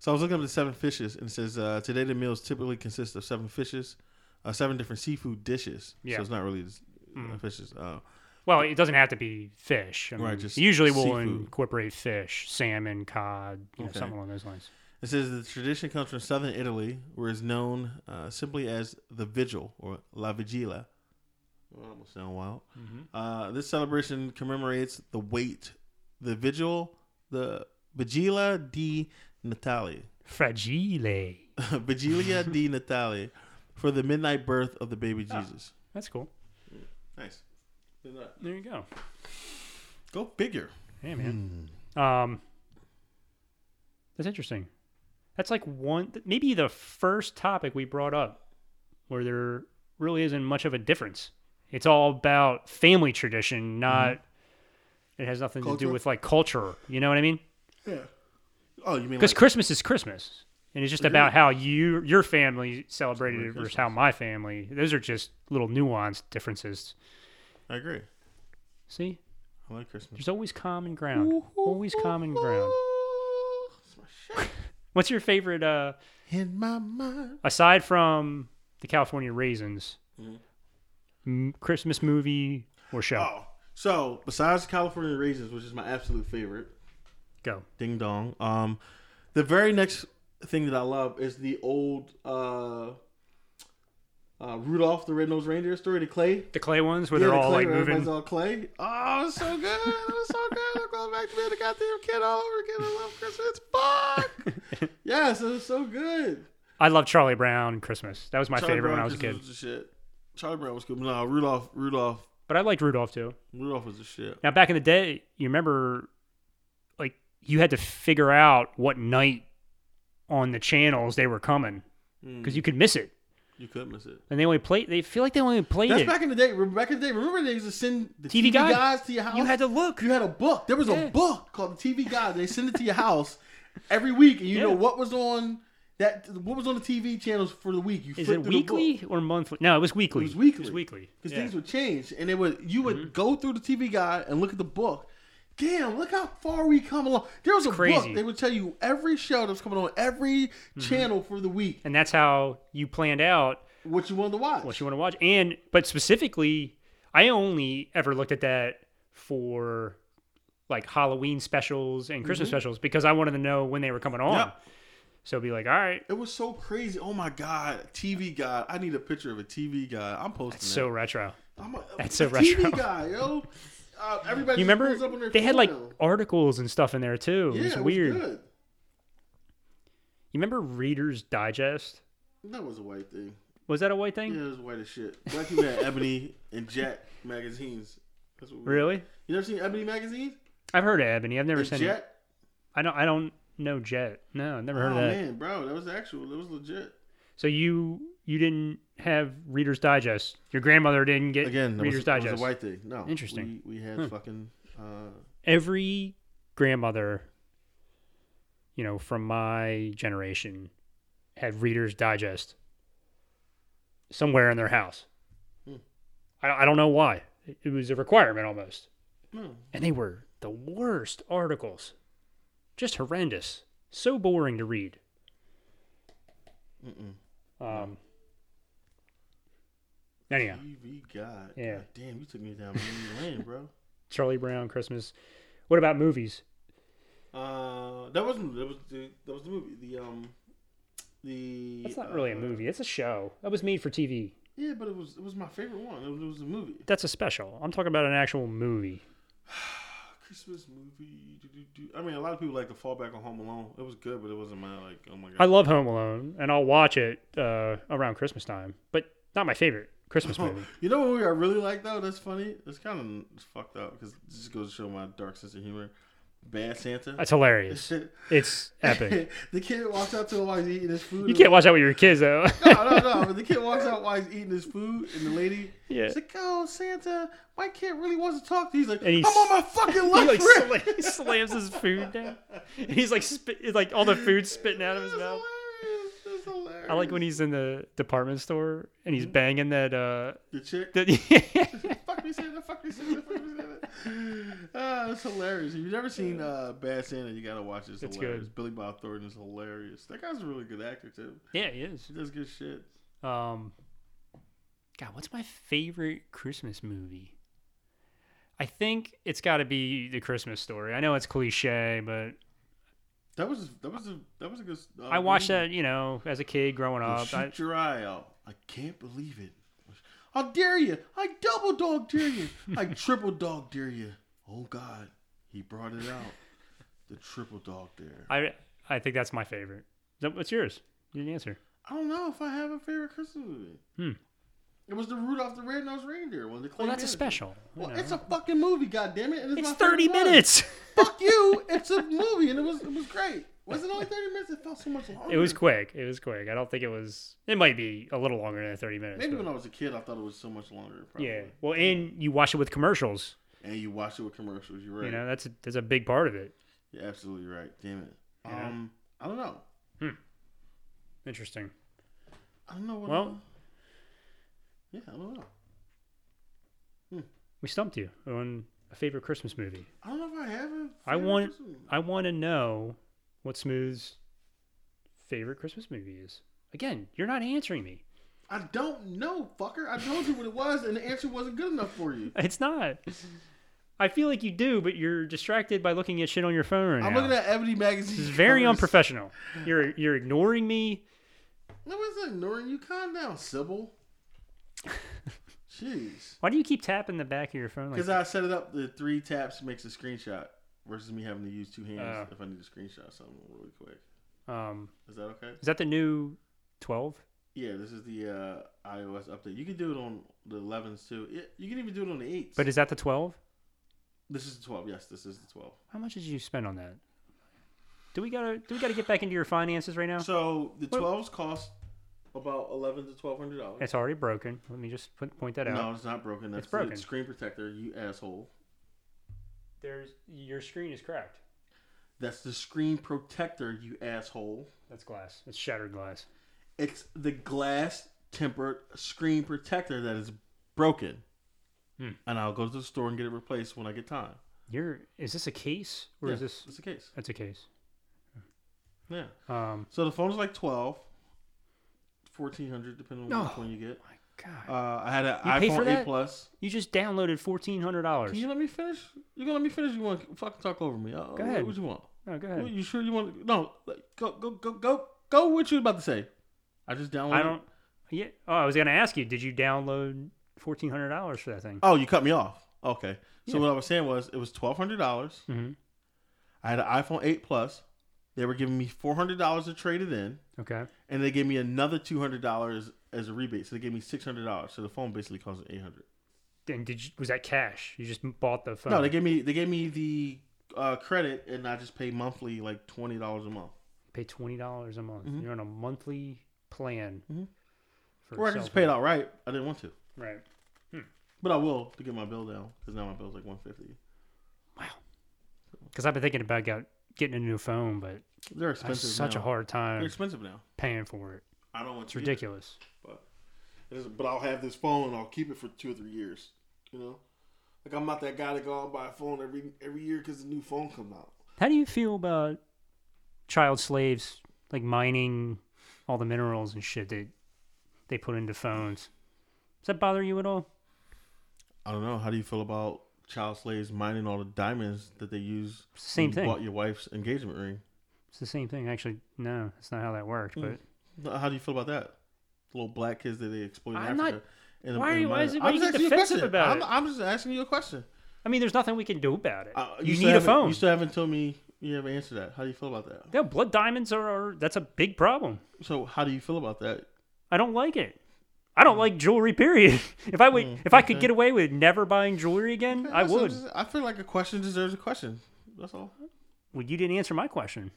Speaker 2: So I was looking up the seven fishes, and it says uh, today the meals typically consist of seven fishes, uh, seven different seafood dishes.
Speaker 1: Yeah.
Speaker 2: So it's not really just, uh,
Speaker 1: Mm.
Speaker 2: fishes. Uh,
Speaker 1: Well, it doesn't have to be fish. I mean,
Speaker 2: Right, just
Speaker 1: usually we'll
Speaker 2: seafood.
Speaker 1: incorporate fish, salmon, cod, you know,
Speaker 2: Okay.
Speaker 1: something along those lines.
Speaker 2: it says the tradition comes from southern Italy, where it's known uh, simply as the vigil or la vigila. Well, that almost sound wild. Uh, this celebration commemorates the weight, the vigil, the Vigilia di Natale, <laughs>
Speaker 1: Fragile.
Speaker 2: Vigilia <laughs> di Natale, for the midnight birth of the baby Jesus.
Speaker 1: That's cool.
Speaker 2: Ah, Nice. Look at that.
Speaker 1: There you go.
Speaker 2: Go figure.
Speaker 1: Hey, man. Um, that's interesting. That's like one, th- maybe the first topic we brought up where there really isn't much of a difference. It's all about family tradition, not, it has nothing to do
Speaker 2: Culture?
Speaker 1: with like culture. You know what I mean?
Speaker 2: Yeah. Oh, you mean
Speaker 1: Because
Speaker 2: like,
Speaker 1: Christmas is Christmas. And it's just about how you your family celebrated it
Speaker 2: Celebrate
Speaker 1: versus how my family. Those are just little nuanced differences.
Speaker 2: I agree.
Speaker 1: See,
Speaker 2: I like Christmas.
Speaker 1: there's always common ground. Always common ground. What's your favorite uh,
Speaker 2: In my mind.
Speaker 1: aside from the California raisins, m- Christmas movie or show?
Speaker 2: Oh, so besides California raisins, which is my absolute favorite,
Speaker 1: Go.
Speaker 2: ding dong. Um, the very next thing that I love is the old uh, uh Rudolph the Red-Nosed Reindeer story, the clay.
Speaker 1: The clay ones where
Speaker 2: Yeah,
Speaker 1: they're
Speaker 2: the
Speaker 1: all
Speaker 2: clay
Speaker 1: like
Speaker 2: where
Speaker 1: moving.
Speaker 2: everybody's all clay. Oh, it's so good. it was so good. I'm going back to being a goddamn kid all over again. I love Christmas.
Speaker 1: <laughs>
Speaker 2: Fuck. yes, it was so good.
Speaker 1: I love Charlie Brown Christmas. That was my
Speaker 2: Charlie
Speaker 1: favorite when
Speaker 2: Brown
Speaker 1: I was a
Speaker 2: Christmas
Speaker 1: kid.
Speaker 2: Was the shit. Charlie Brown was good. No, Rudolph, Rudolph,
Speaker 1: But I liked Rudolph too.
Speaker 2: Rudolph was the shit.
Speaker 1: Now, back in the day, you remember, like, you had to figure out what night on the channels they were coming because
Speaker 2: Mm.
Speaker 1: you could miss it.
Speaker 2: You couldn't miss it.
Speaker 1: And they only played, they feel like they only played
Speaker 2: That's
Speaker 1: it.
Speaker 2: back in the day. Remember- Back in the day, remember they used to send the
Speaker 1: TV
Speaker 2: TV,
Speaker 1: guide?
Speaker 2: guys to your house.
Speaker 1: you had to look.
Speaker 2: You had a book. There was
Speaker 1: Yeah.
Speaker 2: a book called the TV Guide. They send it to your house every week, and you know
Speaker 1: Yeah.
Speaker 2: what was on that. What was on the TV channels for the week? You
Speaker 1: Is
Speaker 2: flipped
Speaker 1: it
Speaker 2: through the book.
Speaker 1: weekly or monthly? No, it was weekly.
Speaker 2: It was weekly.
Speaker 1: It was weekly.
Speaker 2: Because
Speaker 1: Yeah. Mm-hmm.
Speaker 2: things would change, and it would you would go through the TV guide and look at the book. Damn, look how far we come along. There was a
Speaker 1: Crazy. Mm-hmm.
Speaker 2: book. They would tell you every show that was coming on, every channel for the week,
Speaker 1: and that's how you planned out
Speaker 2: what you wanted to watch.
Speaker 1: what you want to watch. And but specifically, I only ever looked at that for like Halloween specials and Christmas specials because I wanted to know when they were coming on.
Speaker 2: Mm-hmm. Yep.
Speaker 1: So it'd be like, all right,
Speaker 2: it was so crazy. Oh my god, TV guide. I need a picture of a TV guide. I'm posting.
Speaker 1: so retro.
Speaker 2: that. I'm a,
Speaker 1: that's so
Speaker 2: a TV
Speaker 1: retro.
Speaker 2: guy,
Speaker 1: <laughs>
Speaker 2: yo. Uh, everybody.
Speaker 1: You
Speaker 2: just pulls up on
Speaker 1: remember
Speaker 2: their
Speaker 1: they had
Speaker 2: phone
Speaker 1: like
Speaker 2: now.
Speaker 1: articles and stuff in there too.
Speaker 2: yeah,
Speaker 1: it was
Speaker 2: it was
Speaker 1: weird.
Speaker 2: good.
Speaker 1: You remember Reader's Digest?
Speaker 2: That was a white thing.
Speaker 1: Was that a white thing?
Speaker 2: Yeah, it was white as shit. Black people had Ebony and Jet magazines. That's what we
Speaker 1: Really?
Speaker 2: You never seen Ebony magazines?
Speaker 1: I've heard of Ebony. I've never
Speaker 2: And
Speaker 1: seen
Speaker 2: Jet.
Speaker 1: it. I don't. I don't know Jet. No, I've never heard
Speaker 2: Oh
Speaker 1: of that.
Speaker 2: man, bro, that was actual. That was legit.
Speaker 1: So you you didn't have Reader's Digest. Your grandmother didn't get
Speaker 2: Again, that
Speaker 1: Reader's
Speaker 2: was, that
Speaker 1: Digest.
Speaker 2: was a white thing. No,
Speaker 1: Interesting. Hmm.
Speaker 2: We, we had fucking. Uh,
Speaker 1: Every grandmother, you know, from my generation, had Reader's Digest somewhere in their house. I, I don't know why. It, it was a requirement almost,
Speaker 2: no,
Speaker 1: and they were the worst articles, just horrendous, so boring to read.
Speaker 2: Mm-mm.
Speaker 1: Um. Anyhow.
Speaker 2: TV God.
Speaker 1: Yeah.
Speaker 2: God damn, you took me down memory lane, bro.
Speaker 1: Charlie Brown Christmas. What about movies?
Speaker 2: Uh, that wasn't. That was the. That was the movie. The um. The.
Speaker 1: That's not really a
Speaker 2: uh,
Speaker 1: movie. It's a show. That was made for TV.
Speaker 2: Yeah, but it was. It was my favorite one. It was, it was a movie.
Speaker 1: That's a special. I'm talking about an actual movie.
Speaker 2: Christmas movie. do, do, do. I mean, a lot of people like to fall back on Home Alone. It was good, but it wasn't my like. Oh my god.
Speaker 1: I love Home Alone, and I'll watch it uh, around Christmas time, but not my favorite. <laughs> Christmas movie.
Speaker 2: You know what movie I really like though? That's funny. It's kind of fucked up because it just goes to show my dark sense of humor. Bad Santa. <laughs>
Speaker 1: That's <laughs> hilarious. It's epic. <laughs>
Speaker 2: the kid walks out to him while he's eating his food.
Speaker 1: You
Speaker 2: and-
Speaker 1: can't watch that with your kids though.
Speaker 2: <laughs> Oh,
Speaker 1: <laughs>
Speaker 2: No, no, no. But the kid walks out while he's eating his food, and the lady,
Speaker 1: Yeah.
Speaker 2: she's like, "Oh, Santa, my kid really wants to talk to." you. He's like,
Speaker 1: And he
Speaker 2: "I'm on my
Speaker 1: <laughs>
Speaker 2: fucking
Speaker 1: He
Speaker 2: lunch
Speaker 1: like
Speaker 2: break."
Speaker 1: sla- he slams his food <laughs> down. And he's like spit, it's like all the food spitting out of his
Speaker 2: That's
Speaker 1: mouth.
Speaker 2: hilarious. That's hilarious.
Speaker 1: I like when he's in the department store and he's banging that. uh
Speaker 2: the chick.
Speaker 1: <laughs> that
Speaker 2: fuck me, Santa. Fuck me, Santa. Fuck me, Santa. Ah, that's hilarious. If you've never seen uh, Bad Santa, you gotta watch this.
Speaker 1: It's
Speaker 2: hilarious.
Speaker 1: good.
Speaker 2: Billy Bob Thornton is hilarious. That guy's a really good actor too.
Speaker 1: Yeah, he is.
Speaker 2: He does good shit.
Speaker 1: Um, God, what's my favorite Christmas movie? I think it's got to be The Christmas Story. I know it's cliche, but
Speaker 2: That was that was a that was a good. Uh,
Speaker 1: I watched
Speaker 2: movie.
Speaker 1: that, you know, as a kid growing
Speaker 2: Well,
Speaker 1: up. Uh,
Speaker 2: Oh, shoot
Speaker 1: I,
Speaker 2: your eye out. I can't believe it. How dare you? I double dog dare you.
Speaker 1: <laughs>
Speaker 2: I triple dog dare you. Oh God, he brought it out. The triple dog dare.
Speaker 1: I, I think that's my favorite. Is that- What's yours? You didn't answer.
Speaker 2: I don't know if I have a favorite Christmas movie.
Speaker 1: Hmm.
Speaker 2: It was the Rudolph the Red-Nosed Reindeer one. The
Speaker 1: Well,
Speaker 2: clay
Speaker 1: that's a
Speaker 2: mannequin.
Speaker 1: special. you
Speaker 2: Well,
Speaker 1: know.
Speaker 2: it's a fucking movie, goddamn it!
Speaker 1: It's
Speaker 2: my
Speaker 1: 30
Speaker 2: favorite one.
Speaker 1: minutes. <laughs>
Speaker 2: Fuck you! It's a movie, and it was it was great. Was it only thirty minutes? It felt so much longer.
Speaker 1: It was quick. It was quick. I don't think it was. It might be a little longer than thirty minutes.
Speaker 2: maybe
Speaker 1: but-
Speaker 2: when I was a kid, I thought it was so much longer. Probably.
Speaker 1: yeah. Well, and you watch it with commercials.
Speaker 2: And you watch it with commercials. You're right.
Speaker 1: You know, that's a, that's a big part of it.
Speaker 2: You're absolutely right. Damn it.
Speaker 1: You know?
Speaker 2: Um, I don't know.
Speaker 1: Interesting.
Speaker 2: I don't know what.
Speaker 1: Well-
Speaker 2: yeah, I don't know.
Speaker 1: We stumped you on a favorite Christmas movie.
Speaker 2: I don't know if I have a.
Speaker 1: I
Speaker 2: favorite
Speaker 1: want-
Speaker 2: Christmas movie.
Speaker 1: I want to know what Smooth's favorite Christmas movie is. Again, you're not answering me. <laughs>
Speaker 2: I don't know, fucker. I told you what it was, and the answer wasn't good enough for you.
Speaker 1: It's not. I feel like you do, but you're distracted by looking at shit on your phone <laughs> right
Speaker 2: I'm
Speaker 1: now.
Speaker 2: looking at Ebony magazine.
Speaker 1: this is very
Speaker 2: covers.
Speaker 1: unprofessional. You're you're ignoring me.
Speaker 2: No one's ignoring you. Calm
Speaker 1: <laughs>
Speaker 2: down, Sybil. Jeez.
Speaker 1: Why do you keep tapping the back of your phone? Like
Speaker 2: Because I set it up, the three taps makes a screenshot versus me having to use two hands
Speaker 1: Oh.
Speaker 2: if I need to screenshot something really quick.
Speaker 1: that? um,
Speaker 2: Is that okay?
Speaker 1: is that the new twelve?
Speaker 2: Yeah, this is the uh, iOS update. You can do it on the 11s too. Yeah, you can even do it on the 8s.
Speaker 1: But is that the twelve?
Speaker 2: this is the 12. Yes, this is the 12.
Speaker 1: How much did you spend on that? Do we gotta do we gotta get back into your finances right now?
Speaker 2: So the
Speaker 1: What-
Speaker 2: 12s cost about 11 to 1200 dollars.
Speaker 1: It's already broken. Let me just put, point that out.
Speaker 2: No, it's not broken. That's
Speaker 1: It's broken.
Speaker 2: The screen protector, you asshole.
Speaker 1: There's your screen is cracked.
Speaker 2: That's the screen protector, you asshole.
Speaker 1: That's glass. It's shattered glass.
Speaker 2: It's the glass tempered screen protector that is broken.
Speaker 1: Hmm.
Speaker 2: And I'll go to the store and get it replaced when I get time.
Speaker 1: You're is this a case or is
Speaker 2: Yeah,
Speaker 1: this?
Speaker 2: That's the case.
Speaker 1: That's a case.
Speaker 2: Yeah.
Speaker 1: Um.
Speaker 2: So the phone's like 12, 1400 depending on which
Speaker 1: Oh.
Speaker 2: one you get.
Speaker 1: My God.
Speaker 2: Uh, I had an
Speaker 1: You pay for
Speaker 2: iPhone 8
Speaker 1: that?
Speaker 2: Plus.
Speaker 1: you just downloaded fourteen hundred dollars.
Speaker 2: Can you let me finish? You gonna let me finish? You want to fucking talk over me? Uh,
Speaker 1: Go ahead.
Speaker 2: What you want?
Speaker 1: No, Oh, go
Speaker 2: What-
Speaker 1: ahead.
Speaker 2: You sure you want? No. like, Go go go go go. What you about to say? I just downloaded.
Speaker 1: I don't. Yeah. Oh, I was gonna ask you. Did you download fourteen hundred dollars for that thing?
Speaker 2: Oh, you cut me off. Okay. So
Speaker 1: Yeah.
Speaker 2: what I was saying was it was twelve hundred dollars.
Speaker 1: Mm-hmm.
Speaker 2: I had an iPhone eight plus. They were giving me four hundred dollars to trade it in,
Speaker 1: Okay.
Speaker 2: and they gave me another two hundred dollars as a rebate. So they gave me six hundred dollars. So the phone basically cost eight hundred.
Speaker 1: Then did you, was that cash? You just bought the phone.
Speaker 2: No, they gave me they gave me the uh, credit, and I just pay monthly like twenty dollars a month.
Speaker 1: pay twenty dollars a month. You're on a monthly plan.
Speaker 2: Mhm.
Speaker 1: For
Speaker 2: Or I
Speaker 1: a
Speaker 2: could
Speaker 1: cell
Speaker 2: just pay it
Speaker 1: phone.
Speaker 2: outright. I didn't want to,
Speaker 1: Right.
Speaker 2: but I will to get my bill down because now my bill's like one fifty.
Speaker 1: Because I've been thinking about got, getting a new phone, but
Speaker 2: They're
Speaker 1: I have
Speaker 2: expensive.
Speaker 1: such
Speaker 2: now.
Speaker 1: a hard
Speaker 2: They're
Speaker 1: time
Speaker 2: expensive now.
Speaker 1: paying for it.
Speaker 2: I don't want
Speaker 1: It's
Speaker 2: to either,
Speaker 1: ridiculous.
Speaker 2: but it is, but I'll have this phone. and I'll keep it for two or three years. You know, like I'm not that guy to go out and buy a phone every every year because the new phone comes out.
Speaker 1: How do you feel about child slaves like mining all the minerals and shit that they put into phones? Does that bother you at all?
Speaker 2: I don't know. How do you feel about child slaves mining all the diamonds that they use?
Speaker 1: It's the same
Speaker 2: when you
Speaker 1: thing.
Speaker 2: Bought your wife's engagement ring.
Speaker 1: It's the same thing. Actually, no, that's not how that worked.
Speaker 2: Hmm.
Speaker 1: But
Speaker 2: No, How do you feel about that? The little black kids that they exploit in
Speaker 1: I'm not-
Speaker 2: Africa. Not,
Speaker 1: Why are you- why is it- why you get defensive about
Speaker 2: I'm,
Speaker 1: it?
Speaker 2: I'm just asking you a question.
Speaker 1: I mean, there's nothing we can do about it.
Speaker 2: Uh,
Speaker 1: you
Speaker 2: still
Speaker 1: need a
Speaker 2: haven't-
Speaker 1: phone.
Speaker 2: You still haven't told me you haven't answered that. How do you feel about that?
Speaker 1: yeah, blood diamonds are, are that's a big problem.
Speaker 2: So how do you feel about that?
Speaker 1: I don't like it. I
Speaker 2: Hmm.
Speaker 1: don't like jewelry. Period. <laughs> If I would,
Speaker 2: Mm,
Speaker 1: if I could
Speaker 2: okay.
Speaker 1: get away with never buying jewelry again, I
Speaker 2: That's what
Speaker 1: would.
Speaker 2: I'm just- I feel like a question deserves a question. That's all.
Speaker 1: Well, you didn't answer my question.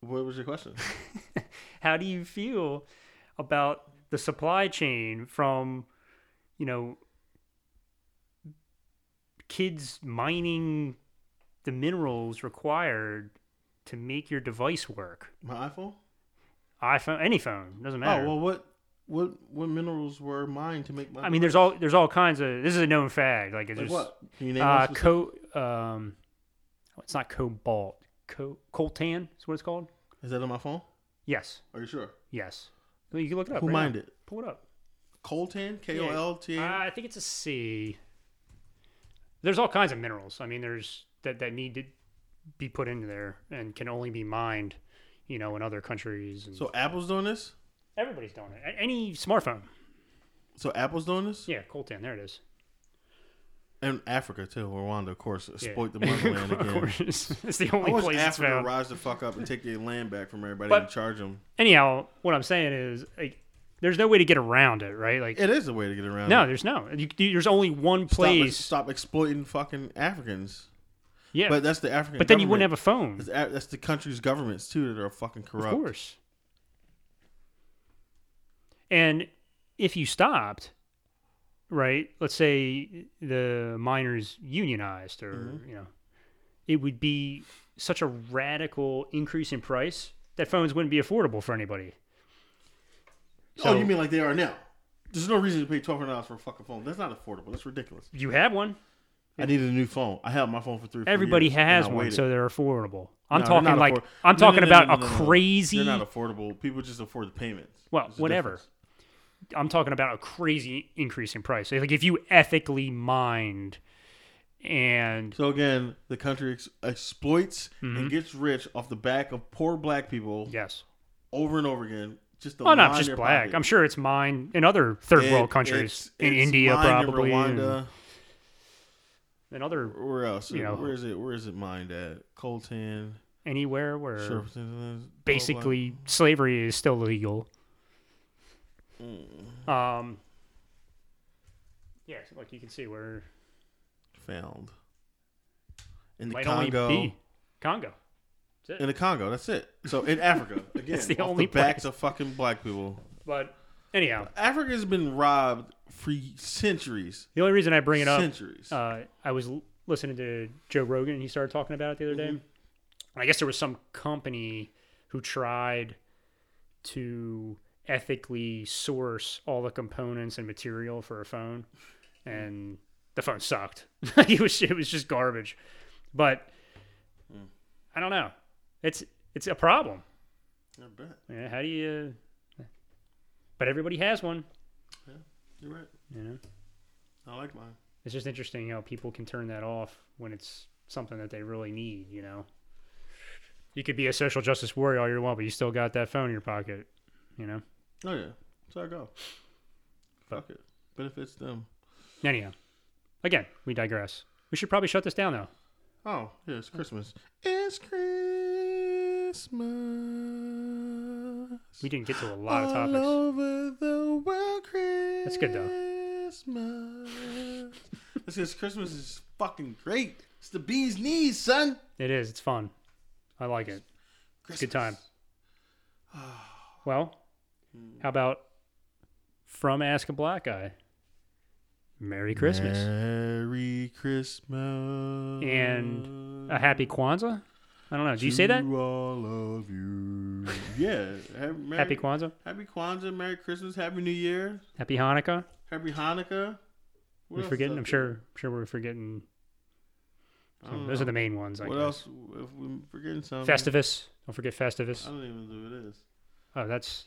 Speaker 2: What was your
Speaker 1: <laughs>
Speaker 2: question?
Speaker 1: How do you feel about the supply chain from, you know, kids mining the minerals required to make your device work?
Speaker 2: My iPhone.
Speaker 1: iPhone, any phone, doesn't matter.
Speaker 2: Oh well, what what what minerals were mined to make my?
Speaker 1: I mean, there's all there's all kinds of. This is a known fact. Like, it's
Speaker 2: like
Speaker 1: just,
Speaker 2: what? Can you name
Speaker 1: Uh,
Speaker 2: one specific-
Speaker 1: co um, it's not cobalt. Co coltan is what it's called.
Speaker 2: Is that on my phone?
Speaker 1: Yes,
Speaker 2: Are you sure?
Speaker 1: yes. Well, You can look it up.
Speaker 2: Who
Speaker 1: right now.
Speaker 2: mined it?
Speaker 1: Pull it up.
Speaker 2: Coltan. K O
Speaker 1: Yeah.
Speaker 2: L T. A N?
Speaker 1: Uh, I think it's a C. There's all kinds of minerals. I mean, there's that that need to be put into there and can only be mined, you know, in other countries. And
Speaker 2: So Apple's doing this.
Speaker 1: everybody's doing it. A- Any smartphone.
Speaker 2: So Apple's doing this.
Speaker 1: Yeah, coltan. There it is.
Speaker 2: And Africa too, Rwanda, of course.
Speaker 1: Yeah. <laughs>
Speaker 2: Exploit the motherland
Speaker 1: Of
Speaker 2: again.
Speaker 1: course. <laughs> it's the
Speaker 2: I
Speaker 1: only
Speaker 2: wish
Speaker 1: place it's
Speaker 2: Africa
Speaker 1: found.
Speaker 2: rise the fuck up and take their land back from everybody
Speaker 1: But-
Speaker 2: and charge them.
Speaker 1: Anyhow, what I'm saying is, like, there's no way to get around it, right? Like,
Speaker 2: It is a way to get around.
Speaker 1: No,
Speaker 2: it.
Speaker 1: there's no. You, you- there's only one
Speaker 2: Stop-
Speaker 1: place.
Speaker 2: stop exploiting fucking Africans.
Speaker 1: Yeah,
Speaker 2: But
Speaker 1: but,
Speaker 2: that's the African.
Speaker 1: then you wouldn't
Speaker 2: government.
Speaker 1: have a phone.
Speaker 2: It's a- That's the country's governments too that are fucking
Speaker 1: Of
Speaker 2: corrupt.
Speaker 1: course. And if you stopped, right? Let's say the miners unionized, or
Speaker 2: Mm-hmm.
Speaker 1: you know, it would be such a radical increase in price that phones wouldn't be affordable for anybody.
Speaker 2: oh,
Speaker 1: So-
Speaker 2: you mean like they are now? There's no reason to pay twelve hundred dollars for a fucking phone. That's not affordable. That's ridiculous.
Speaker 1: You have one.
Speaker 2: I needed a new phone. I had my phone for three. four
Speaker 1: Everybody
Speaker 2: years, and
Speaker 1: has
Speaker 2: I
Speaker 1: one,
Speaker 2: waited.
Speaker 1: so they're affordable. I'm
Speaker 2: No, they're
Speaker 1: talking
Speaker 2: not
Speaker 1: like
Speaker 2: afford-
Speaker 1: I'm
Speaker 2: No,
Speaker 1: talking
Speaker 2: no, no,
Speaker 1: about
Speaker 2: no, no, no,
Speaker 1: a
Speaker 2: no. They're
Speaker 1: crazy
Speaker 2: They're not affordable. People just afford the payments.
Speaker 1: Well,
Speaker 2: There's a
Speaker 1: whatever.
Speaker 2: difference.
Speaker 1: I'm talking about a crazy increase in price. Like if you ethically mined and
Speaker 2: So again, the country ex- exploits
Speaker 1: Mm-hmm.
Speaker 2: and gets rich off the back of poor black people
Speaker 1: yes.
Speaker 2: over and over again. Just to
Speaker 1: Oh,
Speaker 2: line
Speaker 1: not just
Speaker 2: their
Speaker 1: black.
Speaker 2: pocket.
Speaker 1: I'm sure it's mined in other third
Speaker 2: It-
Speaker 1: world countries,
Speaker 2: it's-
Speaker 1: in
Speaker 2: it's
Speaker 1: India
Speaker 2: mined in
Speaker 1: probably, and,
Speaker 2: Rwanda.
Speaker 1: and other
Speaker 2: Where else?
Speaker 1: you know.
Speaker 2: Where is it? Where is it mined at? Coltan. uh,
Speaker 1: anywhere where
Speaker 2: Surfington,
Speaker 1: basically slavery is still illegal.
Speaker 2: Hmm.
Speaker 1: Um. Yeah, so, like you can see where
Speaker 2: found in the
Speaker 1: might
Speaker 2: Congo.
Speaker 1: only be Congo.
Speaker 2: In the Congo, that's it. So
Speaker 1: <laughs>
Speaker 2: in Africa, again,
Speaker 1: It's the
Speaker 2: off
Speaker 1: only
Speaker 2: the backs of fucking black people.
Speaker 1: But anyhow,
Speaker 2: Africa's been robbed for centuries.
Speaker 1: the only reason I bring it
Speaker 2: <laughs>
Speaker 1: up
Speaker 2: centuries.
Speaker 1: uh, I was l- listening to Joe Rogan and he started talking about it the other day. And I guess there was some company who tried to ethically source all the components and material for a phone, and the phone sucked. <laughs> Like, it was it was just garbage. But I don't know. It's it's a problem.
Speaker 2: I bet.
Speaker 1: Yeah, How do you? But everybody has one.
Speaker 2: You're right.
Speaker 1: You know,
Speaker 2: I like mine.
Speaker 1: it's just interesting how people can turn that off when it's something that they really need, you know. You could be a social justice warrior all you want, but you still got that phone in your pocket, you know.
Speaker 2: Oh yeah. So I go.
Speaker 1: But-
Speaker 2: Fuck it. Benefits them.
Speaker 1: Anyhow, again, we digress. We should probably shut this down though.
Speaker 2: Oh, yeah, it's Christmas. It's Christmas.
Speaker 1: We didn't get to a lot of
Speaker 2: all
Speaker 1: topics.
Speaker 2: over the world, Christmas.
Speaker 1: good, though.
Speaker 2: Christmas. this is Christmas is fucking great. It's the bee's knees, son.
Speaker 1: It is. It's fun. I like it.
Speaker 2: Christmas.
Speaker 1: Good
Speaker 2: <sighs>
Speaker 1: time. Well, how about from Ask a Black Guy? Merry Christmas.
Speaker 2: Merry Christmas.
Speaker 1: And a happy Kwanzaa? I don't know. Do you say that?
Speaker 2: To all of you. yeah. Happy, Merry,
Speaker 1: Happy Kwanzaa?
Speaker 2: Happy Kwanzaa. Merry Christmas. Happy New Year.
Speaker 1: Happy Hanukkah?
Speaker 2: Happy Hanukkah.
Speaker 1: We're
Speaker 2: What else is
Speaker 1: forgetting.
Speaker 2: out
Speaker 1: I'm
Speaker 2: there?
Speaker 1: sure. I'm sure we're forgetting.
Speaker 2: I
Speaker 1: some-
Speaker 2: don't
Speaker 1: those are
Speaker 2: know.
Speaker 1: the main ones. I
Speaker 2: What
Speaker 1: guess.
Speaker 2: else? If we're forgetting something.
Speaker 1: Festivus. Don't forget
Speaker 2: I
Speaker 1: Festivus.
Speaker 2: don't even know what it is.
Speaker 1: Oh, that's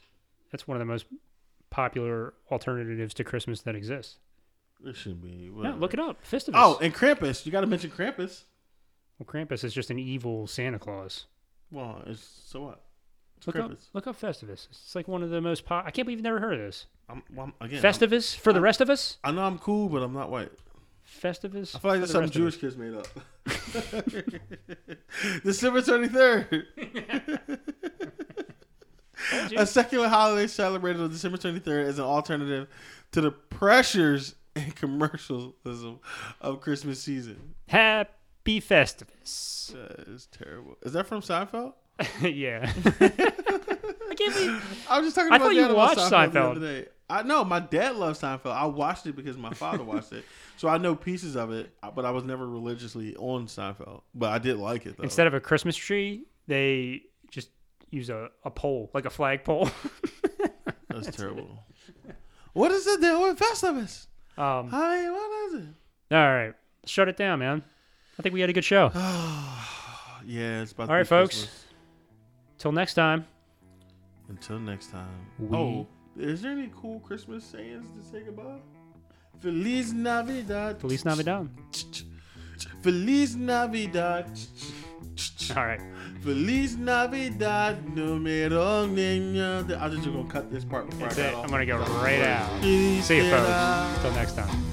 Speaker 1: that's one of the most popular alternatives to Christmas that exists.
Speaker 2: It should be.
Speaker 1: No,
Speaker 2: whatever.
Speaker 1: look it up. Festivus.
Speaker 2: Oh, and Krampus. You got to mention Krampus.
Speaker 1: well, Krampus is just an evil Santa Claus.
Speaker 2: Well, it's so what? It's
Speaker 1: Look up,
Speaker 2: Krampus.
Speaker 1: look up Festivus. It's like one of the most. Po- I can't believe you've never heard of this.
Speaker 2: I'm, well, I'm- again, I'm-
Speaker 1: Festivus for the rest of us.
Speaker 2: I know I'm cool, but I'm not white.
Speaker 1: Festivus.
Speaker 2: I feel like
Speaker 1: for
Speaker 2: that's
Speaker 1: the
Speaker 2: something
Speaker 1: rest of us.
Speaker 2: Jewish kids made up. <laughs>
Speaker 1: <laughs>
Speaker 2: December 23rd.
Speaker 1: Told you.
Speaker 2: A secular holiday celebrated on December 23rd as an alternative to the pressures and commercialism of Christmas season.
Speaker 1: Happy Festivus. <laughs>
Speaker 2: That is terrible. Is that from Seinfeld? <laughs>
Speaker 1: yeah. I can't believe.
Speaker 2: I was just talking
Speaker 1: I
Speaker 2: about
Speaker 1: thought
Speaker 2: that
Speaker 1: you
Speaker 2: about
Speaker 1: watched
Speaker 2: the
Speaker 1: Seinfeld.
Speaker 2: other day. I know my dad loves Seinfeld. I watched it because my father watched it, so I know pieces of it. But I was never religiously on Seinfeld. But I did like it though.
Speaker 1: Instead of a Christmas tree, they just use a, a pole, like a flag pole.
Speaker 2: That's terrible. What is the deal with Festivus?
Speaker 1: <laughs> um, all
Speaker 2: I mean, what is it?
Speaker 1: right. Shut it down, man. I think we had a good show.
Speaker 2: Yeah, it's about.
Speaker 1: All
Speaker 2: to be
Speaker 1: right, folks.
Speaker 2: Christmas.
Speaker 1: Till next time.
Speaker 2: Until next time.
Speaker 1: We-
Speaker 2: Oh, is there any cool Christmas sayings to say goodbye? Feliz Navidad.
Speaker 1: Feliz Navidad.
Speaker 2: Feliz Navidad.
Speaker 1: All right.
Speaker 2: Feliz Navidad, número niño. I'm just gonna cut this part before
Speaker 1: That's
Speaker 2: I
Speaker 1: it.
Speaker 2: got off.
Speaker 1: I'm going to go right out.
Speaker 2: Feliz
Speaker 1: See you,
Speaker 2: Navidad.
Speaker 1: folks. Till next time.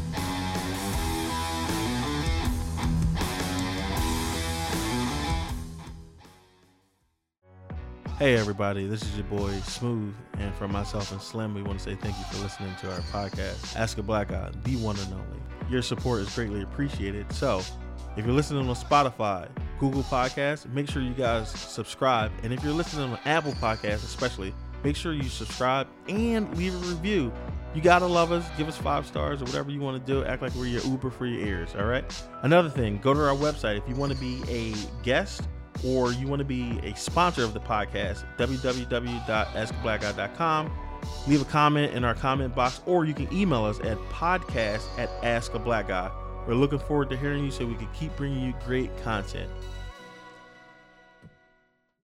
Speaker 2: Hey everybody, this is your boy Smooth, and for myself and Slim, we want to say thank you for listening to our podcast, Ask a Black Guy, the one and only. Your support is greatly appreciated. So, if you're listening on Spotify, Google Podcasts, make sure you guys subscribe, and if you're listening on Apple Podcasts, especially, make sure you subscribe and leave a review. You gotta love us, give us five stars or whatever you want to do. Act like we're your Uber for your ears. All right. Another thing, go to our website if you want to be a guest or you want to be a sponsor of the podcast, www.askablackout.com. Leave a comment in our comment box, or you can email us at podcast at askablackout. We're looking forward to hearing you so we can keep bringing you great content.